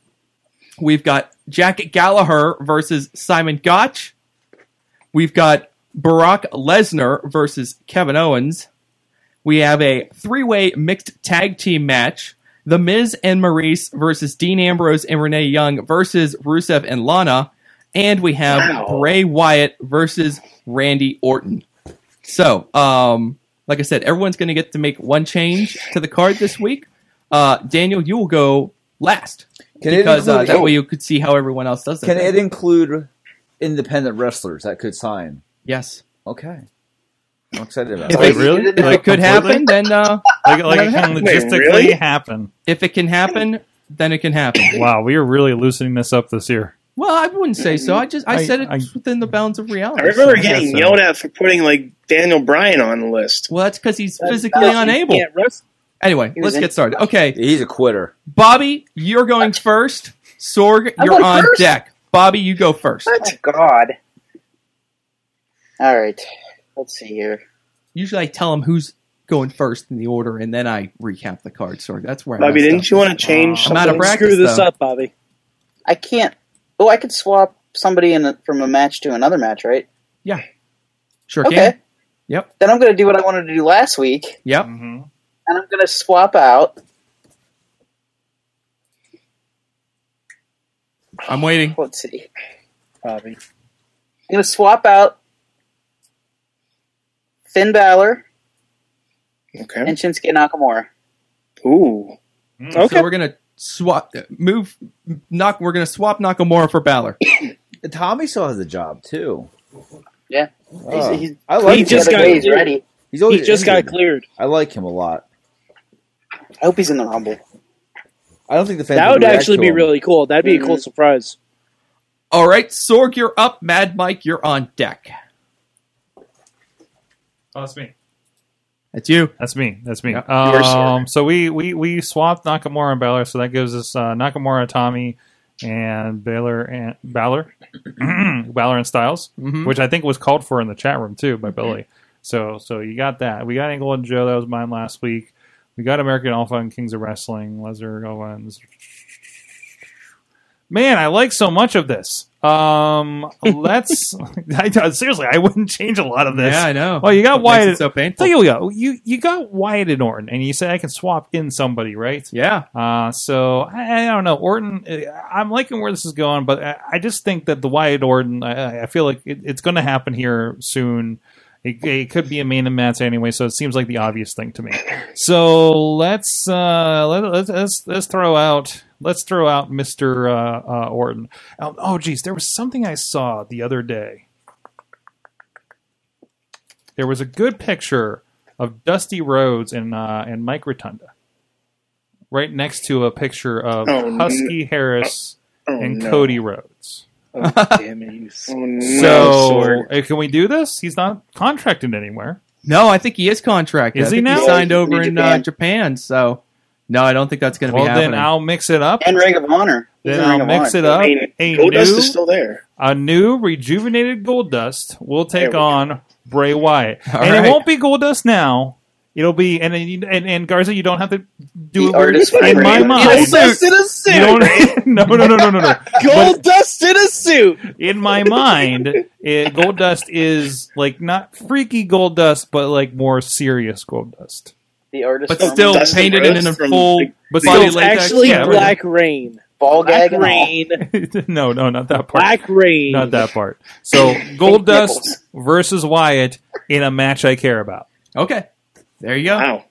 We've got Jack Gallagher versus Simon Gotch. We've got Barack Lesnar versus Kevin Owens. We have a three way mixed tag team match. The Miz and Maurice versus Dean Ambrose and Renee Young versus Rusev and Lana. And we have Bray Wyatt versus Randy Orton. So, um, like I said, everyone's going to get to make one change to the card this week. Uh, Daniel, you will go last. Can it because uh, include- that way you could see how everyone else does it. Can it include independent wrestlers that could sign? Yes. Okay. I'm excited about If that. it, if it could happen, then uh, Like, like it can logistically happen. If it can happen, then it can happen. Wow, we are really loosening this up this year. Well, I wouldn't say so. I just I, I- said it I- within the bounds of reality. I remember So- getting yelled at for putting like Daniel Bryan on the list. Well, that's because he's physically unable. Anyway, He was let's in- get started. Okay, he's a quitter. Bobby, you're going first. Sorg, I'm you're going on first? deck. Bobby, you go first. Oh, God. All right. Let's see here. Usually, I tell him who's going first in the order, and then I recap the card. Sorg, that's where. I Bobby, messed didn't up. you want to change? I'm out of something? practice. though. Bobby. I can't. Oh, I could swap somebody in a, from a match to another match, right? Yeah. Sure Okay. can. Yep. Then I'm going to do what I wanted to do last week, Yep. Mm-hmm. and I'm going to swap out. I'm waiting. Let's see, Bobby. I'm going to swap out Finn Balor Okay. and Shinsuke Nakamura. Ooh. So we're gonna swap, move, knock. We're gonna swap Nakamura for Balor. Tommy still has a job too. Yeah, Oh. he's, he's, I like he him. just got he's ready. He's always He just got cleared. I like him a lot. I hope he's in the rumble. I don't think the fans That would react actually to be him. really cool. That'd be a Mm-hmm. cool Mhm. surprise. All right, Sorg, you're up. Mad Mike, you're on deck. Oh, that's me. That's you. That's me. That's me. You are Sorg. Um, so we, we we swapped Nakamura and Balor, so that gives us uh, Nakamura, Tommy, and Balor and Balor, Balor and Styles, Mhm. which I think was called for in the chat room too by Mm-hmm. Billy. So so you got that. We got Angle and Joe. That was mine last week. We got American Alpha and Kings of Wrestling, Lesnar Owens. Man, I like so much of this. Um, let's I, seriously, I wouldn't change a lot of this. Yeah, I know. Well, you got What makes Wyatt. it so painful? Tell you what, you you got Wyatt and Orton, and you said I can swap in somebody, right? Yeah. Uh, so I, I don't know, Orton. uh, I'm liking where this is going, but I, I just think that the Wyatt Orton. I, I- I feel like it, it's going to happen here soon. It, it could be a main event anyway, so it seems like the obvious thing to me. So let's uh, let, let's let's let's throw out let's throw out Mister uh, uh, Orton. Um, oh, geez, there was something I saw the other day there was a good picture of Dusty Rhodes and uh, and Mike Rotunda. right next to a picture of Oh, no. Husky Harris Oh, and no. Cody Rhodes. Oh, damn it, you s- Oh, no, so Sorg. uh, can we do this? He's not contracted anywhere. No, I think he is contracted. Is he I think now? signed Yeah, over in in uh, Japan, so no, I don't think that's going to Well, be then happening. I'll mix it up. And Ring of Honor. Then I'll mix it up. A Goldust new- is still there. A new rejuvenated Gold Dust will take we go. on Bray Wyatt, All and right. it won't be Gold Dust now. It'll be and and, and, and Garza, you don't have to do The it. where- artist by in Bray my Wyatt. mind, Gold Dust in a suit. You don't- no, no, no, no, no, no. Gold Dust in a suit. In my mind, it, Gold Dust is like not freaky Gold Dust, but like more serious Gold Dust. The artist, But from- still Dustin painted Rhodes in a from full the- but So body it's latex. actually Yeah, right. Black Rain. Ball Black gag and all. Rain. no, no, not that part. Black Rain. Not that part. So Gold Dust versus Wyatt in a match I care about. Okay, there you go. Wow.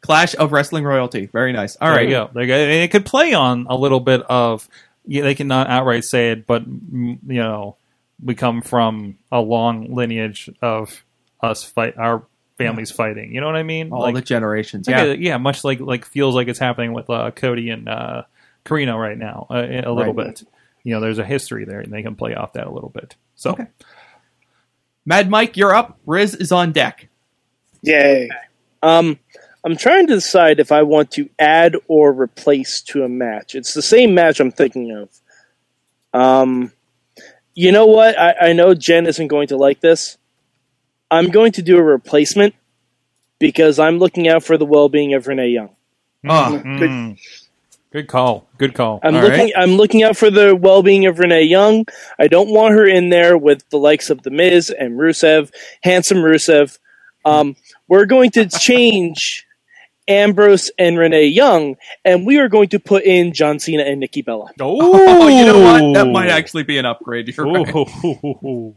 Clash of wrestling royalty. Very nice. All There right, you go. There you go. And it could play on a little bit of. Yeah, they cannot outright say it, but mm, you know, we come from a long lineage of us fight our families fighting. You know what I mean? All the generations. like Yeah. a- yeah. Much like like feels like it's happening with uh, Cody and uh, Carino right now, uh, a little Right. bit. You know, there's a history there, and they can play off that a little bit. So Mad Mike, you're up. Riz is on deck. Yay. Um, I'm trying to decide if I want to add or replace to a match. It's the same match I'm thinking of. Um, you know what? I, I know Jen isn't going to like this. I'm going to do a replacement because I'm looking out for the well-being of Renee Young. Ah, mm. good call. Good call. I'm All looking. right. I'm looking out for the well-being of Renee Young. I don't want her in there with the likes of the Miz and Rusev, handsome Rusev. Um, we're going to change Ambrose and Renee Young, and we are going to put in John Cena and Nikki Bella. Oh, you know what? That might actually be an upgrade. You're right. Ooh.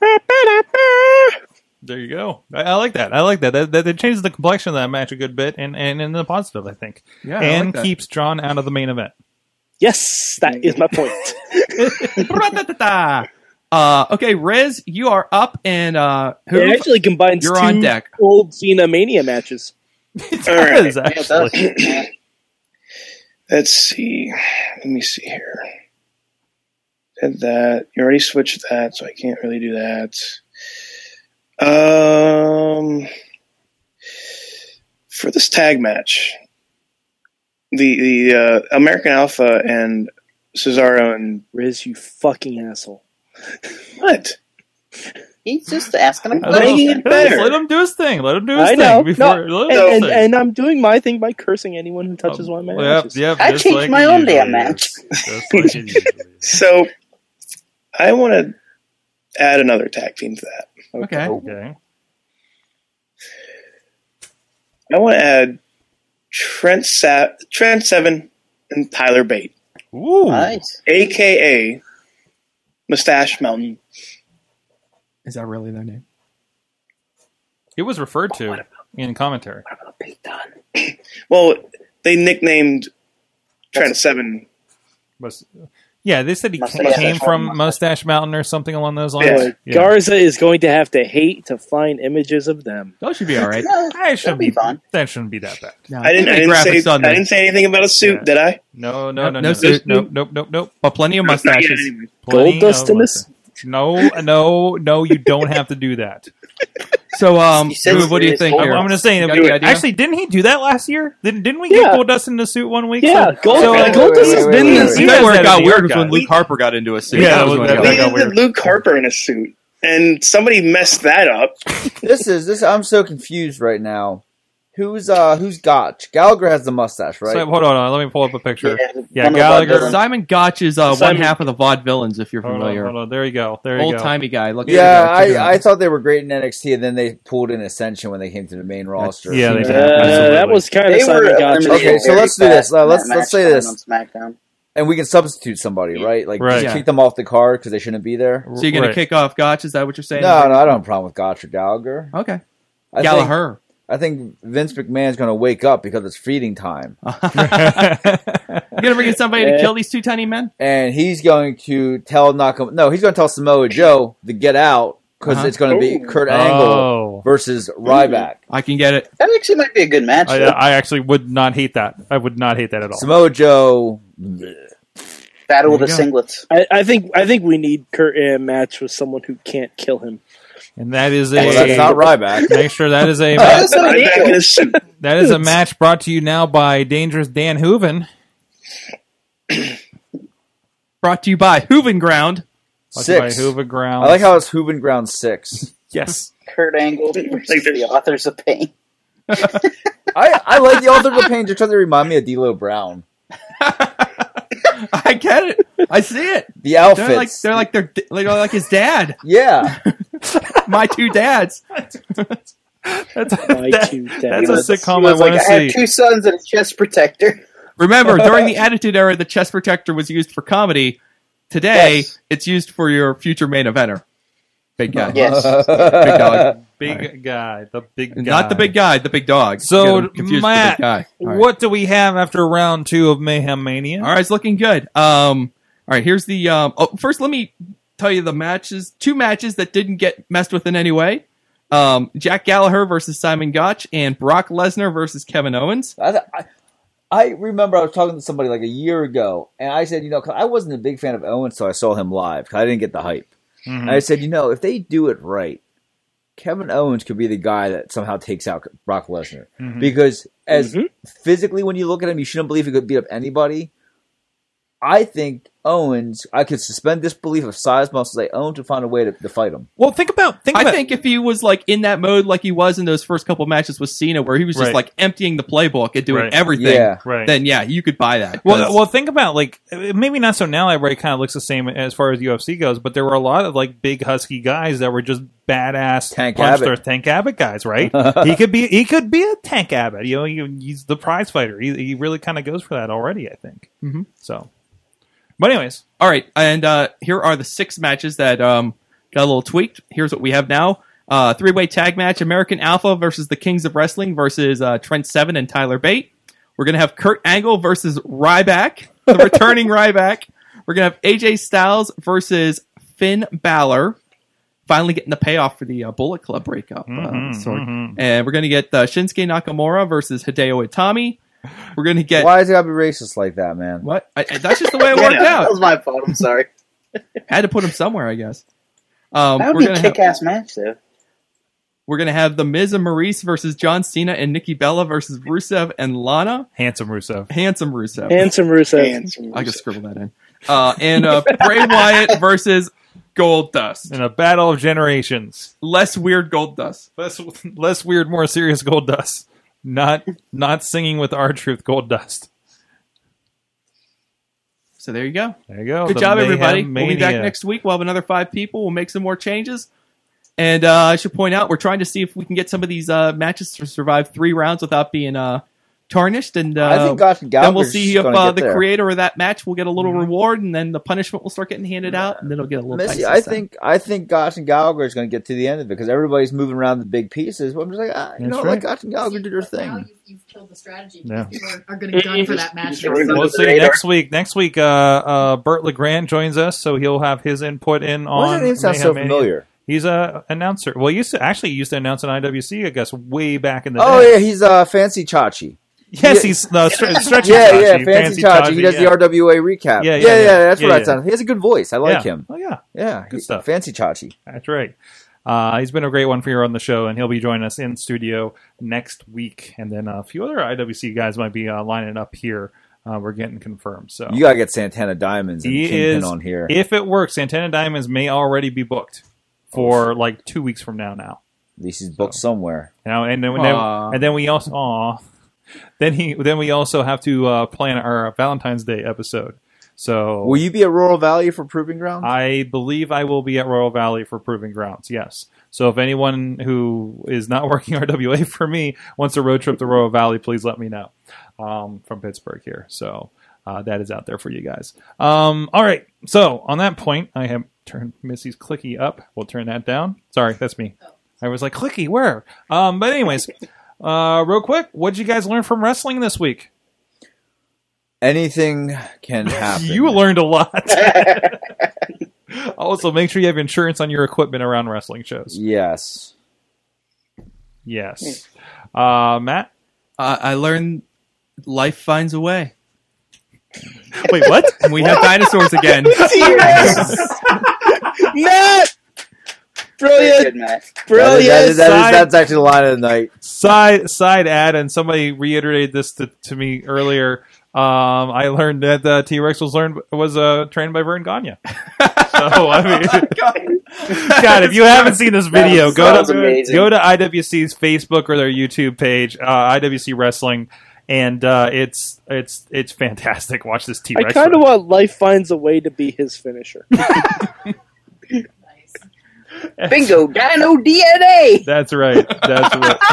There you go. I, I like that. I like that. That, that. that changes the complexion of that match a good bit, and and in the positive, I think. Yeah, I and like that. keeps John out of the main event. Yes, that is my point. Ra-ta-ta-ta. uh, okay, Riz, you are up, and uh, who? It actually combines You're two on deck. old Cena Mania matches. All right. actually. Let's see. Let me see here. Did that. You already switched that, so I can't really do that. Um, for this tag match, the the uh, American Alpha and Cesaro and Riz, you fucking asshole. What? He's just asking a I question. don't know. Let him do his thing. Let him do his I thing know. before. no, let him and, do his and, thing. and I'm doing my thing by cursing anyone who touches one my Yep, matches. yep, I just changed like my own usual. damn match. Just like you usually. So I want to add another tag team to that. Okay. Okay. I want to add Trent Sa- Trent Seven and Tyler Bate, Ooh. Nice. aka Mustache Mountain. Is that really their name? It was referred to in commentary. Well, they nicknamed Trent Seven. Was- Yeah, they said he Mustache came Mountain. from Mustache Mountain or something along those lines. Yeah. Yeah. Garza is going to have to hate to find images of them. That should be all right. No, I it'll shouldn't be fun. That shouldn't be that bad. No, I didn't. I the didn't, say, graphics on I there. didn't say anything about a suit, Yeah. did I? No, no, Nope, no, no no, suit. nope, nope, nope, nope. But plenty of Not yet, mustaches. anyway. Gold dust of in this? mustache. No, no, no. You don't have to do that. So, um, You said Boob, what do you serious think? gold I'm, Here? going to say. You got any idea? Actually, didn't he do that last year? Didn't didn't we Yeah. get Goldust in the suit one week? Yeah, Gold, so, like, Goldust has wait, been wait, this. wait, wait. that's where had it a got New weird York was when guy. Luke Harper got into a suit. Yeah, that that was was when that- that it got We got weird. did weird. Luke Harper in a suit, and somebody messed that up. this is this. I'm so confused right now. Who's uh who's Gotch? Gallagher has the mustache, right? So, hold on, hold on, let me pull up a picture. Yeah, Yeah, one of our Gallagher. villains. Simon Gotch is uh, one Simon- half of the vaudevillains, if you're Hold on, familiar. hold on. There you go. There you Old go. timey guy. Look, yeah, check it out. I, I thought they were great in NXT, and then they pulled in Ascension when they came to the main roster. yeah, they Uh, did. Absolutely. that was kind of They Simon were Gotcha. eliminated Okay, so very let's do this. fast Uh, in let's- that let's match say this. tonight on SmackDown. and we can substitute somebody, right? Like Right. just Yeah. kick them off the card because they shouldn't be there. So you're gonna Right. kick off Gotch? Is that what you're saying? No, no, I don't have a problem with Gotch or Gallagher. Okay. I Gallagher. Think, I think Vince McMahon's going to wake up because it's feeding time, You're gonna bring in somebody to Yeah. kill these two tiny men? and he's going to tell Nakamura. No, he's going to tell Samoa Joe to get out because Uh-huh. it's going to be Ooh. Kurt Oh. Angle versus Ryback. I can get it. That actually might be a good match. I, uh, though. I actually would not hate that. I would not hate that at all. Samoa Joe. Battle of the singlets. I, I think I think we need Kurt in a match with someone who can't kill him. And that is a. Well, that's not Ryback. Make sure that is a. That is not Ryback in a match, suit. that is a match brought to you now by Dangerous Dan Hooven. brought to you by Hooven Ground. Six. By Hooven Ground. I like how it's Hooven Ground six. yes. Kurt Angle versus the authors of pain. I, I like the author of the pain just because they remind me of D'Lo Brown. I get it. I see it. The outfits. They're like they're like their like, like his dad. Yeah. My two dads. That's, that's a sitcom He I was like, want to I see. have two sons and a chest protector. Remember, during the Attitude Era, the chest protector was used for comedy. Today, it's used for your future main eventer. Big guy. Yes. big dog. Big guy. The big guy. Not the big guy, the big dog. You So, get him confused with the Matt, big guy. All right. what do we have after round two of Mayhem Mania? All right, it's looking good. Um, all right, here's the. Um, oh, first, let me tell you the matches. Two matches that didn't get messed with in any way. Um, Jack Gallagher versus Simon Gotch and Brock Lesnar versus Kevin Owens. I, I, I remember I was talking to somebody like a year ago, and I said, you know, 'cause I wasn't a big fan of Owens, so I saw him live. 'cause I didn't get the hype. Mhm. Mm-hmm. And I said, you know, if they do it right, Kevin Owens could be the guy that somehow takes out Brock Lesnar Mm-hmm. Mhm. because as physically, when you look at him, you shouldn't believe he could beat up anybody. I think Owens, I could suspend disbelief of size, muscles. I own to find a way to, to fight him. Well, think about. Think I think if he was like in that mode, like he was in those first couple matches with Cena, where he was just Right. like emptying the playbook and doing Right. everything, Yeah. Right. then yeah, you could buy that. Well, 'Cause- well, think about like uh, maybe not so now. Everybody kind of looks the same as far as UFC goes, but there were a lot of like big husky guys that were just badass Tank punch Abbott. their Tank Abbott guys, right? he could be he could be a Tank Abbott. You know, he, he's the prize fighter. He, he really kind of goes for that already. I think Mhm. so. But anyways, all right, and uh, here are the six matches that um, got a little tweaked. Here's what we have now: uh, three-way tag match, American Alpha versus the Kings of Wrestling versus uh, Trent Seven and Tyler Bate. We're gonna have Kurt Angle versus Ryback, the returning Ryback. We're gonna have AJ Styles versus Finn Balor. Finally getting the payoff for the uh, Bullet Club breakup. mm-hmm, Mhm, uh, sort. mhm. And we're gonna get uh, Shinsuke Nakamura versus Hideo Itami. We're gonna get Why is it gotta be racist like that, man? what? I, I- that's just the way it Yeah, worked out. That was my fault. I'm sorry. Had to put him somewhere, I guess. Um, that we're would be gonna a have, kick-ass match, though. we're gonna have the Miz and Maurice versus John Cena and Nikki Bella versus Rusev and Lana. handsome Rusev. Handsome Rusev. Handsome Rusev. I could scribble that in. Uh, and uh, Bray Wyatt versus Gold Dust. In a battle of generations, Less weird Gold Dust. less less weird, more serious Gold Dust. Not not singing with our truth, Gold Dust. So there you go. There you go. Good Oh, The job, Mayhem everybody. We'll be back Mania. next week. We'll have another five people. We'll make some more changes. And uh, I should point out, we're trying to see if we can get some of these uh, matches to survive three rounds without being uh, tarnished. And uh, I think Gosh and then we'll Gallagher's see if gonna uh, get the there. creator of that match will get a little reward, and then the punishment will start getting handed out, and then it'll get a little. Missy, dicey I thing. think I think Gotch and Gallagher is going to get to the end of it because everybody's moving around the big pieces. But I'm just like, ah, you That's know, right. like Gotch and Gallagher did their thing. Yeah. People are going to gun for that match. We'll see next week. Next week, uh, uh, Burt Legrand joins us, so he'll have his input in Why on. does that name sound Mayhem so Mania. familiar? He's a announcer. Well, he used to actually he used to announce an IWC, I guess, way back in the Oh day. yeah, he's uh, Fancy Chachi. Yes, Yeah. he's uh, stre- stretchy. yeah, Chachi, yeah, Fancy, Chachi. He does yeah. the RWA recap. Yeah, Yeah, yeah, yeah, yeah, yeah. that's Yeah, what yeah. I sound. He has a good voice. I like Yeah. him. Oh yeah, yeah, Good he's stuff. Fancy Chachi. That's right. Uh, he's been a great one for here on the show, and he'll be joining us in studio next week. And then a few other IWC guys might be uh, lining up here. Uh, we're getting confirmed. So You gotta get Santana Diamonds and Kingpin on here. If it works, Santana Diamonds may already be booked for like two weeks from now. Now, At least he's booked somewhere. you know, and then, and then, Aw. and then we also, aw. then he, then we also have to uh, plan our Valentine's Day episode. So Will you be at Rural Valley for Proving Ground? I believe I will be at Royal Valley for Proving Grounds. Yes. So if anyone who is not working RWA for me wants a road trip to Royal Valley, please let me know. Um, from Pittsburgh here. So uh, that is out there for you guys. Um, all right. So on that point, I have turned Missy's clicky up. We'll turn that down. Sorry, that's me. I was like clicky where? Um, but anyways, uh, real quick, what did you guys learn from wrestling this week? Anything can happen. You learned a lot. Also, make sure you have insurance on your equipment around wrestling shows. Yes. Yes. Uh, Matt? Uh, I learned life finds a way. Wait, what? we have dinosaurs again. Matt! Brilliant. That is- Brilliant. that is- that is- Side- that's actually the line of the night. Side side ad, and somebody reiterated this to, to me earlier. Um, I learned that uh, T Rex was learned was uh, trained by Vern Gagne. So I mean, God, if you haven't seen this video, go to go to IWC's Facebook or their YouTube page, uh, IWC Wrestling, and uh, it's it's it's fantastic. Watch this T I Rex. kind of want Life Finds a Way to be his finisher. Bingo, Dino DNA. That's right. That's right.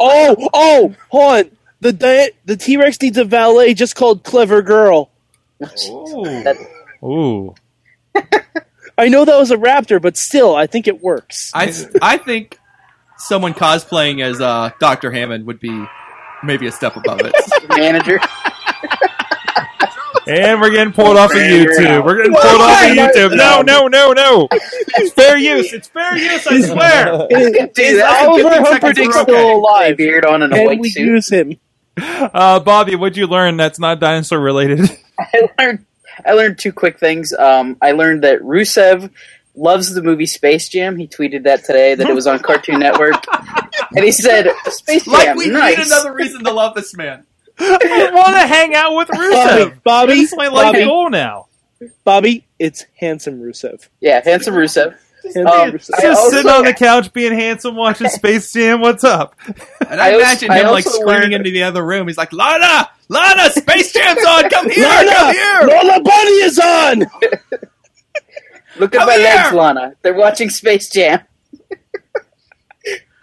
oh, oh, hold on. The di- the T Rex needs a valet just called Clever Girl. Ooh. I know that was a raptor, but still, I think it works. I I think someone cosplaying as uh, Doctor Hammond would be maybe a step above it. Manager. And we're getting pulled off of YouTube. We're getting Well, pulled off of I- YouTube. No, no, no, no. It's fair use. It's fair use. I swear. Is Oliver Humperdinck still alive? Beard on and a Can white we suit. use him? Uh, Bobby, what'd you learn that's not dinosaur related? I learned I learned two quick things. Um, I learned that Rusev loves the movie Space Jam. He tweeted that today that it was on Cartoon Network, and he said Space Jam. like we nice. need another reason to love this man. I want to hang out with Rusev. Bobby, That's my life Bobby. goal now. Bobby, it's handsome Rusev. Yeah, handsome Rusev. Handsome Um, Rusev. I Just also- sitting on the couch, being handsome, watching Space Jam. What's up? And I, I also- imagine I him like also screaming learned- into the other room. He's like, Lana, Lana, Space Jam's on. Come here, come here. Lola Bunny is on. Look at Come my here! legs, Lana. They're watching Space Jam.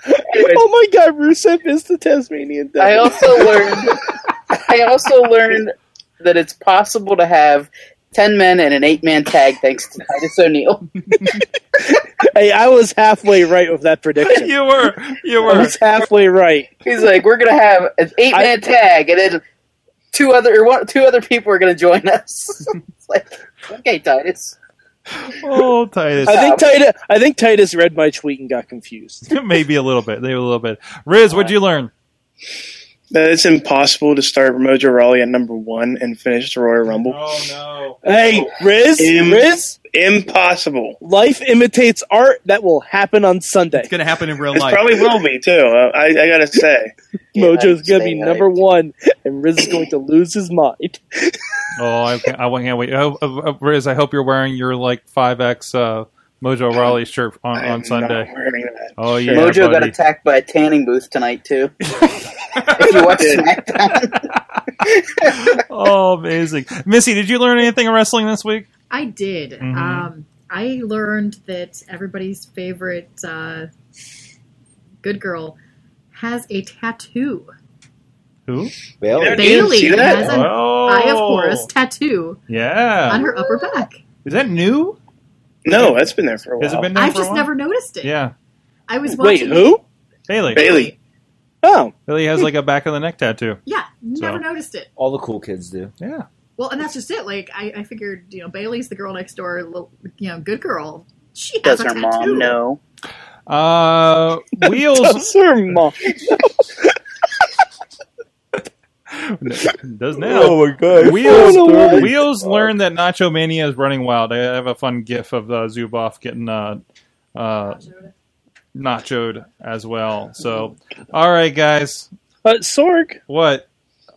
Anyways, Oh my God, Rusev is the Tasmanian devil. I also learned. I also learned that it's possible to have ten men and an eight-man tag thanks to Titus O'Neil. Hey, I was halfway right with that prediction. You were, you I were. was halfway right. He's like, we're gonna have an eight-man tag, and then two other or one, two other people are gonna join us. it's like, okay, Titus. Oh, Titus. I think Titus. I think Titus read my tweet and got confused. Maybe a little bit. Maybe a little bit. Riz, what'd you learn? That it's impossible to start Mojo Rawley at number one and finish the Royal Rumble. Oh Hey, Riz, Im- Riz, Impossible. life imitates art. That will happen on Sunday. It's gonna happen in real It life. probably will be too. uh, I, I gotta say, Mojo's Yeah, gonna be stay number one, and Riz is going to lose his mind. no! Oh, I can't, I can't wait. Oh, oh, oh, Riz, I hope you're wearing your like five X uh, Mojo Raleigh shirt on, I'm on Sunday. Not wearing that. Oh yeah, Mojo got buddy. attacked by a tanning booth tonight too. if you watch SmackDown, oh, amazing. Missy, did you learn anything in wrestling this week? I did. Mhm. Um, I learned that everybody's favorite uh, good girl has a tattoo. Who? Yeah, Bailey. dude, see Bailey that? has an Oh. Eye of Horus tattoo on Yeah. her upper back. Is that new? No, that's been there for a while. Has it been new I've for a just while? never noticed it. Yeah. I was Wait, watching. who? Bailey. Bailey. Oh, Bailey has like a back of the neck tattoo. Yeah, never So. noticed it. All the cool kids do. Yeah. Well, and that's just it. Like I, I figured, you know, Bailey's the girl next door, little, you know, good girl. She has does a her tattoo. mom know? Uh wheels that's her mom. does now. my god. Wheels Oh, no way. Wheels learned that Nacho Mania is running wild. I have a fun gif of uh, Zuboff getting uh uh nachoed as well. So all right guys. Uh, Sorg, What?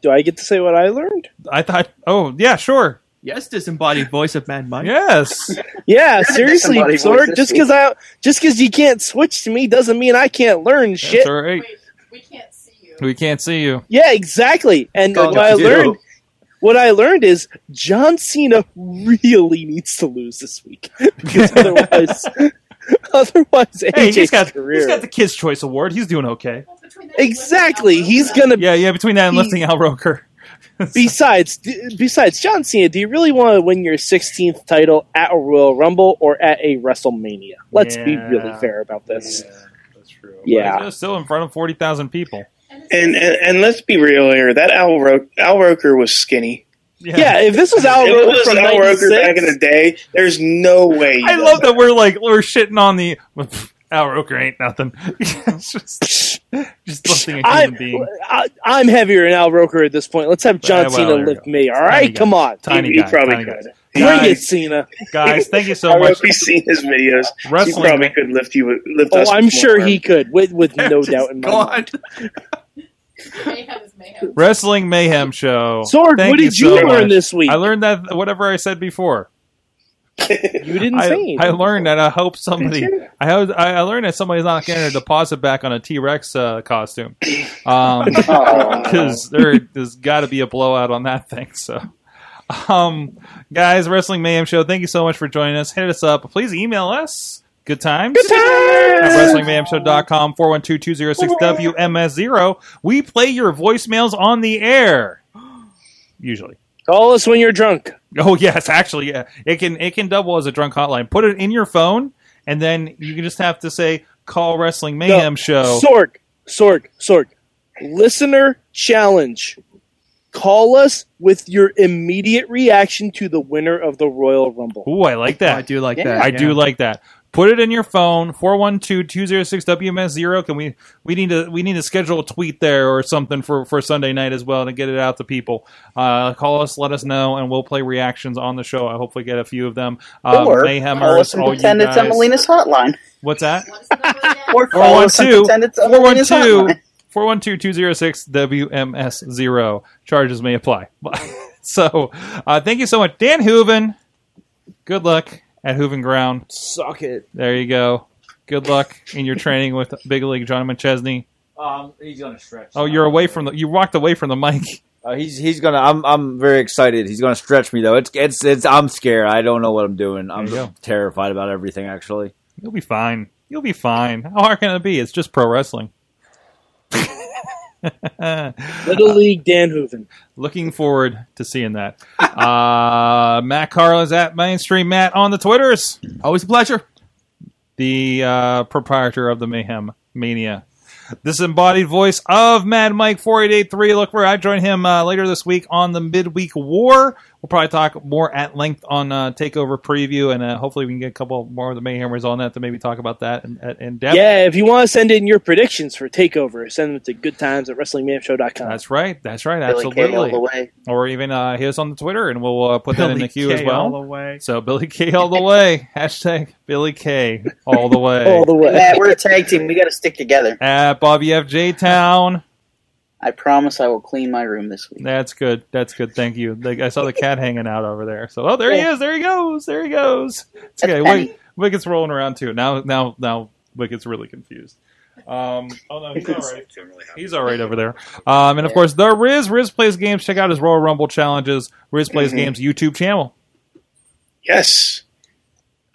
do I get to say what I learned? I thought oh yeah, sure. Yes, disembodied voice of Mad Mike. Yes. Yeah, seriously, somebody Sorg. voice Just this because I just because you can't switch to me doesn't mean I can't learn shit. That's all right. we can't see you. We can't see you. Yeah, exactly. And Go what I John Cena. learned, what I learned is John Cena really needs to lose this week because otherwise, otherwise, Hey, AJ's he's got career. he's got the Kids Choice Award. He's doing okay. exactly. He's gonna. Yeah, yeah. Between that and He- lifting Al Roker, Besides, d- besides John Cena, do you really want to win your 16th title at a Royal Rumble or at a WrestleMania? Let's be really Yeah. fair about this. Yeah. He's still in front of forty thousand people. And, and and let's be real here. That Al, Ro- Al Roker was skinny. Yeah. Yeah. if this was Al If Roker it was Oh, from Al Roker back in 96, the day, there's no way. he I does love that we're like we're shitting on the well, pff, Al Roker ain't nothing. It's just just listing a human I'm, being. I, I'm heavier than Al Roker at this point. Let's have John well, there Cena we lift me. All right, come on. Tiny He- he guy. probably tiny could. guy. Bring it, Guys, Cena. guys, thank you so I don't know much. if he's seen his videos. Wrestling- he probably could lift you. with- Lift Oh, us I'm with more sure arm. he could, with with no doubt in my mind. Wrestling Mayhem Show. Sword, Thank what did so you learn much. this week? I learned that whatever I said before. You didn't I, say anything. I learned that I hope somebody. Did you? I hope, I I learned that somebody's not getting a deposit back on a T Rex uh, costume, because Oh. there, there's got to be a blowout on that thing. So, um, guys, Wrestling Mayhem Show. Thank you so much for joining us. Hit us up, please. Email us. Good times. Good times. At WrestlingMayhemShow.com 412-206-WMS0. We play your voicemails on the air. Usually. Call us when you're drunk. Oh yes, actually, yeah. It can it can double as a drunk hotline. Put it in your phone, and then you can just have to say call Wrestling Mayhem No. Show. Sorg, Sorg, Sorg. Listener challenge. Call us with your immediate reaction to the winner of the Royal Rumble. Ooh, I like that. I do like Yeah. that, I yeah. do like that. Put it in your phone. 412-206-WMS0. Can we we need to we need to schedule a tweet there or something for for Sunday night as well to get it out to people. Uh, call us, let us know, and we'll play reactions on the show. I hopefully get a few of them. Uh, or Mayhemers, call us and all you pretend it's guys. Emelina's hotline. What's that? Or call us and pretend it's Emelina's hotline. 412-206-WMS0. Charges may apply. so uh, thank you so much. Dan Hooven, good luck at Hooven Ground. Suck it. There you go. Good luck in your training with Big League John McChesney. Um, he's gonna stretch. Oh, you're away from the. You walked away from the mic. Uh, he's he's gonna. I'm I'm very excited. He's gonna stretch me though. It's it's it's. I'm scared. I don't know what I'm doing. I'm There you go. terrified about everything. Actually, You'll be fine. You'll be fine. How hard can it be? It's just pro wrestling. Uh, Little League Dan Hooven. Looking forward to seeing that. uh, Matt Carl is at Mainstream Matt on the Twitters. Always a pleasure. The uh, proprietor of the Mayhem Mania. This embodied voice of Mad Mike 4883. Look where I join him uh, later this week on the Midweek War. We'll probably talk more at length on uh, Takeover Preview, and uh, hopefully we can get a couple more of the Mayhemers on that to maybe talk about that in, in depth. Yeah, if you want to send in your predictions for Takeover, send them to goodtimes at WrestlingMamShow.com. That's right. That's right. Billy Kay Absolutely. all the way. Or even uh, hit us on the Twitter, and we'll uh, put that in Billy the queue Kay as well. all the way. So Billy K all the way. Hashtag Billy K all the way. Matt, we're a tag team. We got to stick together. At Bobby FJ Town. I promise I will clean my room this week. That's good. That's good. Thank you. Like, I saw the cat hanging out over there. So oh, there he is. There he goes. There he goes. It's okay. Wick, Wicket's rolling around too. Now now now Wicket's really confused. Um, oh no, he's all right. He's all right over there. Um, and of course, the Riz Riz plays games. Check out his Royal Rumble challenges. Riz plays Mhm. games YouTube channel. Yes.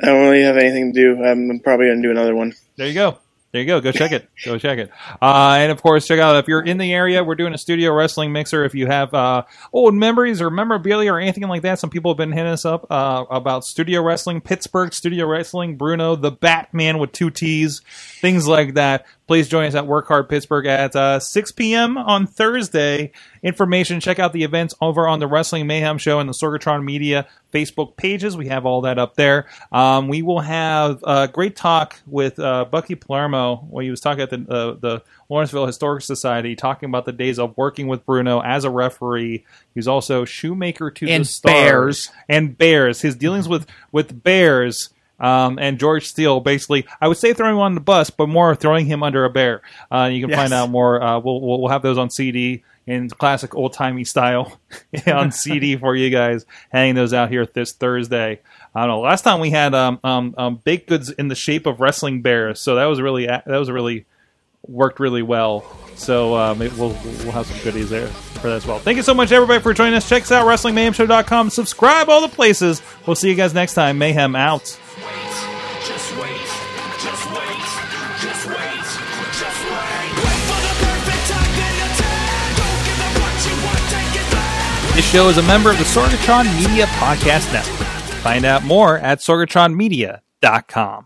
I don't really have anything to do. I'm probably going to do another one. There you go. There you go. Go check it. Go check it. Uh, and of course, check out if you're in the area, we're doing a studio wrestling mixer. If you have uh, old memories or memorabilia or anything like that, some people have been hitting us up uh, about studio wrestling, Pittsburgh studio wrestling, Bruno, the Batman with two T's, things like that. Please join us at Work Hard Pittsburgh at uh, 6 p.m. on Thursday. Information, check out the events over on the Wrestling Mayhem Show and the Sorgatron Media Facebook pages. We have all that up there. Um, we will have a great talk with uh, Bucky Palermo when he was talking at the, uh, the Lawrenceville Historic Society, talking about the days of working with Bruno as a referee. He's also shoemaker to the And Bears. stars and bears. His dealings with with bears. Um, and George Steele basically, I would say throwing him on the bus, but more throwing him under a bear. Uh, you can Yes. find out more. Uh, we'll, we'll we'll have those on CD in classic old timey style on CD for you guys. Hanging those out here this Thursday. I don't know. Last time we had um, um, um, baked goods in the shape of wrestling bears, so that was really that was really worked really well. So um, it, we'll, we'll have some goodies there for that as well. Thank you so much, everybody, for joining us. Check us out, WrestlingMayhemShow.com. Subscribe all the places. We'll see you guys next time. Mayhem out. Just wait, just wait, just wait, just wait. Wait for the perfect time then attack. Don't give up what you want, take it back. This show is a member of the Sorgatron Media Podcast Network. Find out more at sorgatronmedia.com.